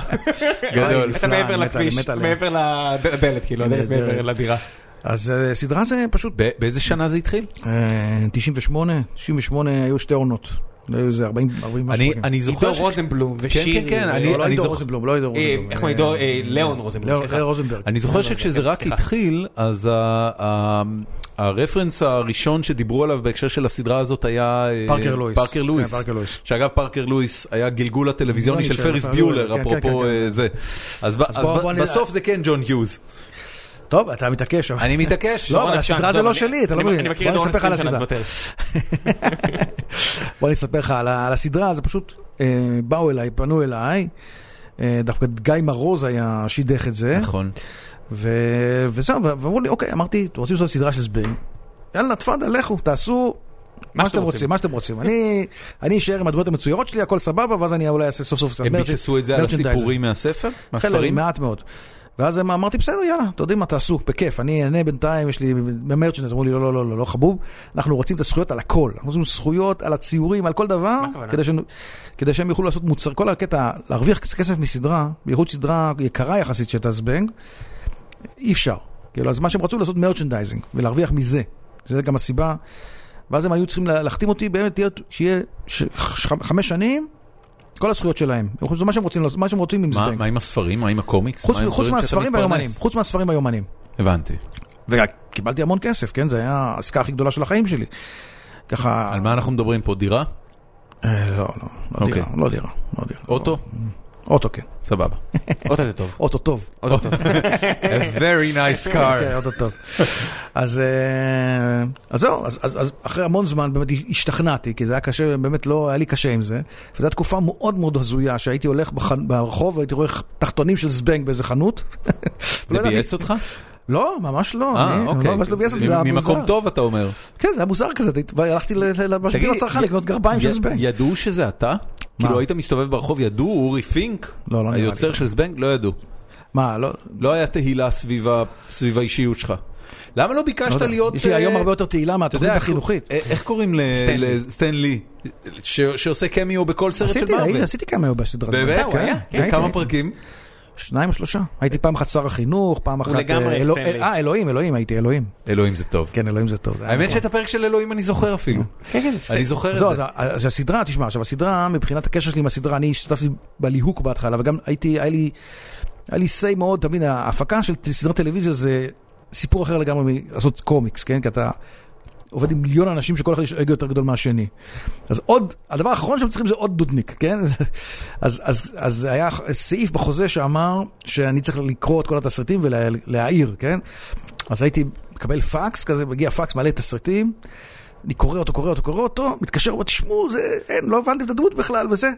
S1: גדול.
S2: אתה מעבר
S3: נפלא, מת עליה,
S2: לכביש,
S3: מת עליה.
S2: מעבר לדלת, כאילו, הדלת
S3: נהדרת.
S2: מעבר לדירה.
S3: אז אה, סדרה זה פשוט...
S1: ב- באיזה שנה זה התחיל?
S3: אה, 98, 98 היו שתי עונות. היו איזה 40, 40 משהו.
S1: אני-
S3: פרקים.
S1: אני
S2: עידו
S1: זוכר ש...
S2: רוזנבלום
S1: כן,
S2: ושירי.
S1: כן,
S2: ו-
S1: אני-
S3: לא, לא
S1: אני
S3: עידו
S1: זוכר-
S3: רוזנבלום, לא עידו רוזנבלום.
S2: אה, איך קוראים עידו?
S3: אה, כן.
S2: אה, ליאון רוזנבלום,
S3: לאו-
S2: סליחה.
S3: לאו רוזנברג.
S1: אני זוכר
S3: לא
S1: שכשזה רק
S2: סליחה.
S1: התחיל, אז ה- ה- הרפרנס הראשון שדיברו עליו בהקשר של הסדרה הזאת היה... אה,
S3: פארקר לואיס.
S1: פארקר לואיס.
S3: כן, פארקר לואיס. לא,
S1: שאגב, פארקר לואיס היה גלגול הטלוויזיוני של
S3: של
S1: פריס
S3: פארקר לואיס,
S1: ביולר,
S3: כן, כן,
S1: אפרופו
S3: כן,
S1: אה,
S3: כן.
S1: זה. אז ב- אז
S3: בוא-
S1: ב-
S3: בוא נ-
S1: בסוף זה כן ג'ון היוז.
S3: טוב, אתה מתעקש. אבל-
S1: אני מתעקש.
S3: לא, אבל
S2: אורן,
S3: הסדרה
S2: שם,
S3: זה
S2: טוב,
S3: לא
S2: אני-
S3: שלי, אתה לא
S2: אני-
S3: מבין.
S2: אני מכיר את
S3: בוא
S2: אורן
S3: נספר לך על
S2: 20 שנה,
S3: הסדרה.
S2: תוותר.
S3: בוא אני אספר לך על ה- על הסדרה, זה פשוט אה, באו אליי, פנו אליי. אה, דווקא גיא מרוז היה שידך את זה.
S1: נכון.
S3: ו- וזהו, ו- ואמרו לי, אוקיי, אמרתי, אתם רוצים לעשות סדרה של זבנג? יאללה, תפאדל, לכו, תעשו מה שאתם רוצים, מה שאתם רוצים. אני אני אשאר עם הדמויות המצוירות שלי, הכל סבבה, ואז אני אולי אעשה סוף סוף קצת
S1: הם
S3: מרצ-
S1: ביססו את זה על
S3: מרצ'נדייזר.
S1: הסיפורים מהספר?
S3: כן, חלק,
S1: מהספרים?
S3: לא, מעט מאוד. ואז הם- אמרתי, בסדר, יאללה, אתם יודעים מה, תעשו, בכיף, אני אענה בינתיים, יש לי במרצ'נדס, אמרו לי, לא, לא, לא, לא, לא חבוב, אנחנו רוצים את הזכויות על הכל, אנחנו רוצים זכויות על הציורים, על כל דבר,
S2: הכוונה?
S3: כדי, שהם- כדי שהם יוכלו לעשות מוצר, כל הקטע, להרוויח כסף מסדרה, בייחוד סדרה יקרה יחסית שהייתה זבנג, אי אפשר. כאילו, אז מה שהם רצו לעשות מרצ'נדייזינג, ולהרוויח מזה, שזה גם הסיבה, ואז הם היו צריכים לה- להחתים אותי באמת, להיות- שיהיה ש- ח- חמש שנים, כל הזכויות שלהם, זה מה שהם רוצים, לעשות- מה שהם רוצים עם
S1: מה-
S3: זבנג.
S1: מה עם הספרים? מה עם הקומיקס?
S3: חוץ,
S1: מה עם
S3: חוץ
S1: דברים שאתה
S3: מהספרים
S1: מתפרנס?
S3: והיומנים, חוץ מהספרים והיומנים.
S1: הבנתי.
S3: וקיבלתי המון כסף, כן? זה היה העסקה הכי גדולה של החיים שלי. ככה...
S1: על מה אנחנו מדברים פה? דירה?
S3: אה, לא, לא, לא
S1: אוקיי.
S3: דירה, לא דירה, לא דירה.
S1: אוטו?
S3: אוטו, כן.
S1: סבבה.
S2: אוטו זה טוב.
S3: אוטו טוב.
S4: A very nice
S3: כן,
S4: car.
S3: אוטו טוב. אז אה, אז זהו, אז- אז אז אחרי המון זמן באמת השתכנעתי, כי זה היה קשה, באמת לא, היה לי קשה עם זה. וזו הייתה תקופה מאוד מאוד הזויה, שהייתי הולך בחנ- ברחוב, והייתי רואה תחתונים של זבנג באיזה חנות.
S1: זה
S3: לא ידעתי-
S1: ביאס אותך?
S3: לא, ממש לא.
S1: אה,
S3: אני-
S1: אוקיי.
S3: ממש לא ביאס אותי, זה היה
S1: מ- ממקום
S3: מוזר.
S1: טוב אתה אומר.
S3: כן, זה היה מוזר כזה, והלכתי ל- ל- למשביר
S1: תגיד,
S3: הצרכן
S1: י-
S3: לקנות גרביים של
S1: י-
S3: זבנג.
S1: ידעו שזה אתה? כאילו היית מסתובב ברחוב, ידעו אורי פינק?
S3: לא, לא נראה לי.
S1: היוצר של זבנג? לא ידעו.
S3: מה, לא,
S1: לא היה תהילה סביב ה- סביב האישיות שלך. למה לא ביקשת
S3: לא יודע.
S1: להיות...
S3: יש לי
S1: אה,
S3: היום הרבה יותר תהילה
S1: אתה יודע,
S3: מהתוכנית
S1: איך-
S3: החינוכית.
S1: אה, איך קוראים ל-
S2: סטנלי.
S1: לסטנלי? ש- שעושה קמיו בכל סרט של
S3: עשיתי, הייתי-
S1: מרוויל.
S3: עשיתי כמה יום בסדרה. הזאת.
S1: באמת?
S2: זהו,
S1: כן.
S2: היה, כן,
S1: כמה
S3: הייתי.
S1: פרקים?
S3: שניים או שלושה. הייתי פעם אחת שר החינוך, פעם אחת...
S2: לגמרי
S3: אה, אלו-
S2: סטנלי.
S3: אה, אלוהים, אלוהים הייתי, אלוהים.
S1: אלוהים זה טוב.
S3: כן, אלוהים זה טוב. זה היה
S1: האמת
S3: נכון. אה,
S1: שאת הפרק של אלוהים אני זוכר אפילו.
S2: כן, כן,
S1: אני זוכר את
S3: זהו,
S1: זה.
S3: אז ה- אז הסדרה, תשמע, עכשיו הסדרה, מבחינת הקשר שלי עם הסדרה, אני השתתפתי בליהוק בהתחלה, וגם הייתי, היה לי, היה לי say מאוד, אתה מבין, ההפקה של ת- סדרת טלוויזיה זה סיפור אחר לגמרי מלעשות קומיקס, כן? כי אתה עובד עם מיליון אנשים שכל אחד יש לו אגו יותר גדול מהשני. אז עוד, הדבר האחרון שהם צריכים זה עוד דודניק, כן? אז, אז, אז היה סעיף בחוזה שאמר שאני צריך לקרוא את כל התסריטים ולהעיר, כן? אז הייתי מקבל פקס כזה, מגיע פקס, מעלה תסריטים, אני קורא אותו, קורא אותו, קורא אותו, מתקשר, אומר, תשמעו, זה, אין, לא הבנתם את הדמות בכלל וזה.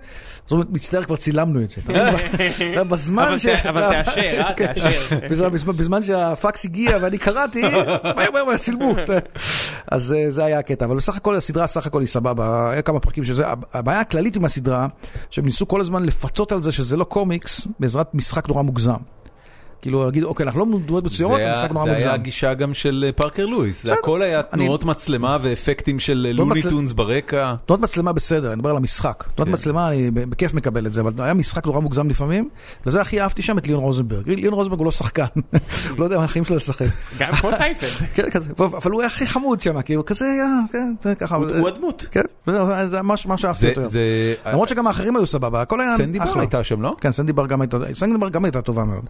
S3: זאת אומרת, מצטער, כבר צילמנו את זה. אתה מבין? כבר- בזמן
S2: אבל
S3: ש...
S2: ת- אבל תאשר, אה,
S3: כן.
S2: תאשר.
S3: בזמן- בזמן- בזמן שהפקס הגיע ואני קראתי, מהר מהר מהר צילמו. אז אה, זה היה הקטע, אבל בסך הכל הסדרה סך הכל היא סבבה, היה כמה פרקים שזה, הבעיה הכללית עם הסדרה, שהם ניסו כל הזמן לפצות על זה שזה לא קומיקס, בעזרת משחק נורא מוגזם. כאילו להגיד, אוקיי, אנחנו לא דמויות מצוירות,
S1: זה
S3: המשחק
S1: היה-
S3: נורא
S1: זה היה
S3: מוגזם.
S1: הגישה גם של אה, פארקר לואיס, זה הכל היה תנועות מצלמה ואפקטים של
S3: לא מצל-
S1: לוניטונס ברקע.
S3: תנועת מצלמה בסדר, אני מדבר על המשחק. תנועת
S1: כן.
S3: מצלמה, אני ב- בכיף מקבל את זה, אבל היה משחק נורא מוגזם לפעמים, וזה הכי אהבתי שם את ליאון רוזנברג. ליאון רוזנברג הוא לא שחקן, הוא לא יודע מה החיים שלו לשחק.
S2: גם כמו סייפלד.
S3: כן, כזה, ו- אבל הוא היה הכי חמוד שם, כאילו, כזה היה, כן, זה ככה.
S2: הוא הדמות.
S3: כן, זה- זה ממש מה שאהבתי
S1: זה,
S3: יותר.
S1: זה...
S3: למרות שגם האחרים היו סבבה, הכל היה
S1: סנדי בר
S3: אחלה.
S1: הייתה שם, לא?
S3: כן, סנדי בר גם הייתה, סנדי בר גם הייתה טובה מאוד.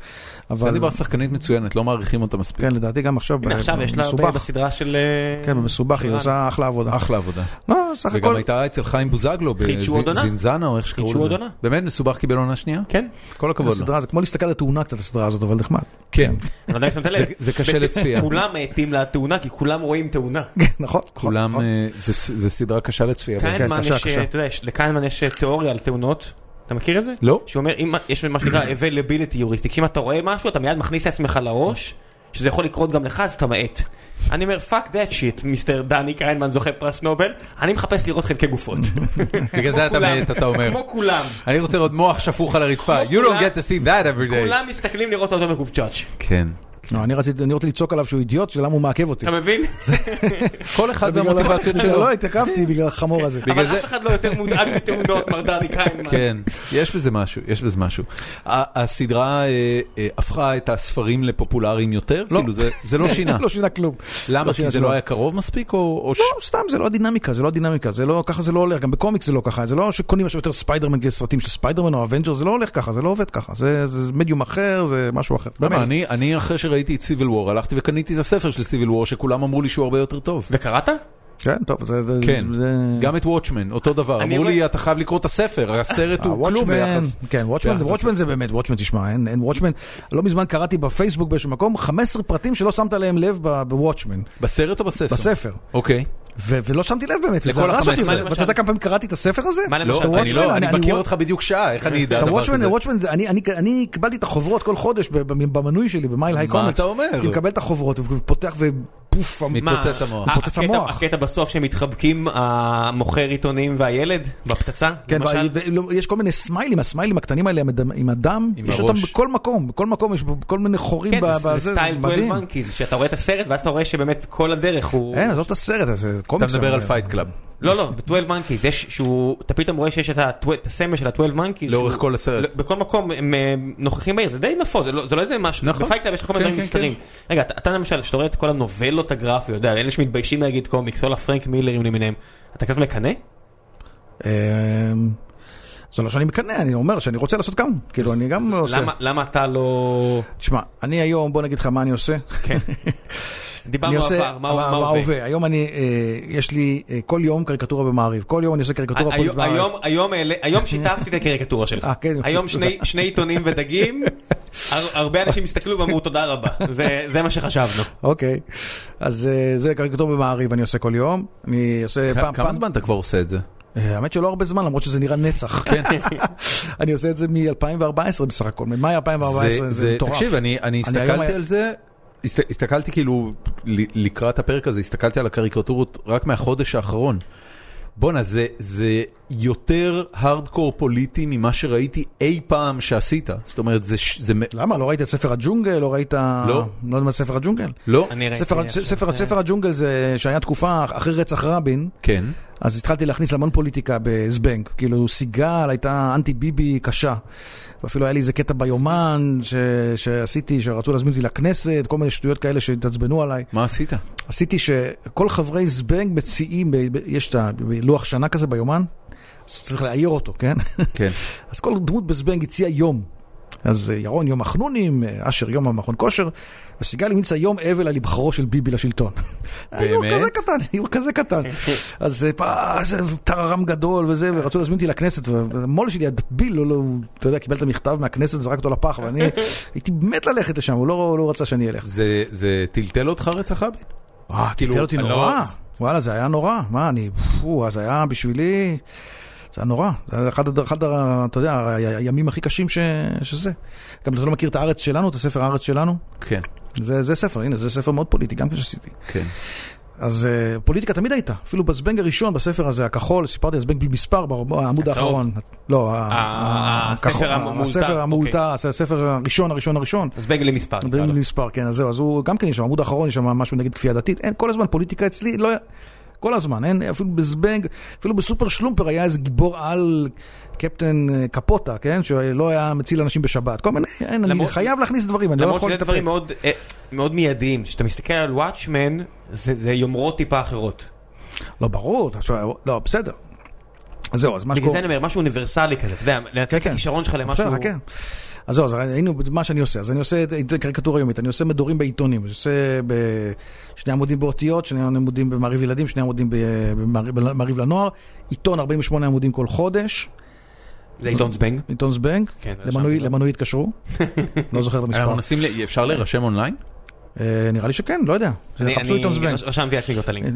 S3: אבל
S1: סטנלי בר שחקנית מצוינת, לא מעריכים אותה מספיק.
S3: כן, לדעתי גם עכשיו,
S2: הנה עכשיו יש לה הרבה
S3: במסובך.
S2: בסדרה של... אה,
S3: כן, במסובך היא
S2: שרן.
S3: עושה אחלה עבודה.
S1: אחלה עבודה.
S3: לא, סך
S1: אה, וגם
S3: הכל,
S1: הייתה אצל חיים בוזגלו,
S2: חידשו עוד עונה?
S1: בזינזנה או איך שקראו
S2: חידשו עוד
S1: לזה.
S2: עונה.
S1: באמת מסובך קיבל עונה שנייה?
S2: כן,
S1: כל הכבוד לו.
S3: הסדרה, זה כמו להסתכל על התאונה קצת, הסדרה הזאת, אבל נחמד.
S1: כן,
S2: אני לא יודע אם שמת לב.
S1: זה- זה קשה לצפייה. כן,
S2: כולם מתים לתאונה, כי כולם רואים תאונה.
S3: נכון, נכון,
S1: כולם,
S3: נכון.
S1: אה, זה זה סדרה כן, קשה לצפייה. באמת.
S2: קיינמן
S3: קשה,
S2: יש,
S3: קשה.
S2: אתה יודע, יש- לקיינמן יש אה, תיאוריה על תאונות. אתה מכיר את זה?
S1: לא.
S2: שאומר, אם יש מה שנקרא availability heuristic, שאם אתה רואה משהו, אתה מיד מכניס לעצמך לראש, שזה יכול לקרות גם לך, אז אתה מאט. אני אומר, fuck that shit, מיסטר דני קיינמן זוכה פרס נובל, אני מחפש לראות חלקי גופות.
S1: בגלל זה אתה
S2: כולם.
S1: מאט, אתה אומר.
S2: כמו כולם.
S1: אני רוצה לראות מוח שפוך על הרצפה. You don't
S2: כולם-
S1: get to see that every day.
S2: כולם מסתכלים לראות אותו מקובצ'אץ'.
S1: כן.
S3: לא, אני רציתי, אני רוצה לצעוק עליו שהוא אידיוט, שלמה הוא מעכב אותי.
S2: אתה מבין?
S1: כל אחד והמוטיבציות שלו.
S3: לא התעכבתי בגלל החמור הזה.
S1: בגלל
S2: אבל
S1: זה-
S2: אף אחד לא יותר מודאג מתאונות, מר דני קיינמן.
S1: כן, יש בזה משהו, יש בזה משהו. ה- הסדרה אה, אה, הפכה את הספרים לפופולריים יותר?
S3: לא.
S1: כאילו זה- זה לא שינה.
S3: לא שינה כלום.
S1: למה?
S3: לא
S1: כי
S3: שינה
S1: זה
S3: כלום.
S1: לא היה קרוב מספיק או... או ש-
S3: לא, סתם, זה לא הדינמיקה, זה לא הדינמיקה, זה לא, ככה זה לא הולך, גם בקומיקס זה לא ככה, זה לא שקונים עכשיו יותר ספיידרמן, כי יש סרטים של ספיידרמן או אבנג'ר, זה לא הולך ככה, זה לא עובד ככה, זה זה מדיום אחר, זה משהו אחר.
S1: למה? לא, אני- אני אחרי שראיתי את סיביל וור, הלכתי וקניתי את הספר של סיביל וור, שכולם אמרו לי שהוא הרבה יותר טוב.
S2: וקראת?
S3: כן, טוב, זה... זה-
S1: כן,
S3: זה-
S1: גם את וואטשמן, אותו דבר.
S2: אני
S1: אמרו
S2: רואה-
S1: לי, אתה חייב לקרוא את הספר, הסרט הוא כלום
S3: הוואטשמן,
S1: ביחס.
S3: אה, כן, וואטשמן,
S1: ביחס
S3: וואטשמן זה באמת, וואטשמן, תשמע, אין אין וואטשמן, לא מזמן קראתי בפייסבוק באיזשהו מקום 15 פרטים שלא שמת להם לב ב- בוואטשמן,
S1: בסרט או בספר?
S3: בספר,
S1: אוקיי.
S3: ו- ולא שמתי לב באמת, וזה
S1: לכל
S3: הרס אותי,
S1: ה-15.
S2: מה
S3: ואתה
S2: למשל?
S3: יודע כמה פעמים קראתי את הספר הזה?
S2: מה למשל?
S1: לא,
S2: אתה
S1: אני לא,
S3: Watchmen,
S1: אני
S3: אני-
S1: מכיר
S3: אני-
S1: אותך בדיוק שעה, איך אני אדע
S3: אתה
S1: דבר
S3: וואטשמן,
S1: כזה?
S3: וואטשמן, זה- אני- אני- אני קיבלתי את החוברות, כל חודש ב- ב- במנוי שלי, במייל היי
S1: מה
S3: קומיקס.
S1: אתה אומר?
S3: אני מקבל את החוברות, ופותח ופוף. המ-
S1: מת-
S2: מה?
S1: מתפוצץ המוח.
S2: אה,
S3: מתפוצץ
S2: הקטע-
S3: המוח.
S2: הקטע בסוף שמתחבקים המוכר עיתונים והילד בפצצה?
S3: כן,
S2: למשל?
S3: ו- ולא- יש כל מיני סמיילים, הסמיילים הקטנים האלה עם הדם- עם הדם,
S1: עם
S3: יש אותם
S1: הראש.
S3: בכל מקום, בכל מקום יש בו כל מיני חורים
S2: כן,
S3: ב-
S2: זה-
S3: בזה,
S2: זה סטייל 12 מונקיז, שאתה רואה את הסרט ואז אתה רואה שבאמת כל הדרך הוא...
S3: אין, כן, עזוב את הסרט הזה,
S1: אתה
S3: קומיקס.
S1: מדבר על
S3: אבל-
S1: פייט קלאב.
S2: לא, לא, ב-12 מונקיז יש שהוא... אתה פתאום רואה שיש את ה- את הסמל של ה-12 מונקיז.
S1: לאורך
S2: שהוא-
S1: כל הסרט.
S2: לא, בכל מקום הם אה, נוכחים בעיר, זה די נפוץ, זה לא- זה לא איזה משהו.
S1: נכון.
S2: בפייקלאב יש לך כל מיני
S1: כן,
S2: דברים
S1: כן,
S2: נסתרים. רגע, אתה- אתה למשל, כשאתה רואה את כל הנובלות הגרפיות, אתה יודע, אלה שמתביישים להגיד קומיקס, כל הפרנק מילרים למיניהם, אתה קצת מקנא?
S3: אמ, זה לא שאני מקנא, אני אומר שאני רוצה לעשות גם, כאילו אני גם עושה.
S2: למה- למה אתה לא...
S3: תשמע, אני היום, בוא נגיד לך מה אני עושה.
S2: כן. דיברנו עבר, מה מה ההווה?
S3: היום אני, אה, יש לי אה, כל יום קריקטורה במעריב, כל יום אני עושה קריקטורה
S2: היום-
S3: פוליטית במעריב.
S2: היום- היום העלה- היום שיתפתי את הקריקטורה שלך.
S3: אה, כן.
S2: היום שני- שני עיתונים ודגים, הר- הרבה אנשים הסתכלו ואמרו תודה רבה. זה- זה מה שחשבנו.
S3: אוקיי, אז אה, זה קריקטור במעריב אני עושה כל יום, אני עושה פעם,
S1: כמה
S3: פעם,
S1: זמן אתה כבר עושה את זה?
S3: אה, האמת שלא הרבה זמן למרות שזה נראה נצח,
S2: כן.
S3: אני עושה את זה מ-2014 בסך הכל, ממאי 2014 זה מטורף.
S1: תקשיב, אני, אני
S3: היום
S1: הסתכלתי
S3: היה-
S1: על זה, הסת, הסתכלתי כאילו ל- לקראת הפרק הזה, הסתכלתי על הקריקטורות רק מהחודש האחרון. בואנה, זה, זה יותר הארדקור פוליטי ממה שראיתי אי פעם שעשית. זאת אומרת, זה... ש- זה מ-
S3: למה? לא ראית את ספר הג'ונגל? לא ראית...
S1: לא.
S3: לא יודע מה זה ספר הג'ונגל?
S1: לא?
S2: אני כן. ראיתי
S3: ספר,
S2: עכשיו-
S3: ספר, ספר הג'ונגל זה שהיה תקופה אחרי רצח רבין,
S1: כן.
S3: אז התחלתי להכניס המון פוליטיקה בזבנג. כאילו סיגל הייתה אנטי ביבי קשה. ואפילו היה לי איזה קטע ביומן ש... שעשיתי, שרצו להזמין אותי לכנסת, כל מיני שטויות כאלה שהתעצבנו עליי.
S1: מה עשית?
S3: עשיתי שכל חברי זבנג מציעים, ב... ב- יש את הלוח שנה כזה ביומן, אז צריך להעיר אותו, כן?
S1: כן.
S3: אז כל דמות בזבנג הציעה יום. אז אה, ירון יום החנונים, אה, אשר יום המכון כושר, וסיגל המליצה יום אבל על היבחרו של ביבי לשלטון. איור
S1: באמת?
S3: כזה קטן, איור כזה קטן. אז אה, פ- זה טררם גדול וזה, ורצו להזמין אותי לכנסת, והמו"ל שלי, הדביל, לא, לא, אתה יודע, קיבל את המכתב מהכנסת, זרק אותו לפח, ואני הייתי מת ללכת לשם, הוא לא, לא רצה שאני אלך.
S1: זה, זה טלטל אותך רצח רבין?
S3: אה,
S1: כאילו,
S3: טלטל אותי
S1: לא-
S3: נורא. וואלה, זה היה נורא. מה, אני... פו, זה היה בשבילי... זה היה נורא. זה היה אחד, הד- אחד ה- אתה יודע, ה- ה- הימים הכי קשים ש, שזה. גם אתה לא מכיר את הארץ שלנו, את הספר הארץ שלנו?
S1: כן,
S3: זה, זה ספר, הנה, זה ספר מאוד פוליטי, גם כשעשיתי.
S1: כן.
S3: אז uh, פוליטיקה תמיד הייתה. אפילו בזבנג הראשון, בספר הזה, הכחול, סיפרתי על זבנג בלי מספר, בעמוד
S2: הצהוב.
S3: האחרון. לא, ה-
S2: ה- הספר
S3: הכחול,
S2: המאולתר,
S3: הספר
S2: אוקיי.
S3: המאולתר, הספר הראשון, הראשון, הראשון.
S2: אז בגלי מספר. נקרא
S3: מדברים
S2: לו.
S3: לי מספר, כן, אז זהו, אז הוא גם כן, יש שם עמוד האחרון, יש שם משהו נגד כפייה דתית, אין, כל הזמן פוליטיקה אצלי, לא, היה- כל הזמן, אין, אפילו בזבנג, אפילו בסופר שלומפר היה איזה גיבור על קפטן אה, קפוטה, כן, שלא היה מציל אנשים בשבת, כל מיני, אין, אני
S2: למרות-
S3: חייב להכניס דברים, אני לא
S2: למרות
S3: יכול
S2: שזה
S3: לטפל.
S2: דברים מאוד, אה, מאוד מיידיים, כשאתה מסתכל על וואטשמן, זה זה יומרות טיפה אחרות.
S3: לא, ברור, אתה שואל, לא, בסדר. אז זהו, אז מה
S2: בגלל
S3: שקורה...
S2: זה אני אומר, משהו אוניברסלי כזה, אתה יודע, לנצל את
S3: כן.
S2: הכישרון שלך
S3: בסדר,
S2: למשהו...
S3: חכה. אז זהו, אז היינו, מה שאני עושה, אז אני עושה את- את קריקטורה יומית, אני עושה מדורים בעיתונים, אני עושה ב... שני עמודים באותיות, שני עמודים במעריב ילדים, שני עמודים ב- במעריב- במעריב לנוער, עיתון 48 עמודים כל חודש,
S2: זה עיתון זבנג.
S3: עיתון זבנג,
S2: כן,
S3: למנוי-
S2: רשמתי לו.
S3: למנוי התקשרו, לא זוכר את המספר,
S1: אנחנו מנסים, ל- אפשר להירשם אונליין?
S3: אה, נראה לי שכן, לא יודע,
S2: אני-
S3: חפשו
S2: אני-
S3: עיתון זבנג,
S2: רשמתי לעצמי כבר את הלינק.
S3: אה,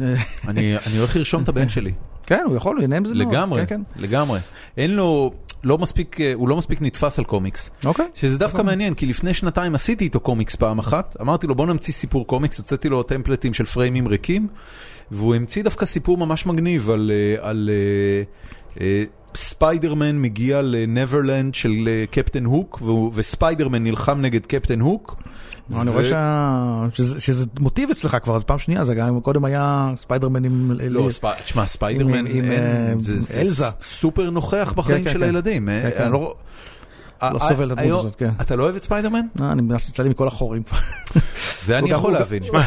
S1: אני אני הולך לרשום את הבן שלי.
S3: כן, הוא יכול, הוא ייהנה מזה מאוד,
S1: לגמרי,
S3: כן,
S1: לגמרי. אין לו, לא מספיק, אה, הוא לא מספיק נתפס על קומיקס.
S3: כן. אוקיי,
S1: שזה דווקא מעניין, כי לפני שנתיים עשיתי איתו קומיקס פעם אחת, אמרתי לו בוא נמציא סיפור קומיקס, הוצאתי לו טמפלטים של פריימים ריקים, והוא המציא דווקא סיפור ממש מגניב על, אה, על אה, אה, ספיידרמן מגיע לנברלנד של אה, קפטן הוק, והוא- וספיידרמן נלחם נגד קפטן הוק.
S3: אני
S1: ו-
S3: רואה שה- שזה- שזה מוטיב אצלך כבר, פעם שנייה, זה גם קודם היה ספיידרמן עם...
S1: לא, ספ- תשמע, ספיידרמן,
S3: עם-
S1: אין-
S3: עם, אה,
S1: זה- זה
S3: אלזה.
S1: סופר נוכח בחיים
S3: כן,
S1: של
S3: כן.
S1: הילדים. אה,
S3: כן, כן.
S1: אני לא-
S3: לא סובל את הדמות
S1: היום-
S3: הזאת, כן.
S1: אתה לא אוהב את ספיידרמן?
S3: אה, אני מנסה לצלם מכל החורים כבר.
S1: זה אני
S3: גם-
S1: יכול
S3: הוא גם-
S1: להבין.
S3: לא,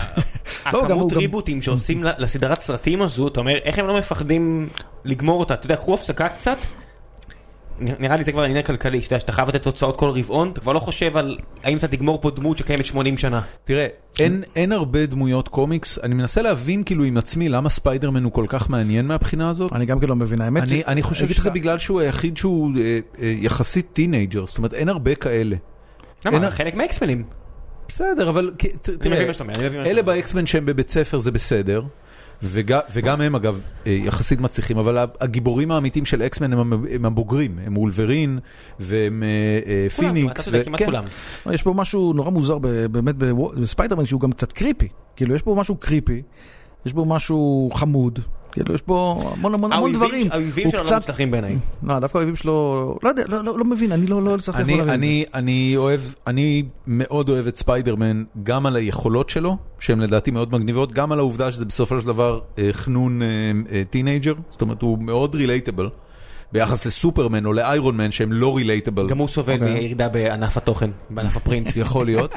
S3: גם הוא
S2: הכמות
S3: גם-
S2: ריבוטים שעושים ל- לסדרת סרטים הזו, אתה אומר, איך הם לא מפחדים לגמור אותה? אתה יודע, קחו הפסקה קצת. נ- נראה לי זה כבר עניין כלכלי, שאתה יודע, שאתה חייב לתת תוצאות כל רבעון, אתה כבר לא חושב על האם אתה תגמור פה דמות שקיימת 80 שנה.
S1: תראה, אין, אין הרבה דמויות קומיקס, אני מנסה להבין כאילו עם עצמי למה ספיידרמן הוא כל כך מעניין מהבחינה הזאת.
S3: אני גם כן לא מבין, האמת.
S1: אני,
S3: היא-
S1: אני חושב
S3: אגיד
S1: שזה
S3: לך-
S1: בגלל שהוא היחיד שהוא אה, אה, יחסית טינג'ר, זאת אומרת אין הרבה כאלה. אין-
S2: למה? חלק מהאקסמנים.
S1: בסדר, אבל כ- ת- תראה,
S2: מבין מה שאתה אומר, אני מבין מה שאתה
S1: אלה
S2: אומר.
S1: באקסמן שהם בבית ספר זה בסדר, וג, וגם הם אגב אה, יחסית מצליחים, אבל ה- הגיבורים האמיתיים של אקסמן הם, המ- הם הבוגרים, הם וולברין והם אה, אה,
S2: כולם,
S1: פיניקס.
S2: אתה צודק,
S1: ו-
S2: כמעט
S1: כן.
S2: כולם.
S3: יש פה משהו נורא מוזר ב- באמת בוו- בספיידרמן שהוא גם קצת קריפי. כאילו, יש פה משהו קריפי, יש פה משהו חמוד. כאילו, יש פה המון המון המון
S2: אה, האויבים-
S3: דברים.
S2: האויבים
S3: הוא
S2: שלנו לא
S3: קצת-
S2: מוצלחים בעיניי.
S3: לא, דווקא האויבים שלו, לא יודע, לא- לא לא מבין, אני לא לא צריך
S1: אני,
S3: להבין את זה.
S1: אני, אני אוהב, אני מאוד אוהב את ספיידרמן, גם על היכולות שלו, שהן לדעתי מאוד מגניבות, גם על העובדה שזה בסופו של דבר אה, חנון אה, אה, טינג'ר, זאת אומרת הוא מאוד רילייטבל, ביחס לסופרמן או לאיירון מן שהם לא רילייטבל.
S2: גם הוא סובל
S3: אוקיי.
S2: מירידה בענף התוכן, בענף הפרינט.
S1: יכול להיות,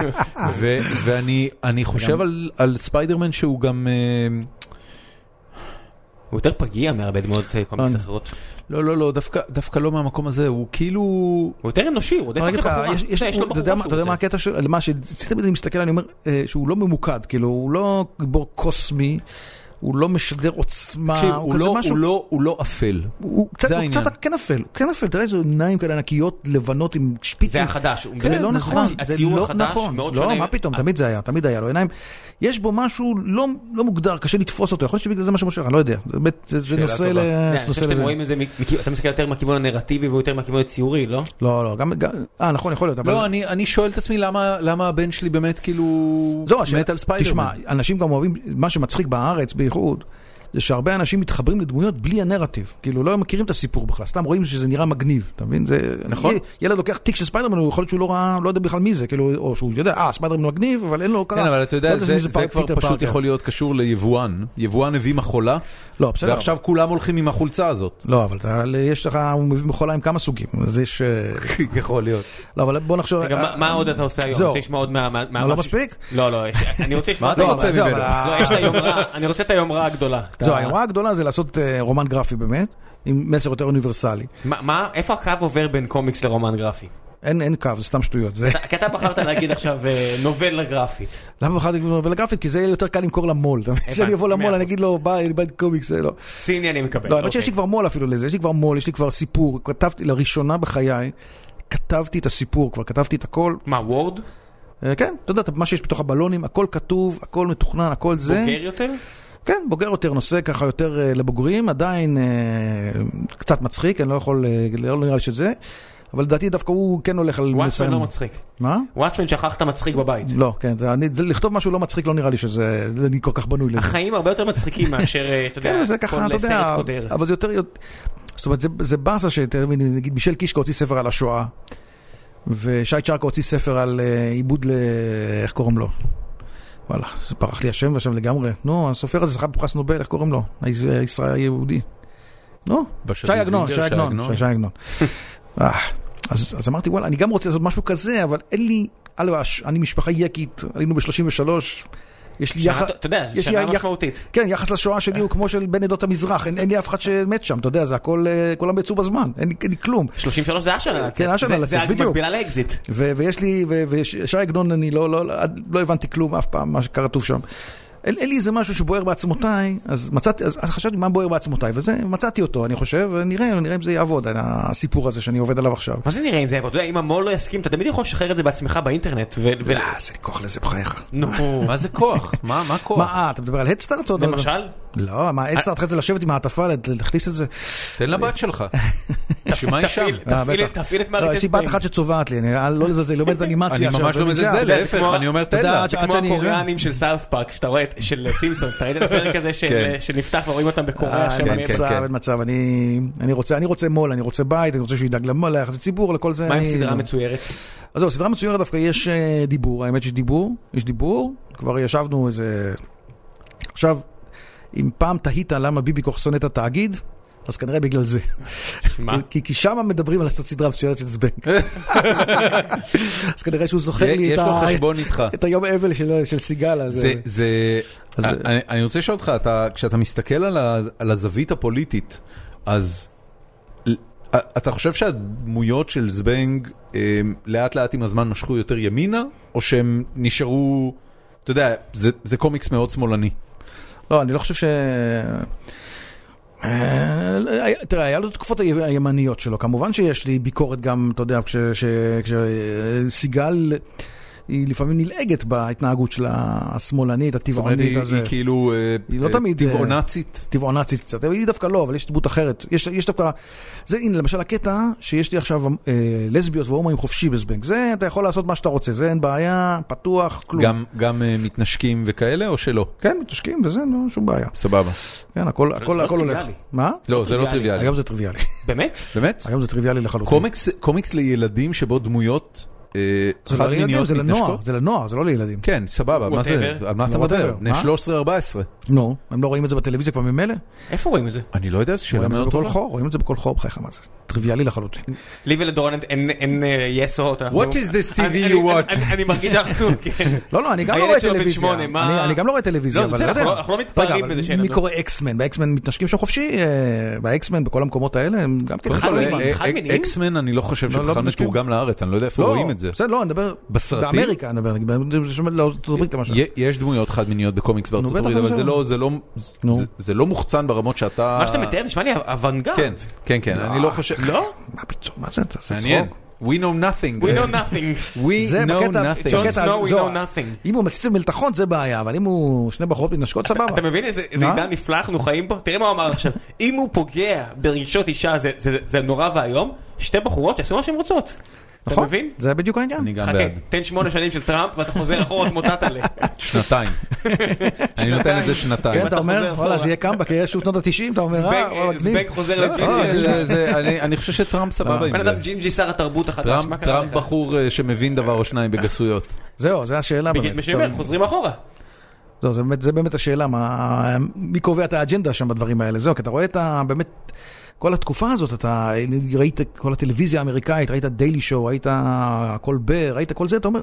S1: ו- ואני אני חושב על, על ספיידרמן שהוא גם, אה,
S2: הוא יותר פגיע מהרבה דמויות אה, קומיקס
S3: נכון.
S2: אחרות.
S1: לא לא לא, דווקא, דווקא לא מהמקום הזה, הוא כאילו,
S2: הוא יותר אנושי, הוא עוד
S3: אני
S2: אחרי
S3: אגיד לך,
S2: בחורה.
S3: יש- יש-
S2: אתה יודע, יש לו
S3: הוא- אתה יודע
S2: בחורה
S3: מה-
S2: שהוא
S3: אתה יודע
S2: רוצה.
S3: מה הקטע של, על מה שתמיד אני מסתכל, אני אומר אה, שהוא לא ממוקד, כאילו, הוא לא גיבור קוסמי, הוא לא משדר עוצמה,
S1: תקשיב, הוא,
S3: כזה
S1: לא,
S3: משהו-
S1: הוא, לא, הוא לא אפל.
S3: הוא קצת,
S1: זה
S3: הוא
S1: העניין.
S3: קצת כן אפל, הוא כן אפל, תראה איזה עיניים כאלה ענקיות לבנות עם
S2: זה
S3: שפיצים.
S2: החדש, הוא
S3: זה
S2: מדבר-
S3: לא נכון,
S2: הצי-
S3: זה
S2: הציור
S3: לא
S2: החדש
S3: נכון.
S2: מאוד
S3: לא,
S2: שונה.
S3: מה פתאום,
S1: אה.
S3: תמיד זה היה, תמיד היה לו עיניים. יש בו משהו לא, לא מוגדר, קשה לתפוס אותו, יכול להיות שבגלל זה מה שמושך, אני לא יודע. זה באמת, זה, זה
S1: שאלה
S3: נושא
S1: טובה. אה,
S3: ל...
S2: אה, אתה יודע,
S3: זה
S2: אני
S3: נושא
S2: חושב שאתם
S3: ל-
S2: רואים את זה, מכיו- אתה מסתכל יותר מהכיוון הנרטיבי והוא יותר מהכיוון הציורי, לא?
S3: לא, לא, גם... גם- אה, נכון, יכול להיות, אבל...
S1: לא, אני, אני שואל את עצמי למה, למה הבן שלי באמת כאילו
S3: זו השאלה.
S1: מת על ספיידרמן.
S3: לא, תשמע, אנשים גם אוהבים, מה שמצחיק בארץ בייחוד, זה שהרבה אנשים מתחברים לדמויות בלי הנרטיב. כאילו, לא מכירים את הסיפור בכלל, סתם רואים שזה נראה מגניב, אתה מבין? זה...
S1: נכון.
S3: יל- ילד לוקח תיק של ספיידרמן, הוא יכול להיות שהוא לא ראה, לא יודע בכלל מי זה, כאילו, או שהוא יודע, אה, ספיידרמן מגניב, אבל אין לו הוקרה.
S1: כן, אבל אתה
S3: לא
S1: יודע, זה,
S3: מי
S1: זה,
S3: פאר-
S1: כבר
S3: פיטר כן.
S1: פשוט
S3: פארקר.
S1: יכול להיות קשור ליבואן. יבואן הביא מחולה,
S3: לא, בסדר.
S1: ועכשיו כולם הולכים עם החולצה הזאת.
S3: לא, אבל אתה, יש לך, הוא מביא מחולה עם כמה סוגים, אז יש... אה,
S1: יכול להיות.
S3: לא, אבל בוא נחשוב...
S2: רגע, מה- מה עוד אתה עושה היום?
S3: זהו.
S2: רוצה לשמוע עוד מה... מה- מה-
S3: לא
S2: משהו-
S3: מספיק?
S2: לא, לא, יש- אני רוצה לשמוע...
S1: מה אתה
S2: לא,
S1: רוצה
S2: אבל-
S3: זהו,
S1: ממנו?
S3: אבל ה-
S2: לא, יש את היומרה, אני רוצה את היומרה הגדולה.
S3: זהו,
S2: אתה-
S3: ההמרה הגדולה זה לעשות אה, רומן גרפי באמת, עם מסר יותר אוניברסלי.
S2: מה- מה, איפה הקו עובר בין קומיקס לרומן גרפי?
S3: אין אין קו, זה סתם שטויות. זה-
S2: אתה- כי אתה בחרת להגיד עכשיו אה, נובלה גרפית.
S3: למה בחרתי לקנות נובלה גרפית? כי זה יהיה יותר קל למכור למו"ל. אתה מבין? כשאני אבוא
S2: מאה
S3: למו"ל,
S2: אחוז.
S3: אני אגיד לו, ביי, אני בא קומיקס, זה לא.
S2: ציני אני מקבל.
S3: לא, האמת
S2: אוקיי.
S3: שיש לי כבר מו"ל אפילו לזה, יש לי כבר מו"ל, יש לי כבר סיפור. כתבתי, לראשונה בחיי, כתבתי את הסיפור כבר, כתבתי את הכל.
S2: מה, וורד?
S3: אה, כן, אתה יודע, מה שיש בתוך הבלונים, הכל כתוב, הכל מתוכנן, הכל זה.
S2: בוגר יותר?
S3: כן, בוגר יותר, נושא ככה יותר אה, לבוגרים, עדיין אה, קצת מצחיק, אני לא יכול, אה, לא נראה לי שזה, אבל לדעתי דווקא הוא כן הולך על
S2: וואטסמן לא מצחיק.
S3: מה?
S2: וואטסמן שכחת מצחיק בבית.
S3: לא, כן, זה, אני, זה, לכתוב משהו לא מצחיק לא נראה לי שזה, אני כל כך בנוי לזה.
S2: החיים הרבה יותר מצחיקים מאשר, אה, אתה
S3: כן,
S2: יודע,
S3: זה ככה, אתה
S2: כל
S3: יודע,
S2: סרט קודר.
S3: אבל זה יותר, זאת אומרת, זה, זה באסה שיותר, מבין, נגיד מישל קישקה הוציא ספר על השואה, ושי צ'רקה הוציא ספר על אה, עיבוד ל... איך קוראים לו? וואלה, זה ברח לי השם והשם לגמרי. נו, הסופר הזה זכה בפרס נובל, איך קוראים לו? היש- הישראל היהודי. נו, שי עגנון, שי עגנון, שי עגנון. אה, אז אז אמרתי, וואלה, אני גם רוצה לעשות משהו כזה, אבל אין לי, הלו, הש- אני משפחה יקית, עלינו ב-33, יש לי
S2: שנה-
S3: יחס...
S2: אתה יודע, זו
S3: יש לי
S2: שנה
S3: יח-
S2: משמעותית.
S3: כן, יחס לשואה שלי הוא כמו של בן עדות המזרח, אין אין לי אף אחד שמת שם, אתה יודע, זה הכל, אה, כולם יצאו בזמן, אין לי- אין לי כלום.
S2: 33 זה השנה לצאת.
S3: כן, השנה
S2: זה-
S3: לצאת,
S2: זה
S3: בדיוק.
S2: מקבילה לאקזיט.
S3: ו- ויש לי, ו- ושי עגנון, אני לא, לא, לא, עד- לא הבנתי כלום אף פעם, מה שכתוב שם. אין, אין לי איזה משהו שבוער בעצמותיי, אז מצאתי, אז אז חשבתי מה בוער בעצמותיי, וזה, מצאתי אותו, אני חושב, ונראה, נראה אם זה יעבוד, הסיפור הזה שאני עובד עליו עכשיו.
S2: מה זה נראה אם זה יעבוד? אתה יודע, אם המו"ל לא יסכים, אתה תמיד יכול לשחרר את זה בעצמך באינטרנט. ו- ו-
S3: אה, זה כוח לזה בחייך.
S2: נו,
S4: מה זה כוח? מה מה
S3: מה,
S4: כוח?
S3: אה, אתה מדבר על הדסטארט? או לא?
S2: למשל?
S3: לא, מה, הדסטארט אחרי זה לשבת עם העטפה, לת- להכניס את זה.
S4: תן לבת שלך. שמה היא שם?
S2: תפעיל-
S3: אה,
S2: תפעיל-
S3: בטח.
S2: תפעיל את
S3: לא,
S2: מערכת
S3: יש לי בת
S2: הספרים.
S3: אחת שצובעת לי, אני לא לזלזל, היא לומדת אנימציה
S4: אני
S3: עכשיו.
S4: ממש לא
S3: אבל
S4: מזלזל,
S3: בסדר.
S4: להפך,
S2: כמו-
S4: אני אומר
S3: אתה
S4: תן
S3: יודע,
S4: לה.
S3: עד
S2: זה
S3: ש- עד
S2: כמו
S3: שאני אראה.
S2: הקוריאנים של סאוף פארק, שאתה רואה, את- של אה, סימפסון, אתה ראית את הפרק הזה של- אה,
S1: כן.
S2: שנפתח ורואים אותם בקוריאה
S3: אה,
S2: שם.
S3: אין
S1: כן,
S3: מצב,
S1: כן.
S3: אין מצב, אני אני רוצה אני רוצה מו"ל, אני רוצה בית, אני רוצה שהוא ידאג למו"ל, ליחסי ציבור, לכל זה.
S2: מה עם
S3: אני- לא-
S2: סדרה מצוירת?
S3: אז זהו, סדרה מצוינת דווקא יש אה, דיבור, האמת שיש דיבור, יש דיבור, כבר ישבנו איזה... עכשיו, אם פעם תהית למה ביבי כל כך שונא את התאגיד, אז כנראה בגלל זה.
S2: מה?
S3: כי- כי, כי שם מדברים על לעשות סדרה מצוינת של זבנג. אז כנראה שהוא זוכר לי
S1: יש
S3: את,
S1: לו
S3: ה...
S1: חשבון איתך.
S3: את היום אבל של, של סיגל. אז...
S1: זה,
S3: אה,
S1: זה,
S3: אז-
S1: אני, אני רוצה לשאול אותך, אתה, כשאתה מסתכל על, ה, על הזווית הפוליטית, אז ל- אתה חושב שהדמויות של זבנג הם, לאט לאט עם הזמן משכו יותר ימינה, או שהם נשארו, אתה יודע, זה, זה קומיקס מאוד שמאלני.
S3: לא, אני לא חושב ש... אה, תראה, היה לו תקופות הימניות שלו. כמובן שיש לי ביקורת גם, אתה יודע, כש- כש- כשסיגל... היא לפעמים נלעגת בהתנהגות שלה השמאלנית,
S1: זאת אומרת, היא,
S3: הטבעונית
S1: היא
S3: הזה.
S1: כאילו אה,
S3: היא לא
S1: אה,
S3: תמיד, אה,
S1: טבעונאצית.
S3: טבעונאצית קצת, אבל היא דווקא לא, אבל יש דמות אחרת. יש, יש דווקא, זה הנה למשל הקטע שיש לי עכשיו אה, לסביות והומואים חופשי בזבנג. זה אתה יכול לעשות מה שאתה רוצה, זה אין בעיה, פתוח, כלום.
S1: גם, גם אה, מתנשקים וכאלה, או שלא?
S3: כן, מתושקים וזה, לא, שום בעיה.
S1: סבבה.
S3: כן, הכל, הכל,
S2: לא
S3: הכל הולך.
S2: טריוויאלי.
S3: מה?
S1: לא, זה לא
S2: טריוויאלי.
S1: טריוויאלי.
S3: היום זה טריוויאלי.
S2: באמת?
S1: באמת?
S3: היום זה טריוויאלי לחלוטין.
S1: קומיקס, קומיקס לילדים שבו דמויות אה,
S3: זה לא
S1: חד
S3: לילדים,
S1: מיניות
S3: זה לנוער,
S1: מתנשקות?
S3: זה לנוער, זה לא לילדים.
S1: כן, סבבה, מה זה?
S2: Whatever.
S1: על מה אתה
S3: לא,
S1: מדבר?
S3: whatever.
S1: בני
S3: מה?
S1: 13-14.
S3: נו, הם לא רואים את זה בטלוויזיה כבר ממילא?
S2: איפה רואים את זה?
S1: אני לא יודע, זו שאלה
S3: רואים את זה
S1: מאוד
S3: בכל
S1: טובה.
S3: חור, רואים את זה בכל חור בחייך, מה זה? טריוויאלי לחלוטין.
S2: לי ולדורון אין- אין- אין אה, yes או hot. אנחנו-
S1: What is this TV
S2: אני-
S1: you
S2: אני-
S1: watch?
S2: אני- אני מרגיש שאנחנו... כן.
S3: לא, לא, אני גם לא
S2: הילד
S3: רואה
S2: שלו בן
S3: טלוויזיה.
S2: שמונה, מה-
S3: אני- אני גם לא רואה טלוויזיה,
S2: לא,
S3: אבל
S2: בסדר,
S3: לא יודע.
S2: אנחנו לא- אנחנו לא מתפארים
S3: רגע, אבל
S2: בזה שאין
S3: מי
S2: לנו.
S3: קורא אקסמן? באקסמן מתנשקים שם חופשי, אה, באקסמן, בכל המקומות האלה, הם גם כן
S1: קודם כל,
S3: חלואים.
S2: חד-מיניים,
S1: אה, אה,
S2: חד-מיניים?
S1: אקסמן, אני לא חושב
S3: לא, לא
S1: שבכלל
S3: מתנשקים.
S1: מתורגם לארץ, אני לא יודע איפה
S3: לא,
S1: רואים את זה.
S3: בסדר, לא, אני מדבר...
S1: בסרטים?
S3: באמריקה אני מדבר, אני מדבר, בארצות הברית למשל.
S1: י- יש דמויות חד מיניות בקומיקס בארצות
S3: בטח,
S1: הברית, אבל
S3: אבל
S1: זה
S3: זה-
S1: לא- זה לא-
S3: נו.
S1: זה- זה לא מוחצן ברמות שאתה...
S2: מה שאתה מתאר נשמע לי אוונגרד.
S1: כן, כן, כן, אני לא חושב... לא?
S3: מה פתאום, מה זה, אתה עושה
S1: מעניין.
S3: צחוק?
S1: We know nothing.
S2: We know nothing.
S1: We
S3: זה
S1: know
S3: בקטע-
S1: nothing.
S2: Jon
S3: בקטע
S2: Snow,
S3: הזה,
S2: we
S3: זו-
S2: know nothing.
S3: אם הוא מציץ במלתחות זה בעיה, אבל אם הוא שני בחורות מתנשקות סבבה.
S2: אתה מבין איזה איזה
S3: מה?
S2: עידן נפלא אנחנו חיים בו? תראה מה הוא אמר עכשיו. אם הוא פוגע ברגשות אישה זה- זה- זה נורא ואיום, שתי בחורות יעשו מה שהן רוצות. אתה
S3: נכון?
S2: מבין?
S3: זה בדיוק העניין.
S1: אני גם בעד.
S2: חכה, תן שמונה שנים של טראמפ ואתה חוזר אחורה כמו טאטאלה.
S1: שנתיים. אני נותן לזה שנתיים.
S3: כן, אתה
S2: חוזר
S3: אומר,
S2: אחורה.
S3: וואלה, זה יהיה קאמבק, יהיה שוב שנות ה-90, אתה אומר, אה,
S2: זבנג-
S3: וואלה,
S2: זבנג
S3: מגניב.
S2: חוזר
S1: אה,
S2: לג'ינג'י.
S1: זה- זה- אני- אני חושב שטראמפ סבבה עם
S2: בן
S1: זה.
S2: אדם ג'ינג'י שר התרבות החדש,
S1: טראמפ
S2: מה קרה
S1: טראמפ
S2: לך?
S1: בחור אה, שמבין דבר או שניים בגסויות.
S3: זהו, זו השאלה
S2: בגלל מה
S3: באמת.
S2: שאני אומר,
S3: טוב,
S2: חוזרים אחורה.
S3: לא, זה באמת- זה באמת השאלה, מה- מי קובע את האג'נדה שם בדברים האלה, זהו, כי אתה רואה את ה... באמת, כל התקופה הזאת, אתה ראית כל הטלוויזיה האמריקאית, ראית דיילי שואו, ראית הכל בר, ראית כל זה, אתה אומר,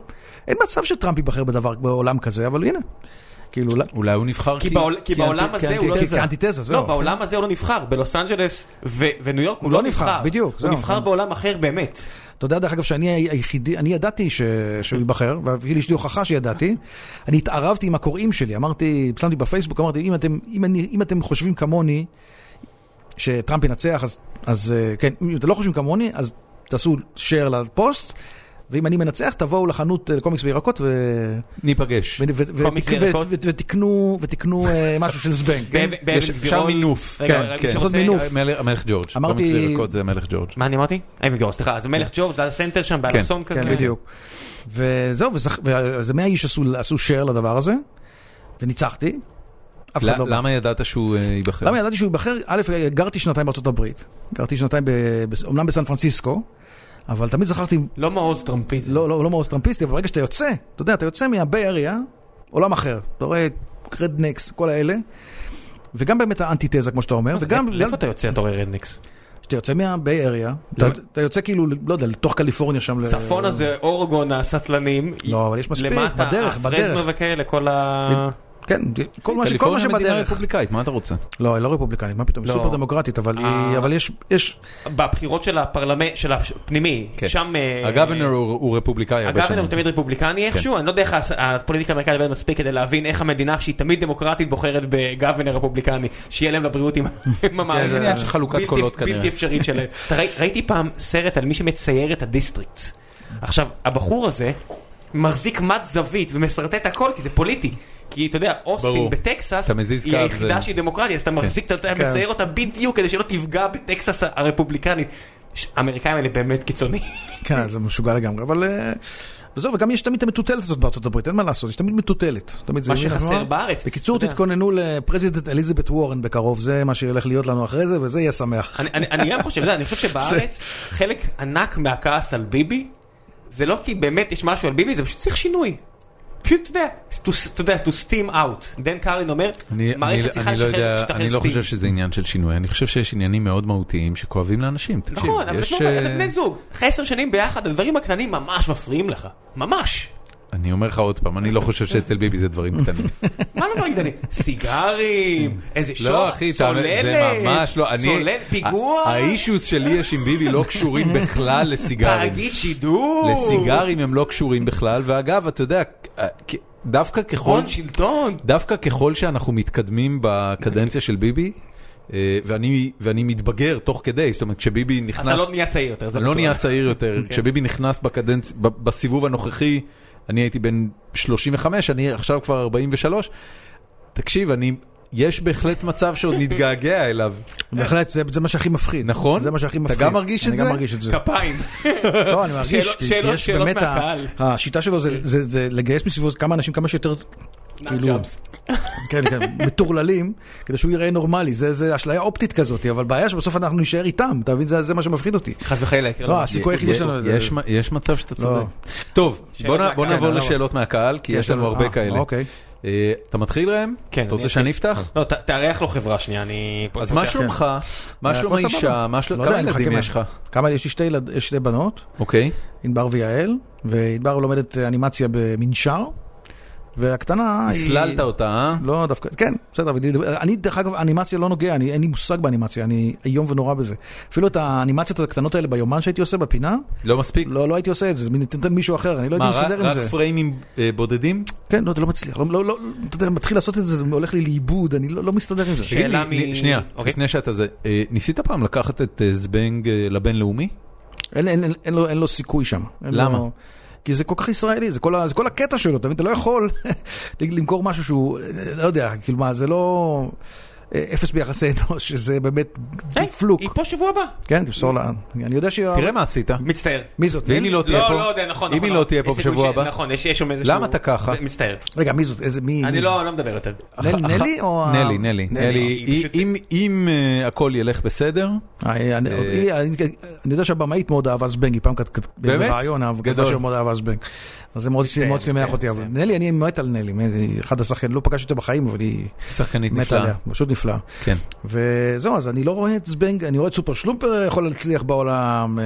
S3: אין מצב שטראמפ ייבחר בדבר, בעולם כזה, אבל הנה. כאילו, לא-
S1: אולי הוא נבחר
S2: כי בעול- כי בעולם הזה הוא לא
S1: כאנטיתזה.
S3: כ- כאנטיתזה, זהו.
S2: לא, בעולם הזה הוא לא נבחר, בלוס אנג'לס ו- וניו יורק הוא
S3: הוא
S2: לא
S3: לא נבחר,
S2: נבחר.
S3: בדיוק,
S2: הוא
S3: זהו,
S2: נבחר
S3: כן.
S2: בעולם אחר באמת.
S3: אתה יודע, דרך אגב, שאני ה- היחידי, אני ידעתי ש... שהוא ייבחר, ואפילו יש לי הוכחה שידעתי. אני התערבתי עם הקוראים שלי, אמרתי, שמתי בפייסבוק, אמרתי, אם אתם, אם אני, אם אתם חושבים כמוני שטראמפ ינצח, אז, אז אה, כן, אם אתם לא חושבים כמוני, אז תעשו share לפוסט. ואם אני מנצח, תבואו לחנות אה, לקומיקס וירקות ו...
S1: ניפגש.
S3: ו... ו... ו...
S2: קומיקס וירקות?
S3: ו... ו... ותקנו, ותקנו אה, משהו של זבנג. כן?
S2: באבן- באבן
S1: יש- אפשר
S2: גבירול-
S1: מינוף.
S2: רגע,
S1: כן,
S2: רגע,
S1: כן.
S2: מי
S3: לעשות
S2: שרוצה-
S3: מינוף.
S1: המלך המלך גורג'.
S3: אמרתי-
S1: אמרתי... לא מצליח זה המלך גורג'.
S2: מה אני אמרתי? אבן גבירול, סליחה, אז מלך ג'ורג' והסנטר שם, באלסון כזה.
S3: כן, בדיוק. וזהו, וזכ- ואיזה 100 איש עשו, עשו share לדבר הזה, וניצחתי. אף אחד לא
S1: ל-
S3: בא.
S1: למה ידעת שהוא אה, ייבחר?
S3: למה ידעתי שהוא ייבחר? א', גרתי שנתיים בארצות הברית. גרתי שנתיים, ב- ב- אומנם בסן פרנסיסקו, אבל תמיד זכרתי,
S2: לא מעוז טראמפיזם.
S3: לא, לא, לא מעוז טרמפיסטי, אבל ברגע שאתה יוצא, אתה יודע, אתה יוצא מהביי אריה, עולם אחר. אתה רואה רדנקס, כל האלה. וגם באמת האנטיתזה, כמו שאתה אומר, אה, וגם... לא-
S2: לאיפה אתה יוצא, אתה רואה רדניקס?
S3: כשאתה יוצא מהביי אריה, אתה- אתה יוצא כאילו, לא יודע, לתוך קליפורניה שם. ל-
S2: צפונה זה אורגון הסטלנים.
S3: לא, אבל יש מספיק,
S2: למטה,
S3: בדרך, בדרך.
S2: הפרזנו וכאלה, כל ה...
S3: כן, כל מה ש- כל מה
S1: קליפורניה מדינה
S3: שבדרך.
S1: רפובליקאית, מה אתה רוצה?
S3: לא, היא לא רפובליקנית, מה פתאום, היא
S2: לא.
S3: סופר דמוקרטית, אבל היא-
S2: אה.
S3: אבל יש- יש...
S2: בבחירות של הפרלמנט, של הפנימי,
S1: כן.
S2: שם... אה,
S1: הגוונר הוא הוא רפובליקאי הרבה
S2: הגוונר
S1: שנים. כן.
S2: הוא תמיד רפובליקני איכשהו, אני לא יודע איך הס- הפוליטיקה האמריקאית עובדת מספיק כדי להבין איך המדינה שהיא תמיד דמוקרטית בוחרת בגוונר רפובליקני, שיהיה להם לבריאות עם עם המערכת.
S1: כן, זה עניין של חלוקת
S2: בלתי-
S1: קולות כנראה.
S2: בלתי אפשרית שלהם. אתה ראי- ראיתי פעם סרט על מי שמצייר את הדיסטריקט. עכשיו, הבחור הזה מחזיק מת זווית ומסרטט הכל כי זה פוליטי. כי אתה יודע,
S1: ברור.
S2: אוסטין בטקסס
S1: אתה מזיז
S2: היא
S1: קו,
S2: היחידה
S1: זה-
S2: שהיא דמוקרטית, אז אתה מחזיק, אתה אתה
S3: כן.
S2: מצייר אותה בדיוק כדי שלא תפגע בטקסס הרפובליקנית. ש- האמריקאים האלה באמת קיצוניים.
S3: כן, זה משוגע לגמרי, אבל... אה, וזהו, וגם יש תמיד את המטוטלת הזאת בארצות הברית, אין מה לעשות, יש תמיד מטוטלת. תמיד זה
S2: מה
S3: ימין
S2: שחסר
S3: ושמאל.
S2: בארץ.
S3: בקיצור,
S2: אתה יודע.
S3: תתכוננו לפרזידנט אליזבת וורן בקרוב, זה מה שילך להיות לנו אחרי זה, וזה יהיה שמח.
S2: אני- אני אני גם חושב, אתה יודע, אני חושב שבארץ חלק ענק מהכעס על ביבי, זה לא כי באמת יש משהו על ביבי, זה פשוט צריך שינוי. פשוט, אתה יודע, to- אתה יודע, to steam out. דן קרלין אומר,
S1: אני, אני,
S2: מערכת צריכה
S1: אני, לא
S2: לשחרר
S1: יודע,
S2: להשתחרר
S1: אני לא
S2: steam.
S1: חושב שזה עניין של שינוי, אני חושב שיש עניינים מאוד מהותיים שכואבים לאנשים. תקשיב,
S2: נכון, אבל זה
S1: יש,
S2: כמו אתה
S1: אה,
S2: בני זוג, אחרי עשר שנים ביחד, הדברים הקטנים ממש מפריעים לך. ממש.
S1: אני אומר לך עוד פעם, אני לא חושב שאצל ביבי זה דברים קטנים.
S2: מה לא דברים קטנים? סיגרים, איזה שוח,
S1: לא, אחי, אתה- זה ממש לא, אני...
S2: צולל פיגוע,
S1: ה- האישוס שלי יש עם ביבי לא קשורים בכלל לסיגרים.
S2: תאגיד שידור,
S1: לסיגרים הם לא קשורים בכלל, ואגב, אתה יודע, אה, כ- דווקא ככל...
S2: הון שלטון.
S1: דווקא ככל שאנחנו מתקדמים בקדנציה של ביבי, אה, ואני, ואני מתבגר תוך כדי, זאת אומרת, כשביבי נכנס...
S2: אתה לא נהיה צעיר יותר, זה
S1: אני לא
S2: בטוח.
S1: נהיה צעיר יותר,
S3: כן.
S1: כשביבי נכנס בקדנצ... ב- בסיבוב הנוכחי, אני הייתי בן 35, אני עכשיו כבר 43. תקשיב, אני... יש בהחלט מצב שעוד נתגעגע אליו,
S2: אה.
S3: בהחלט, זה זה מה שהכי מפחיד.
S1: נכון?
S3: זה מה שהכי
S1: אתה
S3: מפחיד.
S1: גם מרגיש את
S3: אני
S1: זה?
S3: גם מרגיש את זה.
S2: כפיים.
S3: לא, אני מרגיש,
S2: שאלות-
S3: כי- כי
S2: שאלות-
S3: יש
S2: שאלות
S3: באמת, ה-
S2: מהקהל.
S3: השיטה שלו זה- זה זה לגייס מסביבו כמה אנשים כמה שיותר, כאילו,
S2: ג'אבס.
S3: כן, כן, מטורללים, כדי שהוא ייראה נורמלי, זה- זה אשליה אופטית כזאת, אבל בעיה שבסוף אנחנו נישאר איתם, אתה מבין? זה זה מה שמפחיד אותי.
S2: חס וחלילה יקרה
S3: לא,
S2: לנו.
S3: הסיכוי היחידי
S1: יש-
S3: שלנו... זה- לא.
S1: יש מ- יש מצב שאתה צודק. טוב, בוא
S2: שאלות
S1: נ-
S2: מהקהל.
S1: בוא נעבור
S3: כן,
S1: לשאלות מהקהל, כי יש לנו
S3: אה,
S1: הרבה כאלה.
S3: אוקיי.
S1: אה, אתה מתחיל ראם?
S2: כן, אני
S1: אתה רוצה
S2: אתחיל.
S1: שאני אפתח?
S3: אה,
S2: לא, ת- תארח לו חברה שנייה, אני... פה-
S1: אז
S2: פותח.
S1: מה שלומך? מה
S3: אוקיי, הכל
S1: שלום
S3: סבבה.
S1: האישה? מה
S3: לא
S1: של-
S3: יודע,
S1: כמה
S3: אני מחכה
S1: ילדים
S3: מה-
S1: יש לך?
S3: כמה, יש לי שתי ילד- יש שתי בנות,
S1: אוקיי.
S3: ענבר ויעל, וענבר לומדת אה, אנימציה במנשר, והקטנה היא...
S1: הסללת אותה, אה?
S3: לא, דווקא, כן, בסדר, אבל אני- אני דרך אגב, אנימציה לא נוגע, אני, אין לי מושג באנימציה, אני איום ונורא בזה. אפילו את האנימציות הקטנות האלה ביומן שהייתי עושה בפינה,
S1: לא מספיק?
S3: לא, לא הייתי עושה את זה, זה מין- נותן מישהו אחר, אני לא
S1: מה,
S3: הייתי
S1: רק
S3: מסתדר עם
S1: רק
S3: זה.
S1: פריימים אה, בודדים?
S3: כן, לא, זה לא מצליח, לא, לא, לא, אתה יודע, מתחיל לעשות את זה, זה הולך לי לאיבוד, אני לא, לא מסתדר עם זה.
S2: ש- שאלה
S1: תגיד לי,
S2: מ-
S1: נ- שנייה,
S2: אוקיי.
S1: לפני שאתה זה, אה, ניסית פעם לקחת את אה, זבנג אה, לבינלאומי?
S3: אין, אין, אין, אין, לו, אין לו סיכוי שם. אין
S1: למה?
S3: לו... כי זה כל כך ישראלי, זה כל, ה, זה כל הקטע שלו, אתה מבין? אתה לא יכול למכור משהו שהוא, אה, לא יודע, כאילו מה, זה לא אה, אפס ביחסי אנוש, זה באמת
S2: היי,
S3: פלוק.
S2: היא פה שבוע הבא.
S3: כן, תמסור לה, אני יודע שהיא...
S1: תראה מה עשית.
S2: מצטער.
S3: מי זאת?
S1: ואם היא לא תהיה פה?
S2: לא, לא יודע, נכון.
S1: אם
S2: נכון,
S1: היא לא
S2: נכון.
S1: תהיה פה
S2: יש סיכוי
S1: בשבוע
S2: ש-
S1: הבא?
S2: נכון, יש יש שם איזשהו...
S1: למה אתה ככה?
S2: מצטער.
S3: רגע, מי זאת? איזה מי?
S2: אני
S3: מי?
S2: לא לא מדבר יותר.
S3: נל-
S1: אח-
S3: נלי
S1: אח-
S3: או... ה-
S1: נלי, נלי. נלי,
S2: היא
S1: היא-
S2: פשוט-
S1: אם- אם אה, הכל ילך בסדר,
S3: אה, אני-
S1: אה.
S3: היא- אני אני יודע שהבמאית מאוד אהבה זבנג, היא פעם כת- כת- באיזה
S1: באמת?
S3: רעיון אהבה
S1: גדול.
S3: כתבה שהיא מאוד אהבה זבנג. אז זה מאוד
S2: מצטער,
S3: מאוד שימח
S2: מצטער,
S3: אותי, אבל
S2: מצטער.
S3: נלי, אני מת על נלי, היא אחת השחקנים, לא פגשתי אותה בחיים, אבל היא
S1: שחקנית
S3: מתה
S1: נפלאה.
S3: עליה, פשוט נפלאה.
S1: כן.
S3: וזהו, אז אני לא רואה את זבנג, אני רואה את סופר שלומפר יכול להצליח בעולם, אה,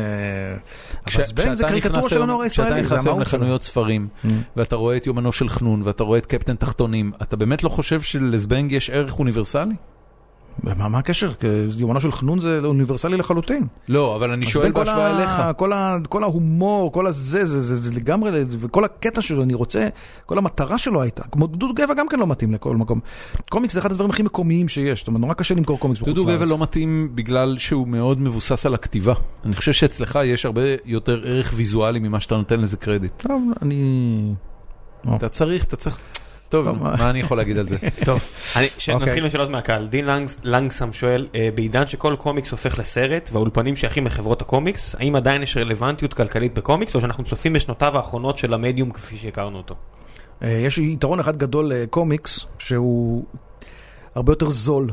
S3: אבל זבנג זה
S1: כשאתה
S3: קריקטורה
S1: נכנס
S3: של
S1: היום-
S3: הנוער הישראלי,
S1: כשאתה
S3: זה
S1: נכנס היום
S3: המהות שלו.
S1: לחנויות ספרים,
S3: Mm.
S1: ואתה רואה את יומנו של חנון, ואתה רואה את קפטן תחתונים, אתה באמת לא חושב שלזבנג יש ערך אוניברסלי?
S3: מה מה הקשר? יומנו של חנון זה אוניברסלי לחלוטין.
S1: לא, אבל אני
S3: אז
S1: שואל
S3: בין כל
S1: בהשוואה
S3: ה-
S1: אליך.
S3: כל, ה, כל ההומור, כל הזה, זה, זה, זה לגמרי, וכל הקטע שלו, אני רוצה, כל המטרה שלו הייתה, כמו דודו גבע גם כן לא מתאים לכל מקום. קומיקס זה אחד הדברים הכי מקומיים שיש, זאת אומרת, נורא קשה למכור קומיקס בחוץ
S1: דודו
S3: לארץ.
S1: גבע לא מתאים בגלל שהוא מאוד מבוסס על הכתיבה. אני חושב שאצלך יש הרבה יותר ערך ויזואלי ממה שאתה נותן לזה קרדיט.
S3: טוב, אני...
S1: אתה צריך, אתה צריך... טוב,
S3: טוב,
S1: נו,
S3: מה-
S1: מה אני יכול להגיד על זה?
S3: טוב,
S2: אני- ש-
S3: אוקיי.
S2: נתחיל משאלות מהקהל. דין לנגס- לנגסם שואל, אה, בעידן שכל קומיקס הופך לסרט והאולפנים שייכים לחברות הקומיקס, האם עדיין יש רלוונטיות כלכלית בקומיקס או שאנחנו צופים בשנותיו האחרונות של המדיום כפי שהכרנו אותו?
S3: אה, יש יתרון אחד גדול לקומיקס, שהוא הרבה יותר זול.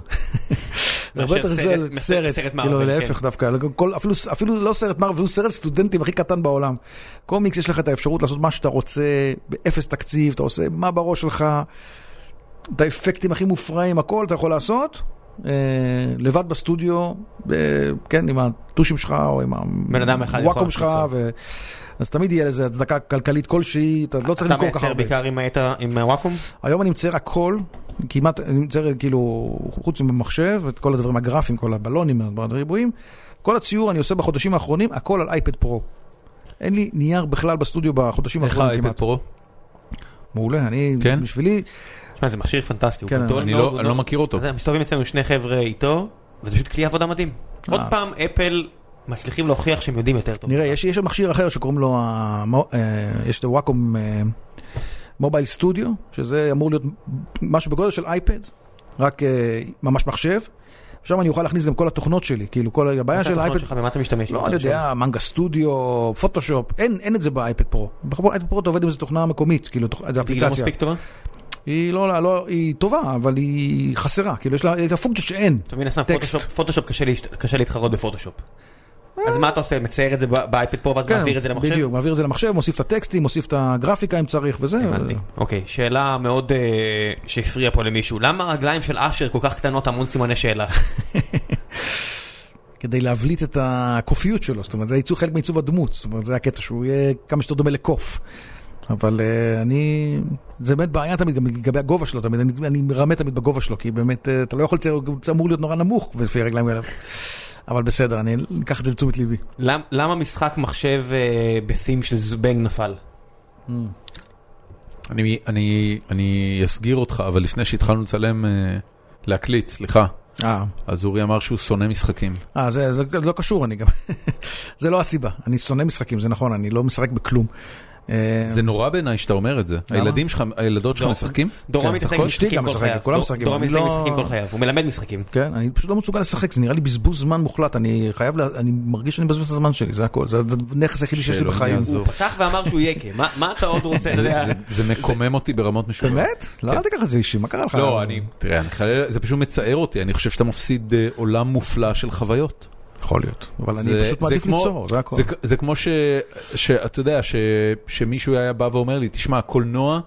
S3: הרבה יותר
S2: מאשר
S3: זול,
S2: סרט-
S3: סרט,
S2: סרט
S3: כאילו
S2: מארוול, כן.
S3: להפך דווקא, כל- אפילו- אפילו לא סרט מרוויל, הוא סרט סטודנטים הכי קטן בעולם. קומיקס יש לך את האפשרות לעשות מה שאתה רוצה, באפס תקציב, אתה עושה מה בראש שלך, את האפקטים הכי מופרעים, הכל אתה יכול לעשות, אה, לבד בסטודיו, אה, כן, עם הטושים שלך או עם
S2: בן אדם אחד יכול
S3: הוואקום שלך,
S2: לעשות.
S3: ו- אז תמיד יהיה לזה הצדקה כלכלית כלשהי, אתה לא צריך
S2: כן. אתה
S3: למכור ככה
S2: מייצר
S3: הרבה.
S2: בעיקר עם האטה- עם הוואקום?
S3: היום אני מצייר הכל, כמעט, אני מצייר כאילו, חוץ ממחשב, את כל הדברים הגרפיים, כל הבלונים, הריבועים, כל הציור אני עושה בחודשים האחרונים, הכל על אייפד פרו. אין לי נייר בכלל בסטודיו בחודשים
S1: איך
S3: האחרונים
S1: האייפד
S3: כמעט.
S1: פרו?
S3: מעולה, אני,
S1: כן?
S3: בשבילי,
S2: תשמע, זה מכשיר פנטסטי, הוא
S3: כן,
S2: גדול
S1: אני
S2: מאוד.
S1: לא-
S2: הוא
S1: אני לא
S2: גדול.
S1: מכיר אותו.
S2: אתה יודע, מסתובבים אצלנו שני חבר'ה איתו, וזה פשוט כלי עבודה מדהים.
S3: אה.
S2: עוד פעם, אפל מצליחים להוכיח שהם יודעים יותר טוב.
S3: נראה, יש יש עוד מכשיר אחר שקוראים לו, המו- אה, יש את הוואקום אה, מובייל סטודיו, שזה אמור להיות משהו בגודל של אייפד, רק אה, ממש מחשב, שם אני אוכל להכניס גם כל התוכנות שלי, כאילו כל הבעיה
S2: מה
S3: של
S2: התוכנות
S3: האייפד.
S2: שלך, במה אתה משתמש?
S3: לא, אני יודע, מנגה סטודיו, פוטושופ, אין, אין את זה באייפד פרו. באייפד פרו אתה עובד עם איזו תוכנה מקומית, כאילו, תוכ- זה
S2: היא לא
S3: אפליקציה.
S2: מספיק טובה?
S3: היא לא, לא, היא טובה, אבל היא חסרה, כאילו, יש לה את הפונקציות שאין.
S2: אתה מבין, הסתם
S3: טקסט.
S2: פוטושופ, פוטושופ קשה להשת- קשה להתחרות בפוטושופ. אז מה אתה עושה? מצייר את זה ב- באייפד פה ואז מעביר את זה למחשב?
S3: כן, בדיוק, מעביר את זה למחשב, מוסיף את הטקסטים, מוסיף את הגרפיקה אם צריך וזה.
S2: הבנתי. אוקיי, שאלה מאוד אה, שהפריעה פה למישהו. למה הרגליים של אשר כל כך קטנות המון סימני שאלה?
S3: כדי להבליט את הקופיות שלו, זאת אומרת, זה ייצור חלק מעיצוב הדמות, זאת אומרת, זה הקטע שהוא יהיה כמה שיותר דומה לקוף. אבל אה, אני, זה באמת בעיה תמיד, גם לגבי הגובה שלו תמיד, אני, אני מרמה תמיד בגובה שלו, כי באמת, אה, אתה לא יכול לצייר, זה אמור להיות נורא נמוך לפי הרגליים האלה. אבל בסדר, אני אקח את זה לתשומת ליבי.
S2: למ- למה משחק מחשב אה, בתים של זבנג נפל?
S1: אני, אני, אני אסגיר אותך, אבל לפני שהתחלנו לצלם, אה, להקליט, סליחה.
S3: אה,
S1: אז אורי אמר שהוא שונא משחקים.
S3: אה, זה, זה לא קשור, אני גם, זה לא הסיבה, אני שונא משחקים, זה נכון, אני לא משחק בכלום. אה,
S1: זה נורא בעיניי שאתה אומר את זה. הילדים שלך, הילדות שלך
S2: לא.
S1: משחקים?
S2: דורון
S3: כן,
S2: מתעסק
S3: משחקות?
S2: עם
S3: אשתי
S2: משחקים
S3: גם
S2: כל
S3: משחקת,
S2: חייו.
S3: כולם
S2: דור-
S3: משחקים,
S2: דורון
S3: אני
S2: מתעסק עם
S3: לא-
S2: משחקים כל חייו, הוא מלמד משחקים.
S3: כן, אני פשוט לא מסוגל לשחק, זה נראה לי בזבוז זמן מוחלט, אני חייב, לה, אני מרגיש שאני מבזבז את הזמן שלי, זה הכל, זה הנכס היחידי שיש לי
S1: שאלוהים
S3: בחיים.
S1: יעזור.
S2: הוא פתח ואמר שהוא יקה, מה- מה אתה עוד רוצה?
S1: זה-
S2: אתה יודע?
S1: זה- זה מקומם אותי ברמות משוגעות.
S3: באמת? לא, אל תיקח את זה אישי, מה קרה לך?
S1: כן. לא, אני, תראה, אני חייב- זה פשוט מצער אותי, אני חושב שאתה מפסיד אה, עולם מופלא של חוויות.
S3: יכול להיות, אבל אני
S1: זה-
S3: פשוט
S1: זה
S3: מעדיף
S1: כמו-
S3: ליצור, זה הכל.
S1: זה, כ- זה כמו ש, שאתה יודע, ש, שמישהו היה בא ואומר לי, תשמע, קולנוע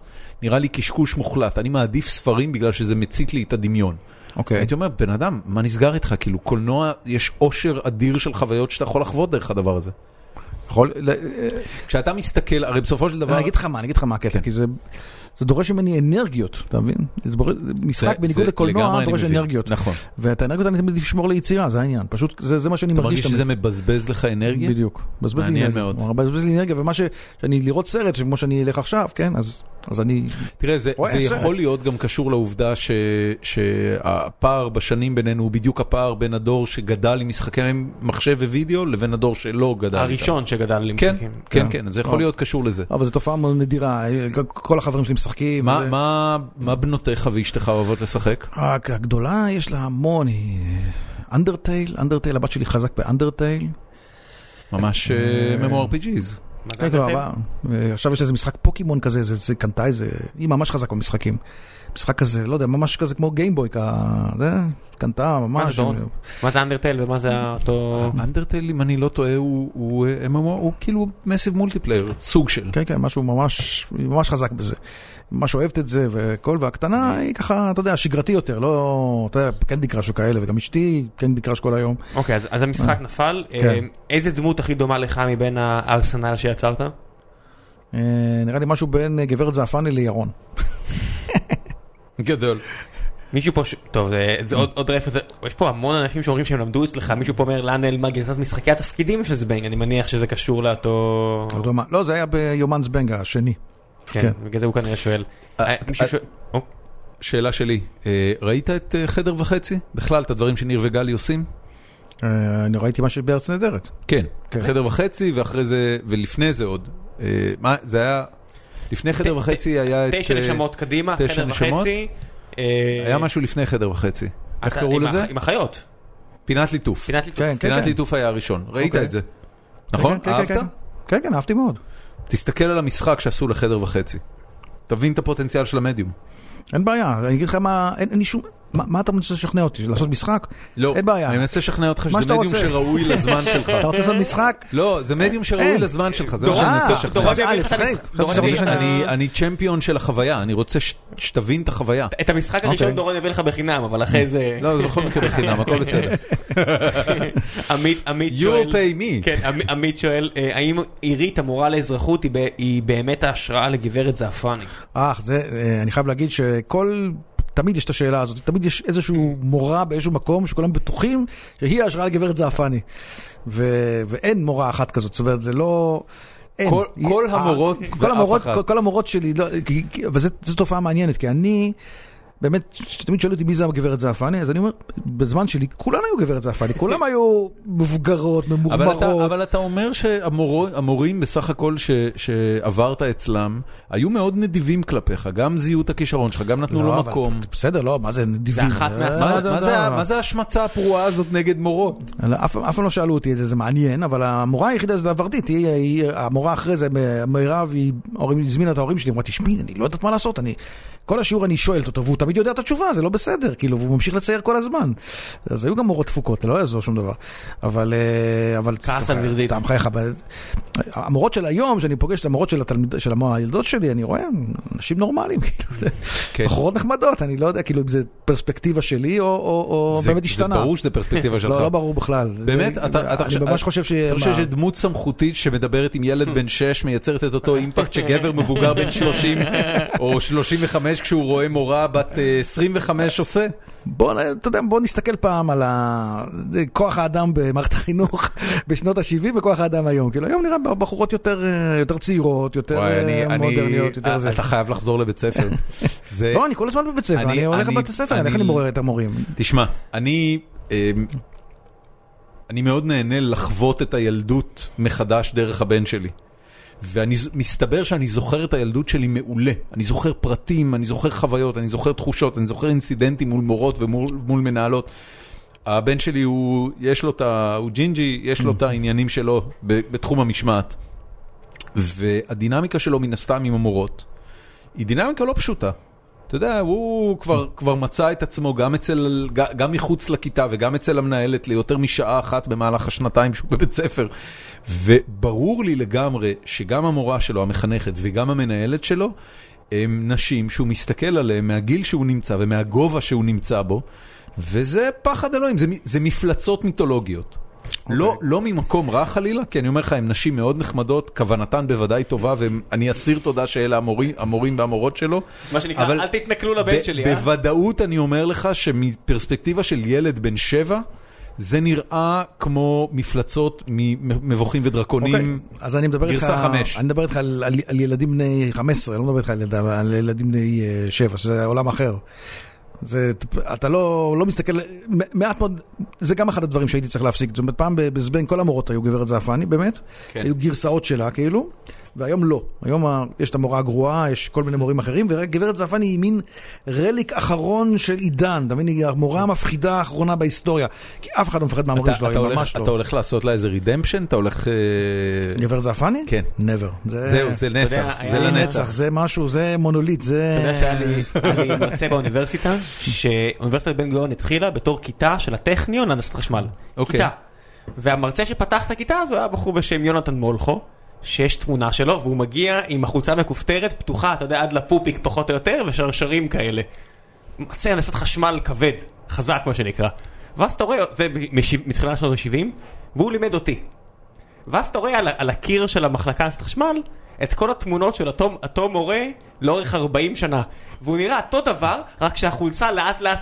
S1: נראה לי קשקוש מוחלט, אני מעדיף ספרים בגלל שזה מצית לי את הדמיון.
S3: אוקיי.
S1: הייתי אומר, בן אדם, מה נסגר איתך? כאילו, קולנוע, יש עושר אדיר של חוויות שאתה יכול לחוות דרך הדבר הזה.
S3: יכול- ל- אה,
S1: כשאתה מסתכל, הרי בסופו של דבר... כן.
S3: אני אגיד לך מה, אני אגיד לך מה הקטע, כי זה... זה דורש ממני אנרגיות, אתה מבין? זה בור- זה
S1: זה-
S3: משחק בניגוד
S1: זה לגמרי
S3: לקולנוע
S1: אני
S3: דורש
S1: מבין.
S3: אנרגיות.
S1: נכון.
S3: ואת האנרגיות אני תמיד לשמור ליצירה, זה העניין. פשוט, זה זה מה שאני
S1: אתה
S3: מרגיש.
S1: מרגיש
S3: תמיד.
S1: שזה מבזבז לך אנרגיה?
S3: בדיוק. מבזבז לי
S1: מעניין
S3: אנרגיה.
S1: מאוד.
S3: כלומר, מבזבז לי אנרגיה, ומה ש... שאני לראות סרט, כמו שאני אלך עכשיו, כן? אז אז אני...
S1: תראה, זה,
S3: רואה,
S1: זה
S3: בסדר.
S1: יכול להיות גם קשור לעובדה ש, שהפער בשנים בינינו הוא בדיוק הפער בין הדור שגדל עם משחקי מחשב ווידאו לבין הדור שלא גדל איתם.
S2: הראשון שגדל עם
S1: כן,
S2: משחקים.
S1: כן,
S3: כן.
S1: כן, זה יכול להיות קשור לזה.
S3: אבל זו תופעה מאוד נדירה, כל החברים שלי משחקים.
S1: מה,
S3: וזה-
S1: מה, מה בנותיך ואשתך אוהבות לשחק?
S3: רק הגדולה יש לה המון, היא אנדרטייל, אנדרטייל, הבת שלי חזק כן, באנדרטייל.
S1: ממש אה, MMORPGs.
S2: מה זה
S3: כן, כבר
S2: אנדרטייל?
S3: הבאה. אה, עכשיו יש איזה משחק פוקימון כזה, זה- זה קנתה איזה, היא ממש חזקה במשחקים. משחק כזה, לא יודע, ממש כזה כמו גיימבוי, כ- זה,
S2: מה
S3: קנתה
S2: זה
S3: ממש.
S2: דורון? מה זה אנדרטל ומה זה אותו...
S1: אנדרטל, אם אני לא טועה, הוא- הוא אה, MMO, הוא כאילו מסיב מולטיפלייר, סוג של.
S3: כן, כן, משהו ממש, היא ממש חזק בזה. ממש אוהבת את זה וכל, והקטנה היא ככה, אתה יודע, שגרתי יותר, לא, אתה יודע, קנדי קראש וכאלה, וגם אשתי קנדי קראש כל היום.
S2: אוקיי, אז אז המשחק נפל.
S3: כן.
S2: אה, איזה דמות הכי דומה לך מבין הארסנל שיצרת?
S3: אה, נראה לי משהו בין אה, גברת זעפני לירון.
S1: גדול.
S2: מישהו פה, ש- טוב זה- זה עוד- עוד רפת, יש פה המון אנשים שאומרים שהם למדו אצלך, מישהו פה אומר לאן נעלמה גרסת משחקי התפקידים של זבנג, אני מניח שזה קשור לאותו...
S3: לא יודע מה- לא, זה היה ביומן זבנג השני.
S2: כן,
S3: כן.
S2: בגלל זה הוא כנראה שואל. אה, מישהו
S1: אה,
S2: שואל- או,
S1: שאלה שלי, אה, ראית את אה, חדר וחצי? בכלל, את הדברים שניר וגלי עושים?
S3: אה, אני ראיתי מה שבארץ נהדרת.
S1: כן,
S3: כן.
S1: חדר וחצי, ואחרי זה, ולפני זה עוד. אה, מה, זה היה, לפני חדר
S2: ת-
S1: וחצי היה את...
S2: תשע
S1: אה,
S2: נשמות קדימה,
S1: תשע
S2: חדר
S1: נשמות?
S2: וחצי. אה,
S1: היה משהו לפני חדר וחצי. איך
S2: אתה-
S1: קראו
S2: עם
S1: לזה?
S2: הח- עם החיות,
S1: פינת ליטוף.
S2: פינת ליטוף.
S3: כן, כן,
S1: פינת
S3: כן.
S1: ליטוף היה הראשון, ראית
S3: אוקיי.
S1: את זה. נכון?
S3: כן, כן,
S1: אהבת?
S3: כן, כן, כן, אהבתי מאוד.
S1: תסתכל על המשחק שעשו לחדר וחצי. תבין את הפוטנציאל של המדיום.
S3: אין בעיה, אני אגיד לך מה, אין אין לי שום... מה מה אתה מנסה לשכנע אותי? לעשות משחק?
S1: לא,
S3: אין בעיה.
S1: אני מנסה לשכנע אותך שזה
S3: שאתה
S1: מדיום
S3: רוצה.
S1: שראוי לזמן שלך.
S3: אתה רוצה לעשות משחק?
S1: לא, זה מדיום שראוי
S3: אין.
S1: לזמן שלך, זה מה
S2: דורון,
S1: שאני מנסה
S2: אה,
S1: לשכנע.
S2: דורון יביא
S3: אה,
S2: לך
S3: לשחק.
S2: משחק-
S3: חשבתי
S2: דורון
S3: שאתה
S2: יביא
S3: רוצה
S2: לך-
S3: שאני-
S1: אני- אני צ'מפיון של החוויה, אני רוצה ש- שתבין את החוויה.
S2: את המשחק הראשון
S3: אוקיי.
S2: דורון יביא לך בחינם, אבל אחרי זה...
S1: לא, זה בכל מקרה בחינם, הכל בסדר.
S2: עמית, עמית
S1: You
S2: שואל...
S1: pay me.
S2: כן, עמ- עמית שואל, אה, האם עירית המורה לאזרחות היא ב- היא באמת ההשראה לגברת זעפרני?
S3: אך, זה, אה, אני חייב להגיד שכל, תמיד יש את השאלה הזאת, תמיד יש איזשהו מורה באיזשהו מקום שכולם בטוחים שהיא ההשראה לגברת זעפני. ו, ואין מורה אחת כזאת, זאת אומרת, זה לא... אין.
S1: כל- כל
S3: היא- אה,
S1: המורות
S3: כל
S1: ואף
S3: המורות-
S1: אחת.
S3: כל- כל המורות שלי, לא, כי- כי- וזו זו תופעה מעניינת, כי אני... באמת, כשתמיד שואלים אותי מי זה הגברת זעפני, אז אני אומר, בזמן שלי, כולן היו גברת זעפני, כולן היו מבוגרות,
S1: אבל
S3: ממורמרות.
S1: אתה, אבל אתה אומר שהמורים בסך הכל ש, שעברת אצלם, היו מאוד נדיבים כלפיך, גם זיהו את הכישרון שלך, גם נתנו
S3: לא,
S1: לו
S3: אבל-
S1: מקום.
S3: בסדר, לא, מה זה נדיבים?
S2: אחת
S3: אה,
S2: מהעשרה.
S1: מה-
S3: לא,
S1: מה
S3: לא,
S1: זה
S3: לא.
S1: ה- מה זה ההשמצה הפרועה הזאת נגד מורות?
S3: אלא אף אף פעם לא שאלו אותי את זה, זה מעניין, אבל המורה היחידה זאת הוורדית, היא, היא, המורה אחרי זה, מירב, היא ההורים- הזמינה את ההורים שלי, אמרה, תשמעי, אני לא יודעת מה לעשות, אני, כל השיעור אני שואלת אותו, והוא תמיד יודע את התשובה, זה לא בסדר, כאילו, והוא ממשיך לצייר כל הזמן. אז היו גם מורות תפוקות, לא יעזור שום דבר. אבל, אה, אבל,
S2: כעס
S3: סתם,
S2: על ורדית.
S3: סתם, חייך, אבל- המורות של היום, שאני פוגש את המורות של התלמיד, של המורה- הילדות שלי, אני רואה, אנשים נורמלים, כאילו, זה-
S1: כן.
S3: בחורות נחמדות, אני לא יודע, כאילו, אם זה פרספקטיבה שלי, או, או, או
S1: זה-
S3: באמת השתנה.
S1: זה ברור שזה פרספקטיבה שלך.
S3: לא, לא ברור בכלל.
S1: באמת?
S3: זה-
S1: אתה, אתה
S3: אני ממש חושב ש...
S1: אתה חושב
S3: מה?
S1: שדמות סמכותית שמדברת עם ילד בן 6 מייצרת את אותו אימפקט שגבר מבוגר בן 30 או 35 כשהוא רואה מורה בת אה, 25 עושה?
S3: בוא, נ- אתה יודע, בוא נסתכל פעם על ה... זה כוח האדם במערכת החינוך בשנות ה-70 וכוח האדם היום. כאילו, היום נראה בחורות יותר, אה, יותר צעירות, יותר
S1: וואי, אני-
S3: אה,
S1: אני-
S3: מודרניות, יותר זה.
S1: אתה חייב לחזור לבית ספר. זה-
S3: לא, אני כל הזמן בבית ספר,
S1: אני-
S3: אני הולך
S1: אני-
S3: לבית הספר,
S1: אני-
S3: אני- איך אני מעורר את המורים?
S1: תשמע, אני... אמ, אני מאוד נהנה לחוות את הילדות מחדש דרך הבן שלי. ומסתבר שאני זוכר את הילדות שלי מעולה. אני זוכר פרטים, אני זוכר חוויות, אני זוכר תחושות, אני זוכר אינסידנטים מול מורות ומול מול מנהלות. הבן שלי הוא, יש לו את ה... הוא ג'ינג'י, יש
S3: Mm.
S1: לו את העניינים שלו ב- בתחום המשמעת. והדינמיקה שלו מן הסתם עם המורות, היא דינמיקה לא פשוטה. אתה יודע, הוא כבר, כבר מצא את עצמו גם, אצל, ג- גם מחוץ לכיתה וגם אצל המנהלת ליותר משעה אחת במהלך השנתיים שהוא בבית ספר. וברור לי לגמרי שגם המורה שלו, המחנכת, וגם המנהלת שלו, הם נשים שהוא מסתכל עליהן מהגיל שהוא נמצא ומהגובה שהוא נמצא בו, וזה פחד אלוהים, זה, מ- זה מפלצות מיתולוגיות. לא,
S2: אוקיי.
S1: לא ממקום רע חלילה, כי אני אומר לך, הן נשים מאוד נחמדות, כוונתן בוודאי טובה, ואני אסיר תודה שאלה המורים, המורים והמורות שלו.
S2: מה שנקרא,
S1: אבל
S2: אל תתנכלו לבן
S1: ב-
S2: שלי, אה?
S1: בוודאות אני אומר לך שמפרספקטיבה של ילד בן שבע, זה נראה כמו מפלצות ממבוכים ודרקונים.
S3: אוקיי, אז אני מדבר איתך...
S1: גרסה חמש.
S3: אני מדבר איתך על, על, על ילדים בני 15, אני לא מדבר איתך על, ילד- על ילדים בני 7, שזה עולם אחר. זה, אתה לא, לא מסתכל, מ- מעט מאוד, זה גם אחד הדברים שהייתי צריך להפסיק. זאת אומרת, פעם בזבנג כל המורות היו גברת זעפני, באמת.
S1: כן.
S3: כן. היו גרסאות שלה, כאילו, והיום לא. היום ה- יש את המורה הגרועה, יש כל מיני מורים אחרים, ורק גברת זעפני היא מין רליק אחרון של עידן, אתה מבין? היא המורה המפחידה האחרונה בהיסטוריה. כי אף אחד לא מפחד מהמורים
S1: אתה,
S3: שלו,
S1: אתה,
S3: היום
S1: הולך,
S3: ממש
S1: אתה
S3: לא.
S1: הולך לעשות לה איזה רידמפשן? אתה הולך... אה,
S3: גברת זעפני?
S1: כן.
S3: never. זה-
S1: זהו, זה
S2: אתה יודע,
S1: נצח,
S2: היה-
S1: זה
S3: זה
S1: לנצח.
S3: נצח, זה משהו, זה מונוליט, זה...
S2: אתה יודע שהיה לי- אני מרצה באוניברסיטה, שאוניברסיטת בן גוריון התחילה בתור כיתה של הטכניון להנדסת חשמל.
S1: אוקיי.
S2: כיתה. והמרצה שפתח את הכיתה הזו היה בחור בשם יונתן מולכו, שיש תמונה שלו, והוא מגיע עם החולצה מכופתרת, פתוחה, אתה יודע, עד לפופיק פחות או יותר, ושרשרים כאלה. מרצה הנדסת חשמל כבד, חזק מה שנקרא. ואז אתה רואה, זה מש- מתחילת שנות ה-70, והוא לימד אותי. ואז אתה רואה על, ה- על הקיר של המחלקה להנדסת חשמל את כל התמונות של אותו, אותו מורה לאורך 40 שנה. והוא נראה אותו דבר, רק שהחולצה לאט לאט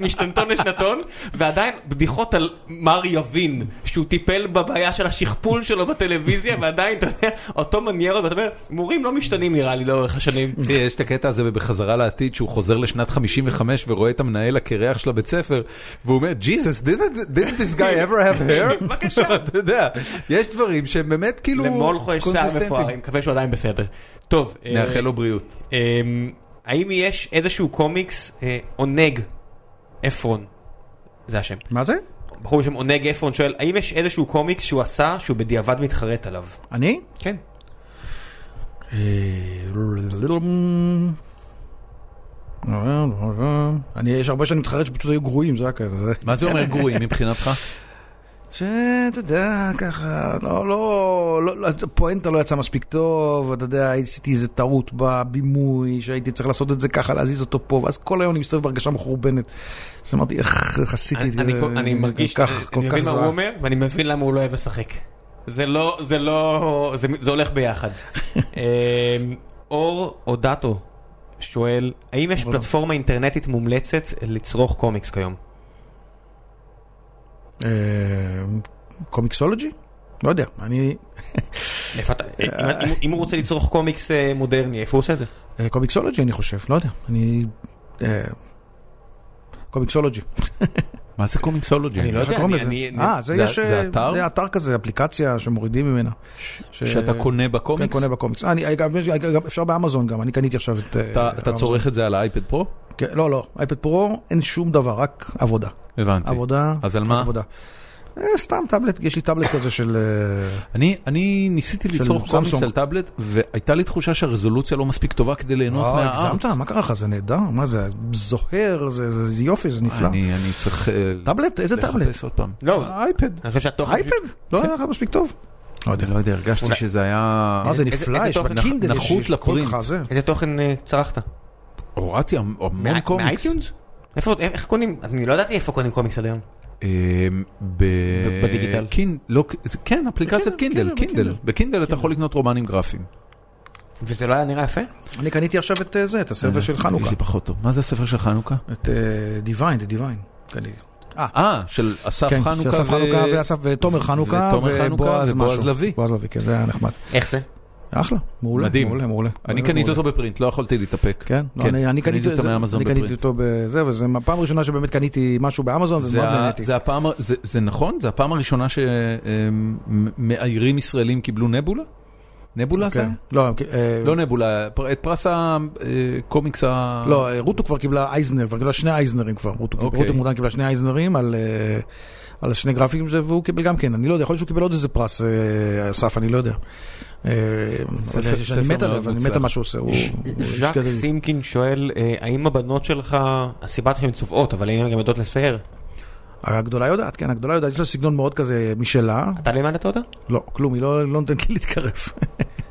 S2: משנתון לשנתון, ועדיין בדיחות על מר יבין, שהוא טיפל בבעיה של השכפול שלו בטלוויזיה, ועדיין, אתה יודע, אותו מניירות, ואתה אומר, מורים לא משתנים נראה לי לאורך השנים.
S1: תראה, יש את הקטע הזה בחזרה לעתיד שהוא חוזר לשנת 55 ורואה את המנהל הקרח של הבית ספר והוא אומר ג'יזוס didn't didn't this guy ever have hair?
S2: בבקשה.
S1: אתה יודע, יש דברים שהם באמת כאילו
S2: למולכו יש שיער
S1: קונסיסטנטיים.
S2: מפואר, אני מקווה שהוא עדיין בסדר. טוב. אה,
S1: נאחל לו בריאות.
S2: אמ, האם יש איזשהו קומיקס אה, עונג עפרון? זה השם.
S3: מה זה?
S2: בחור בשם עונג עפרון שואל, האם יש איזשהו קומיקס שהוא עשה שהוא בדיעבד מתחרט עליו?
S3: אני?
S2: כן.
S3: אה, אני, יש הרבה שאני מתחרט שפשוט היו גרועים, זה היה כזה.
S4: מה זה אומר גרועים מבחינתך?
S3: שאתה יודע, ככה, לא, לא, לא, לא, הפואנטה לא יצאה מספיק טוב, אתה יודע, עשיתי איזה טעות בבימוי, שהייתי צריך לעשות את זה ככה, להזיז אותו פה, ואז כל היום אני מסתובב בהרגשה מחורבנת. אז אמרתי, איך איך עשיתי את זה?
S2: אני- אני- אני
S3: כל
S2: מרגיש,
S3: כך- כל
S2: אני
S3: כך
S2: מבין מה הוא
S3: זוועה.
S2: אומר, ואני מבין למה הוא לא אוהב לשחק. זה לא, זה לא, זה- זה הולך ביחד. אמ, אור או דאטו שואל, האם יש פלטפורמה אינטרנטית מומלצת לצרוך קומיקס כיום?
S3: אה, קומיקסולוגי? לא יודע, אני...
S2: איפה אתה- אם- אם הוא רוצה לצרוך קומיקס אה, מודרני, איפה הוא עושה את זה?
S3: אה, קומיקסולוגי אני חושב, לא יודע, אני... אה, קומיקסולוגי.
S4: לא מה זה קומיקסולוגי?
S2: אני לא יודע,
S3: איך קוראים
S2: אני-
S3: לזה?
S2: אני-
S3: אה, זה
S4: זה-
S3: יש...
S4: זה
S3: אה,
S4: אתר?
S3: זה אתר כזה, אפליקציה שמורידים ממנה. ש-
S4: שאתה קונה
S3: לא- כן,
S4: בקומיקס?
S3: קונה בקומיקס. אה, אני, אגב, יש- אגב, אפשר באמזון גם, אני קניתי עכשיו את... אה,
S4: אתה- אתה
S3: אמזון.
S4: צורך את זה על האייפד פרו?
S3: כן, לא, לא, אייפד פרו אין שום דבר, רק עבודה.
S4: הבנתי.
S3: עבודה,
S4: אוקיי. אז על מה?
S3: עבודה. אה, סתם טאבלט, יש לי טאבלט כזה של... אה,
S4: אני, אני ניסיתי ליצור קומיקס
S3: סמסונג.
S4: על טאבלט, והייתה לי תחושה שהרזולוציה לא מספיק טובה כדי ליהנות
S3: אה,
S4: מהארט.
S3: הגזמת? מה קרה לך? זה נהדר? מה זה? זוהר, זה זה- זה יופי, זה נפלא.
S4: אני, אני צריך אה,
S3: טאבלט? איזה טאבלט?
S4: לחפש עוד פעם.
S2: לא,
S3: אייפד.
S2: אני חושב שהתוכן...
S3: אייפד? לא היה לך מספיק טוב.
S4: אני כן. לא יודע, הרגשתי
S2: אולי-
S4: שזה היה...
S3: מה זה
S2: איזה-
S3: נפלא,
S2: איזה
S3: יש
S2: תוכן?
S3: בקינדל, יש-
S4: נחות
S3: יש פה
S4: לפרינט.
S3: לך זה.
S2: איזה תוכן אה, צרכת?
S4: הורדתי המ- המון
S2: מה-
S4: קומיקס.
S2: מאייטיונס? איפה, איך קונים? אני לא ידעתי איפה קונים קומיקס עד היום.
S4: אמ, ב-
S2: בדיגיטל.
S4: קינ- לא, זה- כן, אפליקציית קינדל, קינדל. בקינדל אתה יכול לקנות רומנים גרפיים.
S2: וזה לא היה נראה יפה?
S3: אני קניתי עכשיו את אה, זה, את הספר של חנוכה.
S4: יש לי פחות טוב. מה זה הספר של חנוכה?
S3: את אה, דיוויין, דה דיוויין. קניתי.
S4: אה, של אסף
S3: כן,
S4: חנוכה.
S3: של אסף
S4: ו-
S3: חנוכה ואסף ותומר חנוכה
S4: ותומר חנוכה
S3: ובועז
S4: ובועז
S3: משהו.
S4: לביא.
S3: בועז לביא, כן, זה היה נחמד.
S2: איך זה?
S3: אחלה, מעולה,
S4: מדהים.
S3: מעולה, מעולה.
S4: אני
S3: מעולה,
S4: קניתי
S3: מעולה.
S4: אותו בפרינט, לא יכולתי להתאפק.
S3: כן, לא, אני- אני קניתי
S4: אותו
S3: זה-
S4: מאמזון
S3: אני קניתי
S4: בפרינט.
S3: אותו בזה, וזה הפעם הראשונה שבאמת קניתי משהו באמזון,
S4: זה,
S3: ומאוד
S4: ה-
S3: נהניתי.
S4: זה הפעם, ה- זה, זה נכון? זה הפעם הראשונה שמאיירים ישראלים קיבלו נבולה? נבולה זה?
S3: כן.
S4: היה?
S3: לא, אה,
S4: לא נבולה, פר- את פרס הקומיקס ה...
S3: לא, אה, רוטו כבר קיבלה אייזנר, כבר קיבלה שני אייזנרים כבר. רוטו קיבלה-
S4: אוקיי.
S3: רוטו מודן קיבלה שני אייזנרים על, אה, על שני גרפים, זה- והוא קיבל גם כן, אני לא יודע, יכול להיות שהוא קיבל עוד איזה פרס, אה, אסף, אני לא יודע. אה, אבל
S4: ספר-
S3: שאני
S4: ספר
S3: מת עליו,
S4: מאוד
S3: אני מת
S4: מוצלח.
S3: על מה שהוא עושה. הוא- הוא איש
S2: ז'אק
S3: גדול.
S2: סימקין שואל, אה, האם הבנות שלך, הסיבה שהן צובעות, אבל האם הן גם יודעות לסייר?
S3: הגדולה יודעת, כן, הגדולה יודעת, יש לה סגנון מאוד כזה משלה.
S2: אתה לימדת אותה?
S3: לא, כלום, היא לא לא נותנת לי להתקרב.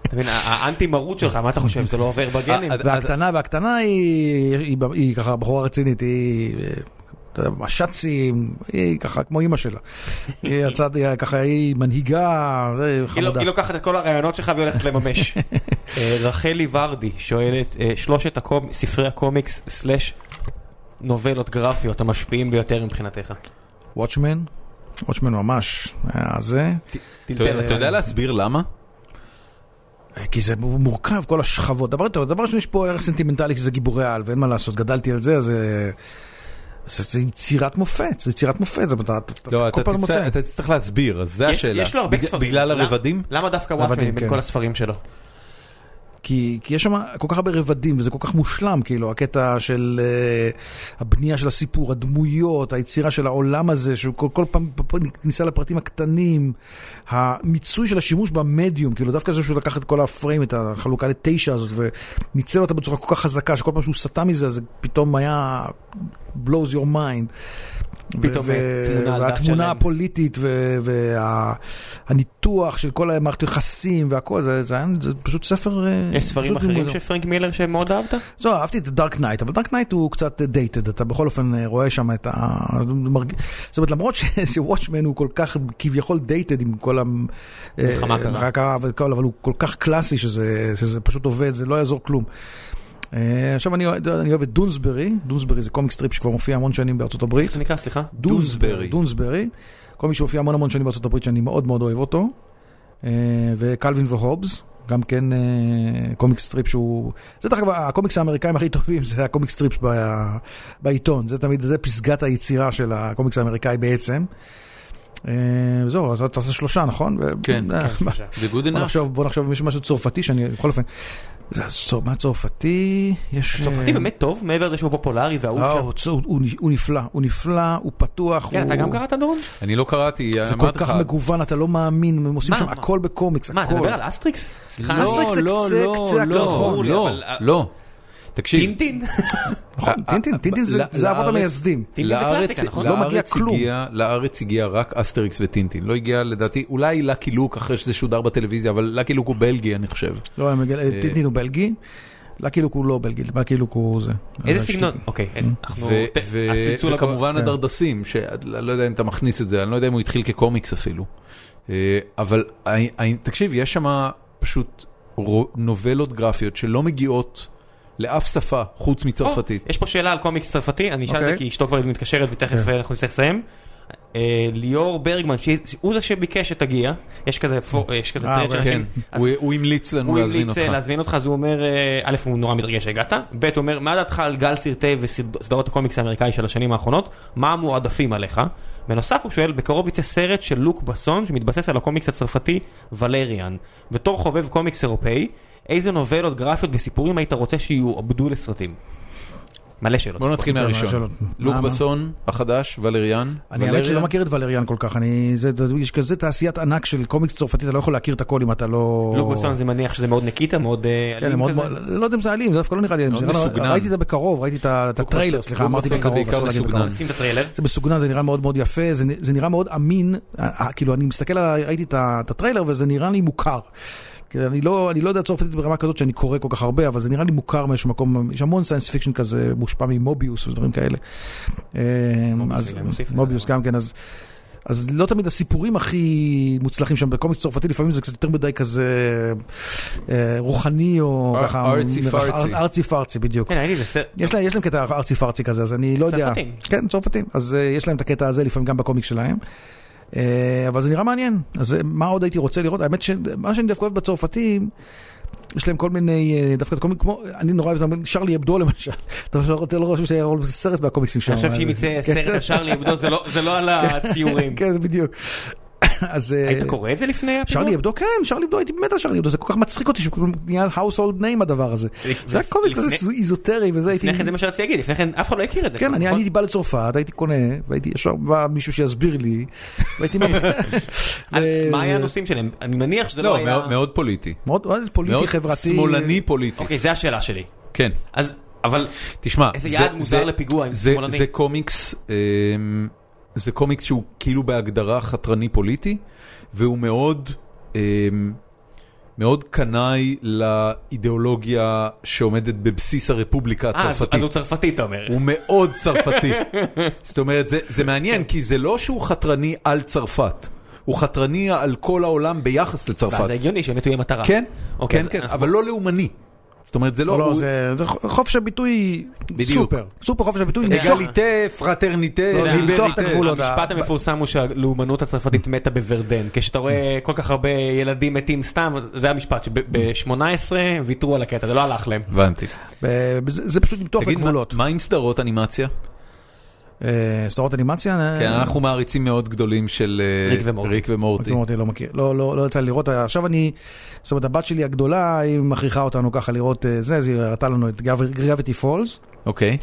S2: אתה מבין, ה- האנטי מרות שלך, מה אתה חושב, זה לא עובר בגנים?
S4: אה, אה,
S3: והקטנה, והקטנה היא, היא, היא, היא ככה בחורה רצינית, היא, אה, אתה יודע, מש"צים, היא ככה כמו אימא שלה. היא יצאת, היא ככה, היא מנהיגה, זה
S2: היא לא-
S3: חמודה.
S2: היא לוקחת את כל הרעיונות שלך והיא הולכת לממש. אה, רחלי ורדי שואלת, אה, שלושת הקומ- ספרי הקומיקס סלאש נובלות גרפיות המשפיעים ביותר מבחינתך. לא-
S3: וואטשמן, וואטשמן ממש, אה, זה,
S4: אתה יודע- אתה יודע להסביר למה?
S3: אה, כי זה מורכב, כל השכבות. דבר טוב, דבר ראשון, יש פה ערך סנטימנטלי שזה גיבורי על, ואין מה לעשות, גדלתי על זה, אז... אה, זה, זה יצירת מופת, זה יצירת מופת, זה אתה, אתה, אתה
S4: לא,
S3: כל
S4: אתה
S3: פעם
S4: תצטרך-
S3: מוצא.
S4: אתה תצטרך להסביר, אז זה
S2: יש-
S4: השאלה.
S2: יש לו הרבה
S4: בג-
S2: ספרים.
S4: בגלל
S2: למה-
S4: הרבדים?
S2: למה דווקא
S3: רבדים,
S2: וואטמן בין
S3: כן.
S2: כל הספרים שלו?
S3: כי, כי יש שם כל כך הרבה רבדים, וזה כל כך מושלם, כאילו, הקטע של אה, הבנייה של הסיפור, הדמויות, היצירה של העולם הזה, שהוא כל, כל פעם פ- פ- כניסה לפרטים הקטנים, המיצוי של השימוש במדיום, כאילו, דווקא זה שהוא לקח את כל הפריים, את החלוקה לתשע הזאת, וניצל אותה בצורה כל כך חזקה, שכל פעם שהוא סטה מזה, אז זה פתאום היה blows your mind.
S2: פתאום,
S3: ו-
S2: אה, תמונה על דף
S3: והתמונה
S2: שלם.
S3: הפוליטית והניתוח של כל המערכת יחסים והכל, זה, זה, היה- זה פשוט ספר... אה,
S2: יש ספרים
S3: פשוט
S2: אחרים
S3: מוזר.
S2: של פרנק מילר שמאוד אהבת?
S3: זהו, אהבתי את דארק נייט, אבל דארק נייט הוא קצת דייטד, אתה בכל אופן אה, רואה שם את ה... מרג- זאת אומרת, למרות ש- שוואטשמן הוא כל כך כביכול דייטד עם כל ה...
S2: מלחמה
S3: אה,
S2: קרה.
S3: רק הרע וכל, אבל הוא כל כך קלאסי שזה, שזה פשוט עובד, זה לא יעזור כלום. אה, עכשיו אני, אוהד- אני אוהב את דונסברי, דונסברי זה קומיקס סטריפ שכבר מופיע המון שנים בארצות הברית.
S2: איך זה נקרא, סליחה?
S4: דונסברי.
S3: דונסברי, קומיקס שהופיע המון המון שנים בארצות הברית שאני מאוד מאוד אוהב אותו. אה, וקלווין והובס, גם כן אה, קומיקס סטריפ שהוא... זה דרך אגב הקומיקס האמריקאים הכי טובים, זה הקומיקס סטריפ ב- בעיתון, זה תמיד, זה פסגת היצירה של הקומיקס האמריקאי בעצם. אה, וזהו, אז אתה עושה שלושה, נכון? ו-
S4: כן,
S3: אה,
S2: כן, שלושה.
S4: זה good
S3: בוא
S4: enough?
S3: נחשוב, בוא נחשוב אם יש משהו צרפתי שאני, בכל אופן, זה הצור- מה צרפתי? יש...
S2: הצרפתי
S3: אה,
S2: באמת טוב, מעבר לזה שהוא פופולרי והאהוב
S3: לא,
S2: שם.
S3: הוא צור- הוא נ- הוא נפלא, הוא נפלא, הוא פתוח,
S2: כן,
S3: הוא...
S2: אתה גם קראת דורון?
S4: אני לא קראתי,
S3: זה כל
S4: אמרתי
S3: כך
S4: לך.
S3: מגוון, אתה לא מאמין, הם עושים
S2: מה,
S3: שם
S2: מה?
S3: הכל בקומיקס,
S2: מה, אתה
S3: הכל.
S2: מדבר על אסטריקס? סליחה,
S4: לא,
S3: אסטריקס זה
S4: לא,
S3: קצה-
S4: לא,
S3: קצה
S4: לא,
S3: הקרחון.
S2: ברור לי,
S4: לא,
S2: אבל- אה,
S4: לא.
S1: תקשיב,
S2: טינטין?
S3: נכון,
S1: אה,
S3: טינטין,
S1: אה,
S3: טינטין זה-
S1: לארץ-
S3: זה אבות המייסדים.
S2: טינטין זה
S1: לארץ-
S2: קלאסיקה, נכון?
S3: לא מגיע
S1: לארץ
S3: כלום.
S1: הגיע- לארץ הגיע רק אסטריקס וטינטין, לא הגיע לדעתי, אולי לקי לוק אחרי שזה שודר בטלוויזיה, אבל לקי לוק הוא בלגי אני חושב.
S3: לא, הם מגל- טינטין הוא בלגי, לקי לוק הוא לא בלגי, לקי לוק הוא זה. אה,
S2: איזה
S3: אבל
S2: סגנון?
S3: שטינטין.
S2: אוקיי, אין, אנחנו...
S1: ו-
S2: ת-
S1: ו-
S2: הצלצול הבא. כן.
S1: וכמובן הדרדסים, שאני לא יודע אם אתה מכניס את זה, אני לא יודע אם הוא התחיל כקומיקס אפילו. אה, אבל ה- ה- תקשיב, יש שם פשוט רו- נובלות גרפיות שלא מגיעות לאף שפה חוץ מצרפתית.
S2: או, יש פה שאלה על קומיקס צרפתי, אני אשאל את זה
S3: אוקיי.
S2: כי אשתו כבר מתקשרת ותכף אה, אנחנו נצטרך לסיים. אה, ליאור ברגמן, שהוא זה שביקש שתגיע, יש כזה פור- יש כזה
S3: אה,
S2: טרנד
S3: אוקיי.
S2: שאנשים-
S1: כן,
S2: אז
S1: הוא- הוא המליץ לנו
S2: הוא
S1: להזמין
S2: המליץ
S1: אותך.
S2: אה, להזמין אותך, אז הוא אומר, אה, א', הוא נורא מתרגש שהגעת, ב', הוא אומר, מה דעתך על גל סרטי וסדרות הקומיקס האמריקאי של השנים האחרונות, מה המועדפים עליך? בנוסף הוא שואל, בקרוב יצא סרט של לוק בסון שמתבסס על הקומיקס הצרפתי ולריאן. בתור חובב קומיקס אירופאי, איזה נובלות גרפיות וסיפורים היית רוצה שיועבדו לסרטים? מלא שאלות.
S1: בוא נתחיל
S3: אוקיי,
S1: מהראשון.
S3: מהשאלות.
S1: לוק
S3: מה, מה?
S1: בסון, החדש, ולריאן.
S3: אני האמת שלא
S1: ולריאן.
S3: מכיר את ולריאן כל כך, אני, זה, זה- יש כזה תעשיית ענק של קומיקס צרפתי, אתה לא יכול להכיר את הכל אם אתה לא...
S2: לוק בסון זה מניח שזה מאוד ניקיטה, מאוד אה,
S3: כן,
S2: אלים
S3: מאוד,
S2: כזה.
S3: מאוד- לא יודע אם זה אלים, זה דווקא לא נראה לי אלים.
S1: מאוד
S3: זה נראה-
S1: מסוגנן.
S3: ראיתי את זה בקרוב, ראיתי את ה- את הטריילר,
S1: בסון-
S3: סליחה,
S1: לוק
S3: אמרתי
S1: בסון זה
S3: בקרוב,
S1: בעיקר
S3: אסור להגיד
S1: מסוגנן.
S3: בקרוב.
S2: שים את הטריילר.
S3: זה מסוגנן, זה נראה מאוד מאוד יפה, זה, זה נראה מאוד אמין, אה, אה, כאילו אני מסתכל על, ה- ראיתי את ה- את הטריילר וזה נראה לי מוכר. כי אני לא, אני לא יודע צרפתית ברמה כזאת שאני קורא כל כך הרבה, אבל זה נראה לי מוכר מאיזשהו מקום, יש המון סיינס פיקשן כזה מושפע ממוביוס ודברים כאלה. אה,
S2: מוביוס
S3: אז-
S2: גם מוסיף. אה.
S3: מוביוס גם כן, אז... אז לא תמיד הסיפורים הכי מוצלחים שם בקומיקס צרפתי, לפעמים זה קצת יותר מדי כזה אה, רוחני או
S2: אה,
S1: אר-
S3: ככה...
S1: ארצי פרצי.
S3: ארצי פרצי, בדיוק.
S2: כן, אין לי זה סרט.
S3: יש להם, יש להם קטע ארצי פרצי כזה, אז אני לא יודע.
S2: צרפתים.
S3: כן, צרפתים. אז אה, יש להם את הקטע הזה לפעמים גם בקומיק שלהם. אה, אבל זה נראה מעניין. אז אה, מה עוד הייתי רוצה לראות? האמת שמה שאני דווקא אוהב בצרפתים, יש להם כל מיני, אה, דווקא קומיק, כמו, אני נורא אוהב, את המילים, שרלי אבדו למשל. אתה לא רוצה לראות שזה יראה סרט מהקומיקסים שם.
S2: אני חושב
S3: אבל-
S2: שאם יצא
S3: כן.
S2: סרט ישר לאיבדו, זה לא- זה לא על הציורים.
S3: כן, בדיוק. אז... אה,
S2: היית קורא את זה לפני הפיגוע?
S3: שרלי אבדו, כן, שרלי אבדו, הייתי באמת על שרלי אבדו, זה כל כך מצחיק אותי שהוא נהיה household name הדבר הזה. זה היה קומיקס כזה איזוטרי וזה, הייתי...
S2: לפני כן זה מה שרציתי להגיד, לפני כן אף אחד לא הכיר את זה.
S3: כן,
S2: כבר,
S3: אני
S2: נכון?
S3: הייתי בא לצרפת, הייתי קונה, והייתי ישר בא מישהו שיסביר לי, והייתי
S2: על-
S3: ו-
S2: אה, מה היה הנושאים שלהם? אני מניח שזה לא
S1: לא,
S2: היה...
S1: מאוד- מאוד פוליטי.
S3: מאוד מאוד פוליטי,
S1: מאוד
S3: חברתי. אוקיי.
S1: שמאלני פוליטי.
S2: אוקיי, זו השאלה שלי.
S1: כן.
S2: אז, אבל...
S1: תשמע,
S2: איזה
S1: זה-
S2: יעד מוזר
S1: זה-
S2: לפיגוע עם
S1: זה-
S2: שמאלני.
S1: זה קומיקס, אמ, זה קומיקס שהוא כאילו בהגדרה חתרני פוליטי, והוא מאוד, אמ, מאוד קנאי לאידיאולוגיה שעומדת בבסיס הרפובליקה
S2: אה, אז אז
S1: הצרפתית.
S2: הוא צרפתי, אתה אומר.
S1: הוא מאוד צרפתי. זאת אומרת, זה, זה
S2: כן.
S1: מעניין, כי זה לא שהוא חתרני על צרפת, הוא חתרני על כל העולם ביחס
S2: ואז
S1: לצרפת.
S2: זה הגיוני שבאמת הוא יהיה מטרה.
S1: כן,
S2: אוקיי,
S1: כן,
S2: אז
S1: כן,
S2: אנחנו-
S1: אבל לא לאומני. זאת אומרת, זה לא...
S3: לא, לא,
S1: הוא-
S3: זה זה חופש הביטוי
S1: בדיוק.
S3: סופר. סופר חופש הביטוי.
S2: יודע,
S3: נמשוך-
S1: אגליטה, פרטרניטה,
S3: לא יודע,
S1: ליברליטה.
S3: למתוח את הגבולות.
S2: המשפט
S3: ה-
S2: המפורסם הוא שהלאומנות הצרפתית מתה בוורדן. כשאתה רואה
S3: Mm.
S2: כל כך הרבה ילדים מתים סתם, זה המשפט שב-18 ויתרו על הקטע, זה לא הלך להם.
S1: הבנתי.
S3: ב- אה, זה זה פשוט למתוח
S1: תגיד, מה-
S3: בגבולות.
S1: מה עם סדרות אנימציה?
S3: אה, סדרות אנימציה?
S1: כן, אנחנו מעריצים מאוד גדולים של אה,
S2: ריק ומורטי.
S1: ריק ומורטי.
S3: אותי לא מכיר, לא, לא, לא יצא לי לראות, עכשיו אני, זאת אומרת הבת שלי הגדולה, היא מכריחה אותנו ככה לראות אה, זה, אז היא הראתה לנו את גרביטי פולס,
S1: אוקיי,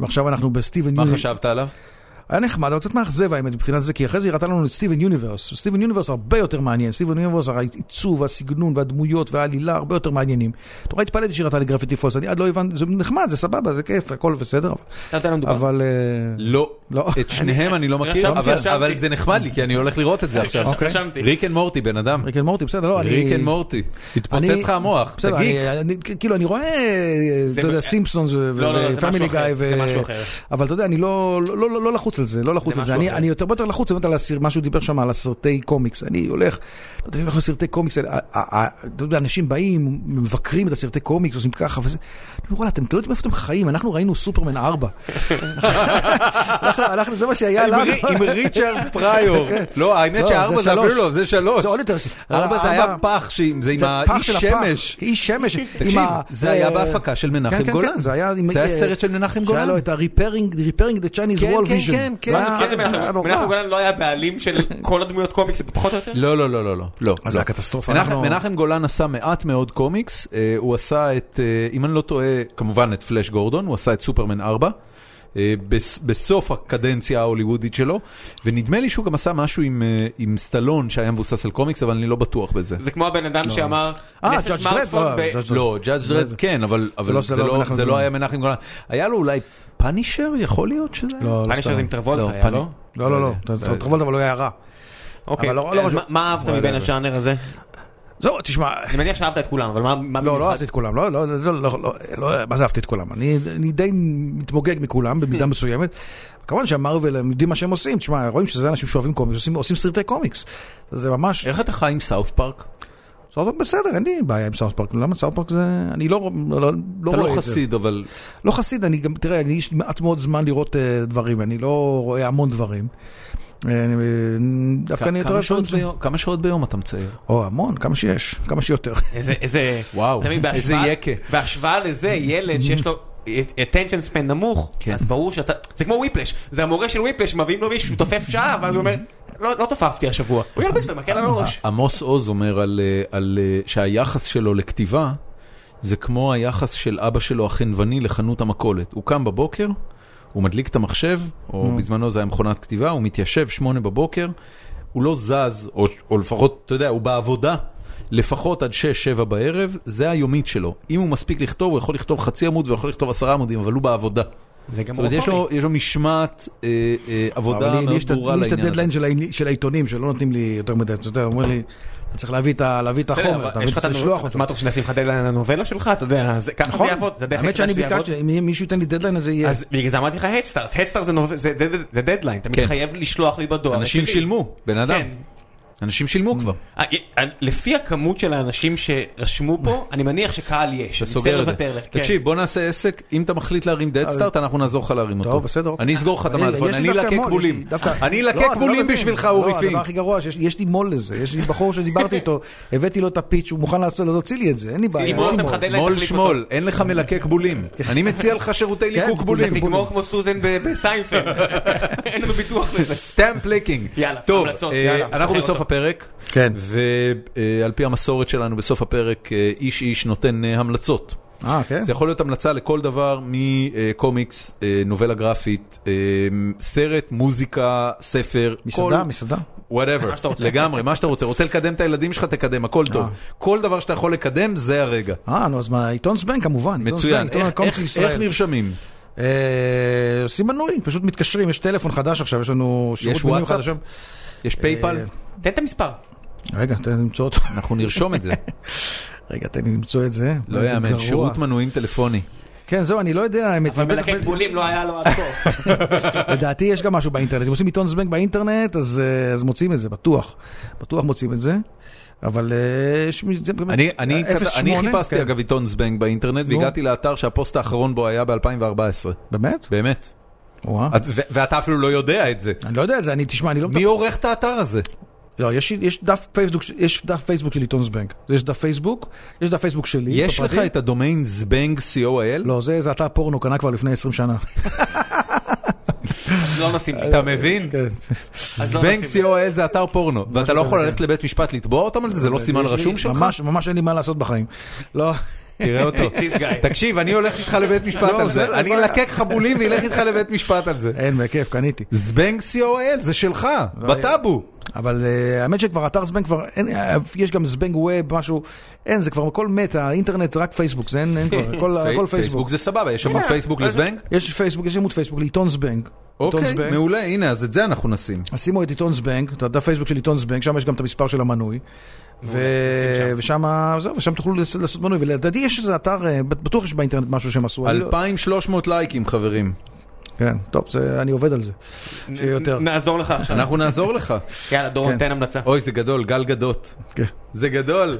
S3: ועכשיו אנחנו בסטיבן
S1: מה
S3: יוני-
S1: חשבת עליו?
S3: היה נחמד, אבל קצת מאכזב האמת מבחינת זה, כי אחרי זה היא ראתה לנו את סטיבן יוניברס. סטיבן יוניברס הרבה יותר מעניין, סטיבן יוניברס, העיצוב, הסגנון והדמויות והעלילה הרבה יותר מעניינים. אתה רואה, התפלאתי שהיא ראתה לי גרפיטי פולס, אני עד לא הבנתי, זה נחמד, זה סבבה, זה כיף, הכל בסדר,
S2: אתה יודע על מה מדובר.
S3: אבל... אה,
S1: לא.
S3: לא.
S1: את שניהם אני לא מכיר,
S2: רשמתי,
S1: אבל-
S2: רשמתי.
S1: אבל זה נחמד לי, כי אני הולך לראות את זה עכשיו.
S2: עכשיו
S3: אוקיי.
S2: רשמתי.
S1: ריק אנד מורטי, בן אדם.
S3: ריק אנד מורטי, בסדר, לא, אני...
S1: ריק אנד מורטי.
S3: אני-
S1: התפוצץ לך המוח,
S3: בסדר,
S1: תגיד.
S3: אני- אני- כאילו, אני רואה,
S2: זה
S3: אתה
S2: ב-
S3: יודע, סימפסונס
S2: לא, לא, זה משהו
S3: ופמילי גיא,
S2: אחר, זה
S3: ו-
S2: משהו אחר.
S3: אבל אתה יודע, אני לא לא- לא- לא לחוץ על זה, לא לחוץ
S2: זה
S3: על זה.
S2: משהו
S3: אני-
S2: אחר.
S3: אני יותר ויותר לחוץ, באמת, על הסיר- מה שהוא דיבר שם, על הסרטי קומיקס. אני הולך, אתה יודע, אני הולך לסרטי קומיקס, ה- ה- ה- אתה יודע, אנשים באים, מבקרים את הסרטי קומיקס, עושים ככה וזה. אני אומר, וואלה, אתם לא יודעים איפה אתם חיים, אנחנו ראינו סופרמן 4. אנחנו- אנחנו- זה מה שהיה
S1: עם
S3: לנו.
S1: רי- עם ריצ'רד פריור. לא, האמת
S3: לא,
S1: שארבע
S3: זה
S1: זה אפילו
S3: שלוש.
S1: לא, זה שלוש.
S3: זה עוד יותר.
S1: ארבע זה היה
S3: ארבע-
S1: פח, שעם- זה עם
S3: זה פח
S1: האיש
S3: של הפח.
S1: שמש.
S3: איש שמש. עם
S1: תקשיב,
S3: ה-
S1: זה היה
S3: אה,
S1: בהפקה של מנחם
S3: כן, כן,
S1: גולן.
S3: כן, זה היה עם-
S1: זה היה
S3: אה,
S1: סרט של מנחם גולן.
S3: שהיה לו את ה-repairing repairing the Chinese
S1: כן,
S3: wall
S1: כן,
S3: vision.
S1: כן, כן,
S3: זה היה-
S2: מה זה
S3: זה היה
S2: מנחם
S3: אה, נורא.
S2: מנחם גולן לא היה בעלים של כל הדמויות קומיקס פחות או יותר?
S1: לא, לא, לא, לא, לא. לא.
S3: אז זה היה קטסטרופה,
S1: מנחם,
S3: אנחנו-
S1: מנחם גולן עשה מעט מאוד קומיקס, אה, הוא עשה את, אה, אם אני לא טועה, כמובן את פלאש גורדון, הוא עשה את סופרמן 4, אה, בס- בסוף הקדנציה ההוליוודית שלו, ונדמה לי שהוא גם עשה משהו עם, אה, עם סטלון שהיה מבוסס על קומיקס, אבל אני לא בטוח בזה.
S2: זה כמו הבן אדם שאמר,
S3: אה,
S2: "נס
S3: Judge Dredd,
S2: הסמארטפון
S3: לא,
S2: ב-
S3: Judge Dredd.
S1: לא, ג'אדג' דרד
S3: זה-
S1: כן, אבל אבל
S3: לא
S1: זה
S3: סטלון,
S1: לא-
S3: מנחם
S1: זה לא
S3: גולן.
S1: היה מנחם גולן. היה לו אולי פאנישר, יכול להיות שזה היה?
S3: לא, לא
S2: פאנישר זה
S3: סתם.
S2: עם טרבולטה
S1: לא,
S2: היה,
S1: פאני-
S2: לא?
S3: לא, לא, לא. טרבולט אבל הוא היה רע.
S2: אוקיי,
S3: אבל לא- לא
S2: אז
S3: חשוב.
S2: מה- מה אהבת מבין הז'אנר הזה?
S3: זהו, תשמע,
S2: אני מניח שאהבת את כולם, אבל מה- מה
S3: לא, לא
S2: במיוחד?
S3: אהבתי את כולם, לא, לא, לא, לא, לא, לא, מה זה אהבתי את כולם? אני, אני די מתמוגג מכולם במידה מסוימת. כמובן שהמרוויל, הם יודעים מה שהם עושים, תשמע, רואים שזה אנשים שאוהבים קומיקס, עושים, עושים סרטי קומיקס. זה ממש,
S1: איך אתה חי עם סאוף פארק?
S3: סאוטפארק בסדר, אין לי בעיה עם סאוטפארק, למה סאוטפארק זה, אני לא, לא, לא, לא
S1: אתה
S3: רואה
S1: לא
S3: את זה.
S1: חסיד, אבל
S3: לא חסיד, אני גם, תראה, אני איש מעט מאוד זמן לראות אה, דברים, אני לא רואה המון דברים. אה, אני, אה, דווקא אני יותר
S1: כמה
S3: אוהב
S1: שעות
S3: דברים-
S1: ביום- כמה שעות ביום אתה מצייר?
S3: או, המון, כמה שיש, כמה שיותר.
S2: איזה, איזה,
S1: וואו,
S2: אתה מבין,
S1: איזה
S2: בהשוואה-
S1: יקה.
S2: בהשוואה לזה, ילד שיש לו attention span נמוך,
S3: כן.
S2: אז ברור שאתה, זה כמו וויפלש, זה המורה של וויפלש, מביאים לו מישהו, תופף שעה, ואז הוא אומר, לא לא תופפתי השבוע, הוא ילבש את המקל על הראש.
S1: עמוס עוז אומר על, אה, על, אה, שהיחס שלו לכתיבה זה כמו היחס של אבא שלו החנווני לחנות המכולת. הוא קם בבוקר, הוא מדליק את המחשב, או
S3: Mm.
S1: בזמנו זה היה מכונת כתיבה, הוא מתיישב שמונה בבוקר, הוא לא זז, או, או לפחות, אתה יודע, הוא בעבודה. לפחות עד 6-7 בערב, זה היומית שלו. אם הוא מספיק לכתוב, הוא יכול לכתוב חצי עמוד והוא יכול לכתוב עשרה עמודים, אבל הוא בעבודה.
S2: זה גם
S1: זאת אומרת, יש לו,
S2: רוחני.
S1: יש לו משמעת אה, אה,
S3: אבל
S1: עבודה
S3: לי- לי
S1: מאוד
S3: יש את-
S1: ברורה
S3: לי יש את
S1: לעניין הזה.
S3: הדדליין של העני- של העיתונים, שלא נותנים לי יותר מדי, אתה יודע, אומר לי, אתה צריך להביא את ה- להביא את
S2: בסדר,
S3: החומר,
S2: כן, אבל
S3: אתה
S2: יש
S3: מבין,
S2: לך את
S3: צריך
S2: הנו-
S3: לשלוח
S2: אז
S3: אותו. נכון,
S2: מה אתה רוצה שנשים לך דדליין על הנובלה שלך? אתה יודע, זה- ככה זה יעבוד, זה הדרך
S3: האמת שאני
S2: היחידה שזה
S3: ביקשתי,
S2: יעבוד.
S3: אם יהיה מישהו ייתן לי דדליין, אז זה יהיה.
S2: אז בגלל זה אמרתי לך הדסטארט, הדסטארט זה נוב- זה- זה- זה דדליין, אתה
S1: כן.
S2: מתחייב לשלוח לי בדואר.
S1: אנשים
S2: שלי.
S1: שילמו, בן אדם.
S2: כן.
S1: אנשים
S3: Mm.
S1: שילמו כבר.
S2: אה, אה, לפי הכמות של האנשים שרשמו פה, אני מניח שקהל יש,
S1: אתה
S2: אני בסדר
S1: סוגר את
S2: לוותר
S1: זה.
S2: לך. כן.
S1: תקשיב, בוא נעשה עסק, אם תמחליט להרים dead start, אנחנו נעזור לך להרים אותו.
S3: טוב, בסדר. אוקיי.
S1: אני אסגור לך את
S3: אבל לי-
S1: המלפון,
S3: יש לי
S1: אני
S3: דווקא
S1: אלקק
S3: מו"ל, יש
S1: בולים.
S3: לי דווקא-
S1: אני
S3: לא, אתה
S1: אלקק
S3: לא
S1: בולים
S3: מבין.
S1: בשבילך,
S3: לא,
S1: אורי
S3: הדבר
S1: פינק.
S3: הכי גרוע, שיש יש לי מו"ל לזה, יש לי בחור שדיברתי איתו, הבאתי לו את הפיץ', הוא מוכן לעשות- להוציא לי את זה, אין לי בעיה.
S2: אם
S3: אין
S2: הוא
S3: לי
S2: עושה
S3: מו"ל.
S2: לך דלת,
S1: מול
S2: תחליף
S1: שמאל, אין לך מלקק בולים.
S3: כן.
S1: אני מציע לך שירותי ליקוק בולים.
S2: אתה תגמור כמו סוזן ב- בסיינפלד. אין לנו ביטוח לזה.
S1: סטאמפ ליקינג.
S2: יאללה,
S1: טוב,
S2: המלצות,
S1: אה,
S2: יאללה,
S1: אנחנו
S2: משחרר
S1: בסוף
S2: אותו.
S1: הפרק,
S3: כן.
S1: ועל פי המסורת שלנו, בסוף הפרק אה, איש איש נותן אה, המלצות.
S3: אה, כן?
S1: זה יכול להיות המלצה לכל דבר מקומיקס, אה, נובלה גרפית, אה, סרט, מוזיקה, ספר,
S3: מסעדה,
S1: כל-
S3: מסעדה.
S1: וואטאבר, לגמרי, מה שאתה רוצה, רוצה לקדם את הילדים שלך, תקדם, הכל טוב. כל דבר שאתה יכול לקדם, זה הרגע.
S3: אה, נו, אז מה, עיתון זבנג כמובן. עיתון זבנג,
S1: מצוין.
S3: עיתון
S1: איך-
S3: הקומיקס
S1: איך-
S3: בישראל.
S1: איך נרשמים?
S3: אה, עושים מנוי, פשוט מתקשרים, יש טלפון חדש עכשיו, יש לנו שירות
S1: יש
S3: מנויים
S1: וואטסאפ?
S3: חדש.
S1: יש פייפל?
S2: תן את המספר.
S3: רגע, תן לי למצוא אותו.
S1: אנחנו נרשום את זה.
S3: רגע, תן לי למצוא את זה.
S1: לא
S3: איזה
S1: יאמן,
S3: גרוע.
S1: שירות מנויים טלפוני.
S3: כן, זהו, אני לא יודע, האמת.
S2: אבל
S3: בטח-
S2: מלקק בולים לא היה לו עד כה.
S3: לדעתי יש גם משהו באינטרנט. אם עושים עיתון זבנג באינטרנט, אז אה, אז מוצאים את זה, בטוח. בטוח מוצאים את זה. אבל אה, יש מי- זה באמת-
S1: אני- אני כת-
S3: 08,
S1: אני חיפשתי
S3: אה, כן.
S1: אגב עיתון זבנג באינטרנט,
S3: נו.
S1: והגעתי לאתר שהפוסט האחרון בו היה ב-2014.
S3: באמת?
S1: באמת.
S3: וואו.
S1: את- ו- ואתה אפילו לא יודע את זה.
S3: אני לא יודע את זה, אני, תשמע, אני לא...
S1: מי עורך את האתר הזה?
S3: לא, יש, יש, דף פייסבוק, יש דף פייסבוק של עיתון זבנג. יש דף פייסבוק, יש דף פייסבוק שלי.
S1: יש לך
S3: הפרטי.
S1: את הדומיין זבנג co.il?
S3: לא, זה איזה אתר פורנו, קנה כבר לפני 20 שנה.
S2: לא נשים לי.
S1: אתה מבין?
S3: כן.
S2: אז לא
S1: זבנג
S2: נשים לי.
S1: co.il זה אתר פורנו, ואתה לא יכול ללכת לבית משפט לתבוע אותם על זה? זה לא סימן
S3: יש לי-
S1: רשום שלך?
S3: ממש, ממש אין לי מה לעשות בחיים. לא.
S1: תראה אותו.
S2: This guy.
S1: תקשיב, אני הולך איתך לבית משפט
S3: לא,
S1: על זה.
S3: בסדר,
S1: אני
S3: מה?
S1: אלקק לך בולים ואלך איתך לבית משפט על זה.
S3: אין, בכיף, קניתי.
S1: זבנג co.il, זה שלך, בטאבו.
S3: אבל אה, האמת שכבר אתר זבנג כבר, אין, אה, יש גם זבנג ווב, משהו, אין, זה כבר הכל מת, האינטרנט זה רק פייסבוק, זה אין, אין כבר, הכל,
S1: פי-
S3: הכל
S1: פייסבוק
S3: פייסבוק.
S1: זה סבבה, יש עמוד פייסבוק לזבנג?
S3: יש פייסבוק, יש עמוד פייסבוק לעיתון זבנג. עיתון
S1: אוקיי,
S3: זבנג.
S1: מעולה, הנה, אז את זה אנחנו נשים.
S3: אז שימו את עיתון זבנג, את הדף פייסבוק של עיתון זבנג, שם יש גם את המספר של המנוי. ו...
S1: אוקיי,
S3: ושם, זהו, ושם תוכלו לעשות- לעשות מנוי, ולדעתי יש איזה אתר, אה, בטוח יש באינטרנט משהו שהם עשו. אני לא-
S1: 2,300 לייקים, חברים.
S3: כן, טוב, זה, אני עובד על זה. שיהיה יותר.
S2: נ- נעזור לך עכשיו.
S1: אנחנו נעזור לך.
S2: יאללה דורון
S3: כן.
S2: תן המלצה.
S1: אוי, זה גדול, גל גדות.
S3: כן.
S1: זה גדול.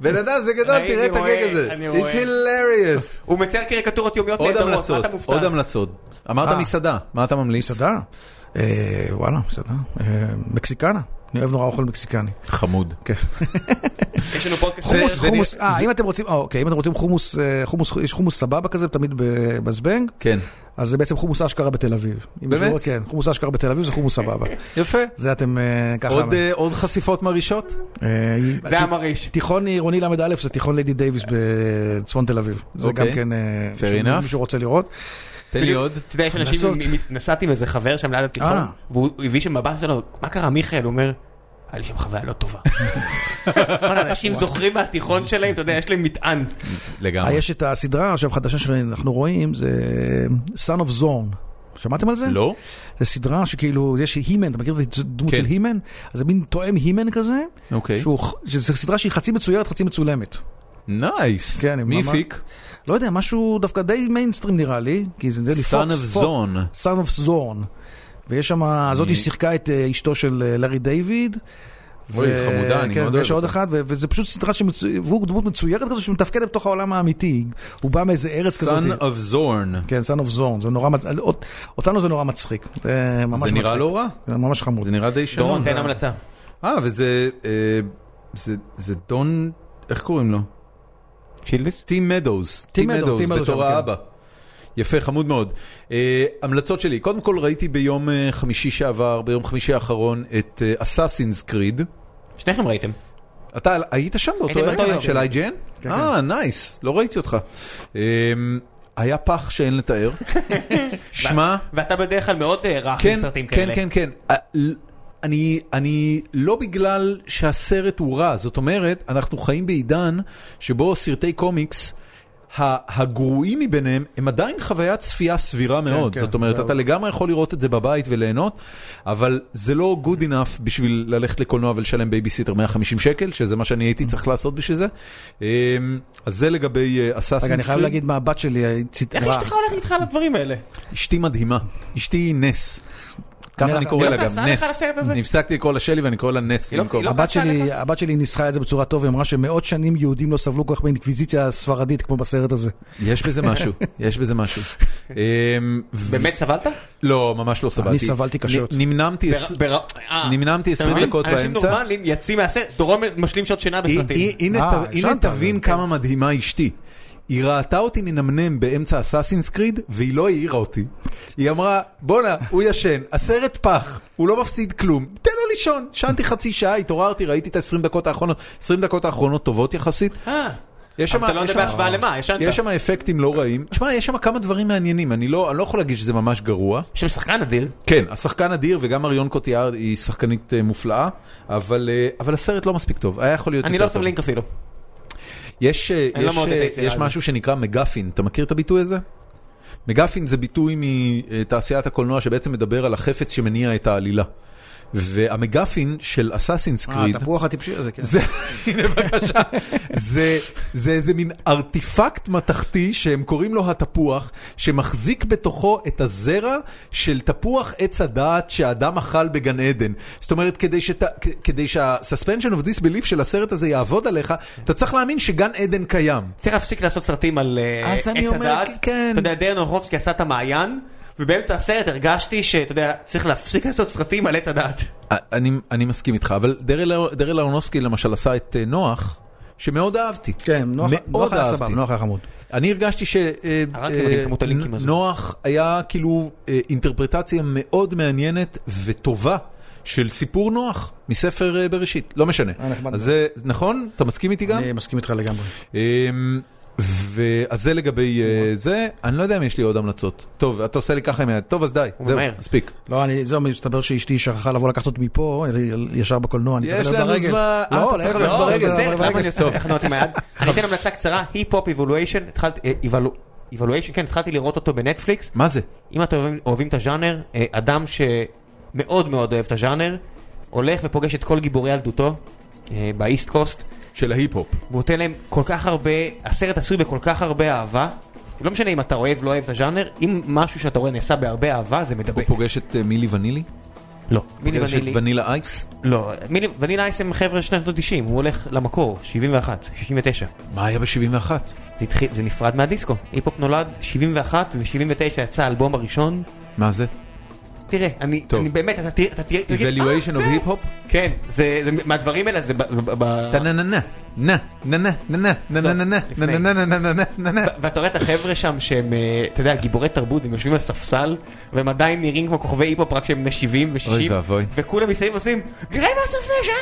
S1: בן אדם, זה גדול,
S2: אני-
S1: תראה
S2: אני
S1: את הגג
S2: רואה,
S1: הזה.
S2: אני
S1: It's
S2: רואה.
S1: hilarious.
S2: הוא מצייר קריקטורות יומיות
S1: עוד
S2: נהדרות,
S1: המלצות,
S2: מה אתה מופתע?
S1: עוד המלצות. אמרת
S3: אה.
S1: מסעדה, מה אתה ממליץ?
S3: מסעדה? אה, וואלה, מסעדה. אה, מקסיקנה. אני אוהב נורא אוכל מקסיקני.
S1: חמוד.
S2: יש לנו פודקאסט.
S1: זה-
S3: חומוס,
S1: זה
S3: חומוס, אה, אם אתם רוצים, אה, אוקיי, אם אתם רוצים חומוס, אה, חומוס, יש חומוס סבבה כזה, תמיד ב- בזבנג,
S1: כן.
S3: אז זה בעצם חומוס אשכרה בתל אביב. אם
S1: באמת?
S3: מישהו- כן, חומוס אשכרה בתל אביב זה חומוס סבבה.
S1: יפה.
S3: זה אתם אה, ככה.
S1: עוד, אה, עוד חשיפות מרעישות?
S3: אה,
S2: זה המרעיש.
S3: תיכון עירוני ל"א זה תיכון ליידי דייוויס בצפון תל אביב. זה גם
S1: אוקיי.
S3: כן, אה,
S1: Fair enough.
S3: מישהו רוצה לראות.
S1: תן לי
S2: בדיוק,
S1: עוד.
S2: אתה יודע, יש אנשים,
S3: המלצות.
S2: עם- עם- נסעתי עם איזה חבר שם ליד התיכון,
S3: אה.
S2: והוא הביא שם בבאס שלו, מה קרה מיכאל? הוא אומר, היה לי שם חוויה לא טובה. וואלה, אנשים זוכרים מהתיכון שלהם, אתה יודע, יש להם מטען.
S3: אה,
S1: לגמרי.
S3: יש את הסדרה עכשיו חדשה שאנחנו רואים, זה אה, Son of Zorn. שמעתם על זה?
S1: לא?
S3: זו סדרה שכאילו, יש הימן, אתה מכיר את הדמות
S1: כן.
S3: של הימן? אז זה מין תואם הימן כזה,
S1: אוקיי.
S3: שהוא ח- שזו סדרה שהיא חצי מצוירת, חצי מצולמת.
S1: נייס.
S3: כן,
S1: מי
S3: ממש-
S1: הפיק?
S3: לא יודע, משהו דווקא די מיינסטרים נראה לי, כי זה נראה לי
S1: Son
S3: פוקס,
S1: of Mm-hmm.
S3: פוקס.
S1: Zone.
S3: Son of Zorn. ויש שם,
S1: אני-
S3: זאתי שיחקה את אה, אשתו של אה, לארי דיוויד.
S1: אוי,
S3: ו-
S1: חמודה, אני
S3: כן,
S1: מאוד אוהב
S3: ויש עוד
S1: אותה.
S3: אחת, ו- וזה פשוט סדרה שמצו- והוא דמות מצוירת כזו שמתפקדת בתוך העולם האמיתי. הוא בא מאיזה ארץ כזאת.
S1: Son of Zorn.
S3: כן, Son of Zorn, זה נורא, מצ- אות- אותנו זה נורא מצחיק. זה ממש
S1: זה
S3: מצחיק.
S1: נראה לא רע.
S3: זה ממש חמוד.
S1: זה נראה די שרון.
S2: דורון, תן המלצה.
S1: אה, וזה... אה, זה- זה דון... איך קוראים לו?
S2: שילדיס?
S1: טים מדאוס, טים
S3: מדאוס,
S1: מדאוס
S3: טים מדאוס
S1: בתור
S3: שם, כן.
S1: האבא. יפה, חמוד מאוד. Uh, המלצות שלי, קודם כל ראיתי ביום uh, חמישי שעבר, ביום חמישי האחרון, את אסאסינס uh, קריד.
S2: שניכם ראיתם.
S1: אתה היית שם באותו
S2: הייתי באותו
S1: ערב
S2: יום.
S1: של IGN?
S3: כן.
S1: אה, נייס, לא ראיתי אותך. Um, היה פח שאין לתאר. שמע,
S2: ואתה בדרך כלל מאוד אה, רך
S1: כן,
S2: בסרטים
S1: כן,
S2: כאלה.
S1: כן, כן. אה, ל- אני, אני לא בגלל שהסרט הוא רע, זאת אומרת, אנחנו חיים בעידן שבו סרטי קומיקס, ה- הגרועים מביניהם, הם עדיין חוויית צפייה סבירה מאוד.
S3: כן,
S1: זאת אומרת,
S3: זהו.
S1: אתה לגמרי יכול לראות את זה בבית וליהנות, אבל זה לא good enough בשביל ללכת לקולנוע ולשלם בייביסיטר 150 שקל, שזה מה שאני הייתי צריך לעשות בשביל זה. אה, אז זה לגבי אה, אסאסינס
S3: רגע, אני חייב להגיד מה הבת שלי, אה, היא צי-
S2: איך
S3: רע.
S2: אשתך הולכת איתך על הדברים האלה?
S1: אשתי מדהימה, אשתי היא נס. ככה
S3: לך-
S1: אני קורא
S3: אני
S1: לה
S2: לא, לך
S1: גם,
S2: עשה לך
S1: נס.
S2: לסרט הזה?
S1: אני הפסקתי לקרוא לה שלי ואני קורא לה נס
S2: היא לא-
S1: במקום.
S2: היא לא-
S3: הבת
S2: פצע
S3: שלי,
S2: עליך?
S3: הבת שלי ניסחה את זה בצורה טובה, היא אמרה שמאות שנים יהודים לא סבלו כל כך באינקוויזיציה הספרדית כמו בסרט הזה.
S2: לא-
S1: יש בזה משהו, יש בזה משהו. אמ, ו-
S2: באמת סבלת?
S1: לא, ממש לא סבלתי.
S3: אני סבלתי קשות.
S1: נ- נמנמתי עש-
S2: בר- בר- אה.
S1: נמנמתי
S2: אתה
S1: 20
S2: מבין?
S1: דקות
S2: אנשים
S1: באמצע.
S2: נורמליים יוצאים מהסרט, דורון משלים שעות שינה
S1: היא-
S2: בסרטים.
S1: היא- הנה
S3: אה,
S1: ת- הנה
S3: ישנת,
S1: תבין
S3: כן.
S1: כמה מדהימה אשתי. היא ראתה אותי מנמנם באמצע אסאסינס קריד והיא לא העירה אותי. היא אמרה, בואנה, הוא ישן, הסרט פח, הוא לא מפסיד כלום, תן לו לישון. שנתי חצי שעה, התעוררתי, ראיתי את ה-20 דקות האחרונות, 20 דקות האחרונות טובות יחסית.
S2: אה,
S1: יש
S2: אבל
S1: שם-
S2: אתה לא
S1: יש
S2: יודע
S1: שם-
S2: בהשוואה למה, ישנת.
S1: יש שם אפקטים לא רעים. תשמע, יש שם כמה דברים מעניינים, אני לא אני לא יכול להגיד שזה ממש גרוע.
S2: יש שם שחקן אדיר.
S1: כן, השחקן אדיר וגם מריון קוטיארד היא שחקנית אה, מופלאה, אבל אה, אבל הסרט לא מספיק טוב, היה יכול להיות
S2: אני
S1: יותר
S2: לא שם
S1: טוב.
S2: לינק אפילו.
S1: יש, אה,
S2: אני לא
S1: יש,
S2: מעודד את
S1: אה,
S2: היצירה
S1: יש
S2: הזאת.
S1: משהו שנקרא מגפין, אתה מכיר את הביטוי הזה? מגפין זה ביטוי מתעשיית הקולנוע שבעצם מדבר על החפץ שמניע את העלילה. והמגפין של אסאסינס
S3: אה,
S1: קריד,
S3: התפוח הטיפשי הזה, כן.
S1: זה, הנה בבקשה, זה, זה איזה מין ארטיפקט מתכתי שהם קוראים לו התפוח, שמחזיק בתוכו את הזרע של תפוח עץ הדעת שאדם אכל בגן עדן. זאת אומרת, כדי, שת, כ- כדי שה-suspension of disbelief של הסרט הזה יעבוד עליך, אתה צריך להאמין שגן עדן קיים.
S2: צריך להפסיק לעשות סרטים על אה,
S1: אז
S2: עץ
S1: אני אומר,
S2: הדעת.
S1: כן.
S2: אתה יודע, דרן אורחובסקי עשה את המעיין, ובאמצע הסרט הרגשתי שאתה יודע, צריך להפסיק לעשות סרטים על עץ הדעת.
S1: אה, אני, אני מסכים איתך, אבל דרל אהרונובסקי למשל עשה את אה, נוח, שמאוד אהבתי.
S3: כן, נוח
S1: מאוד
S3: נוח היה
S1: אהבתי.
S3: סבבה, נוח היה חמוד.
S1: אני הרגשתי אה,
S2: הרגתם אותי עם כמות הלינקים הזו.
S1: שנוח היה כאילו אה, אינטרפרטציה מאוד מעניינת וטובה של סיפור נוח מספר אה, בראשית, לא משנה.
S3: אה, נחמד
S1: אז זה נכון? אתה מסכים איתי גם?
S3: אני מסכים איתך לגמרי.
S1: אמ, ו- אז זה לגבי אה, זה, אני לא יודע אם יש לי עוד המלצות. טוב, אתה עושה לי ככה עם היד, טוב אז די,
S2: הוא
S1: זהו,
S2: ממהר.
S1: מספיק.
S3: לא, אני, זהו, מסתבר שאשתי שכחה לבוא לקחת אותי מפה, אל- ישר בקולנוע, אני צריך
S1: יש
S3: ללכת
S1: לנו
S3: ברגל.
S1: זמן, אה,
S3: לא,
S1: אתה צריך
S3: להפך,
S1: ללכת
S3: לא,
S1: ברגל,
S3: זה-
S2: זה,
S1: אבל אוקיי.
S2: למה
S1: רגע,
S2: אני
S1: טוב.
S2: עושה הכנות עם היד? אני אתן המלצה קצרה, היפ-הופ איבולואשן, התחלתי, איבולואשן, כן, התחלתי לראות אותו בנטפליקס.
S1: מה זה?
S2: אם אתם אוהבים, אוהבים את הז'אנר, אה, אדם שמאוד מאוד אוהב את הז'אנר, הולך ופוגש את כל גיבורי ילדותו אה, באיסט קוסט,
S1: של ההיפ-הופ.
S2: והוא נותן להם כל כך הרבה, הסרט עשוי בכל כך הרבה אהבה. לא משנה אם אתה אוהב, לא אוהב את הז'אנר, אם משהו שאתה רואה נעשה בהרבה אהבה, זה
S1: הוא
S2: מדבק.
S1: פוגש את אה, מילי ונילי?
S2: לא, מיני
S1: פוגש את
S2: ונילי.
S1: ונילה אייס?
S2: לא, מיני ונילה אייס הם חבר'ה שנות ה-90, הוא הולך למקור, 71, 69.
S1: מה היה ב-71?
S2: זה, התחיל, זה נפרד מהדיסקו. היפ-הופ נולד 71 וב-79 יצא האלבום הראשון.
S1: מה זה?
S2: תראה, אני,
S1: טוב.
S2: אני באמת, אתה תראה, אתה תראה, תגיד,
S1: Evaluation
S2: "אה,
S1: of
S2: זה!"
S1: היפ-הופ?
S2: כן, זה, זה מהדברים האלה, זה ב... ב, ב
S3: אה.
S1: טה נה נה נה נה נה נה נה נה נה נה נה נה נה נה נה נה נה נה
S2: ו- ואתה רואה את החבר'ה שם שהם, אה, אתה יודע, גיבורי תרבות, הם יושבים על ספסל, והם עדיין נראים כמו כוכבי היפ-הופ רק שהם בני 70 ו-60,
S1: אוי ואבוי.
S2: וכולם מסביב עושים, גריימאס אוף נשע!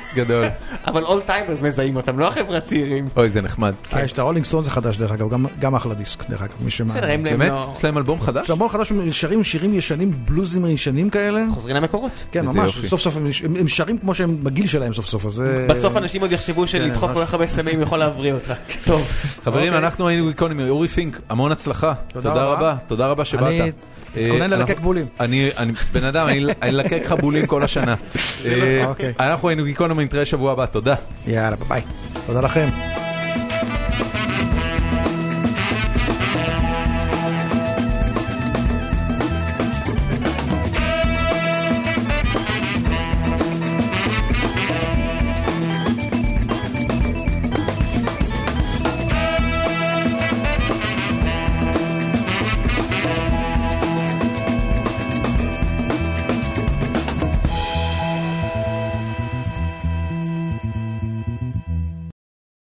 S1: גדול.
S2: אבל אול טיימרס מזהים אותם, לא החבר'ה הצעירים.
S1: אוי, זה נחמד.
S3: אה, יש את הרולינג סטון זה חדש דרך אגב, גם- גם אחלה דיסק דרך אגב, מי שמע.
S2: בסדר, הם להם
S1: באמת?
S2: לא...
S1: יש להם אלבום חדש?
S3: יש המון חדש, הם שרים שירים ישנים, בלוזים ישנים כאלה.
S2: חוזרים למקורות.
S3: כן,
S1: איזה
S3: ממש,
S1: יופי.
S3: סוף סוף הם- הם- הם שרים כמו שהם בגיל שלהם סוף סוף, אז זה...
S1: אה,
S2: בסוף אנשים עוד יחשבו שלדחוף
S1: כן,
S3: ממש.
S2: כל כך הרבה סמים יכול להבריא אותך. טוב.
S1: חברים,
S3: אוקיי.
S1: אנחנו היינו גיקונים, אורי פינק, המון הצלחה.
S3: תודה
S1: תודה
S3: רבה.
S1: רבה, תודה רבה שבאת.
S3: אני
S1: אה,
S3: תתכונן ללקק
S1: אנחנו-
S3: בולים.
S1: אני, אני, בן אדם, אני אני אלקק לך בולים כל השנה. אה,
S3: אוקיי.
S1: אנחנו היינו גיקונומי, נתראה שבוע הבא, תודה.
S3: יאללה, ביי. תודה לכם.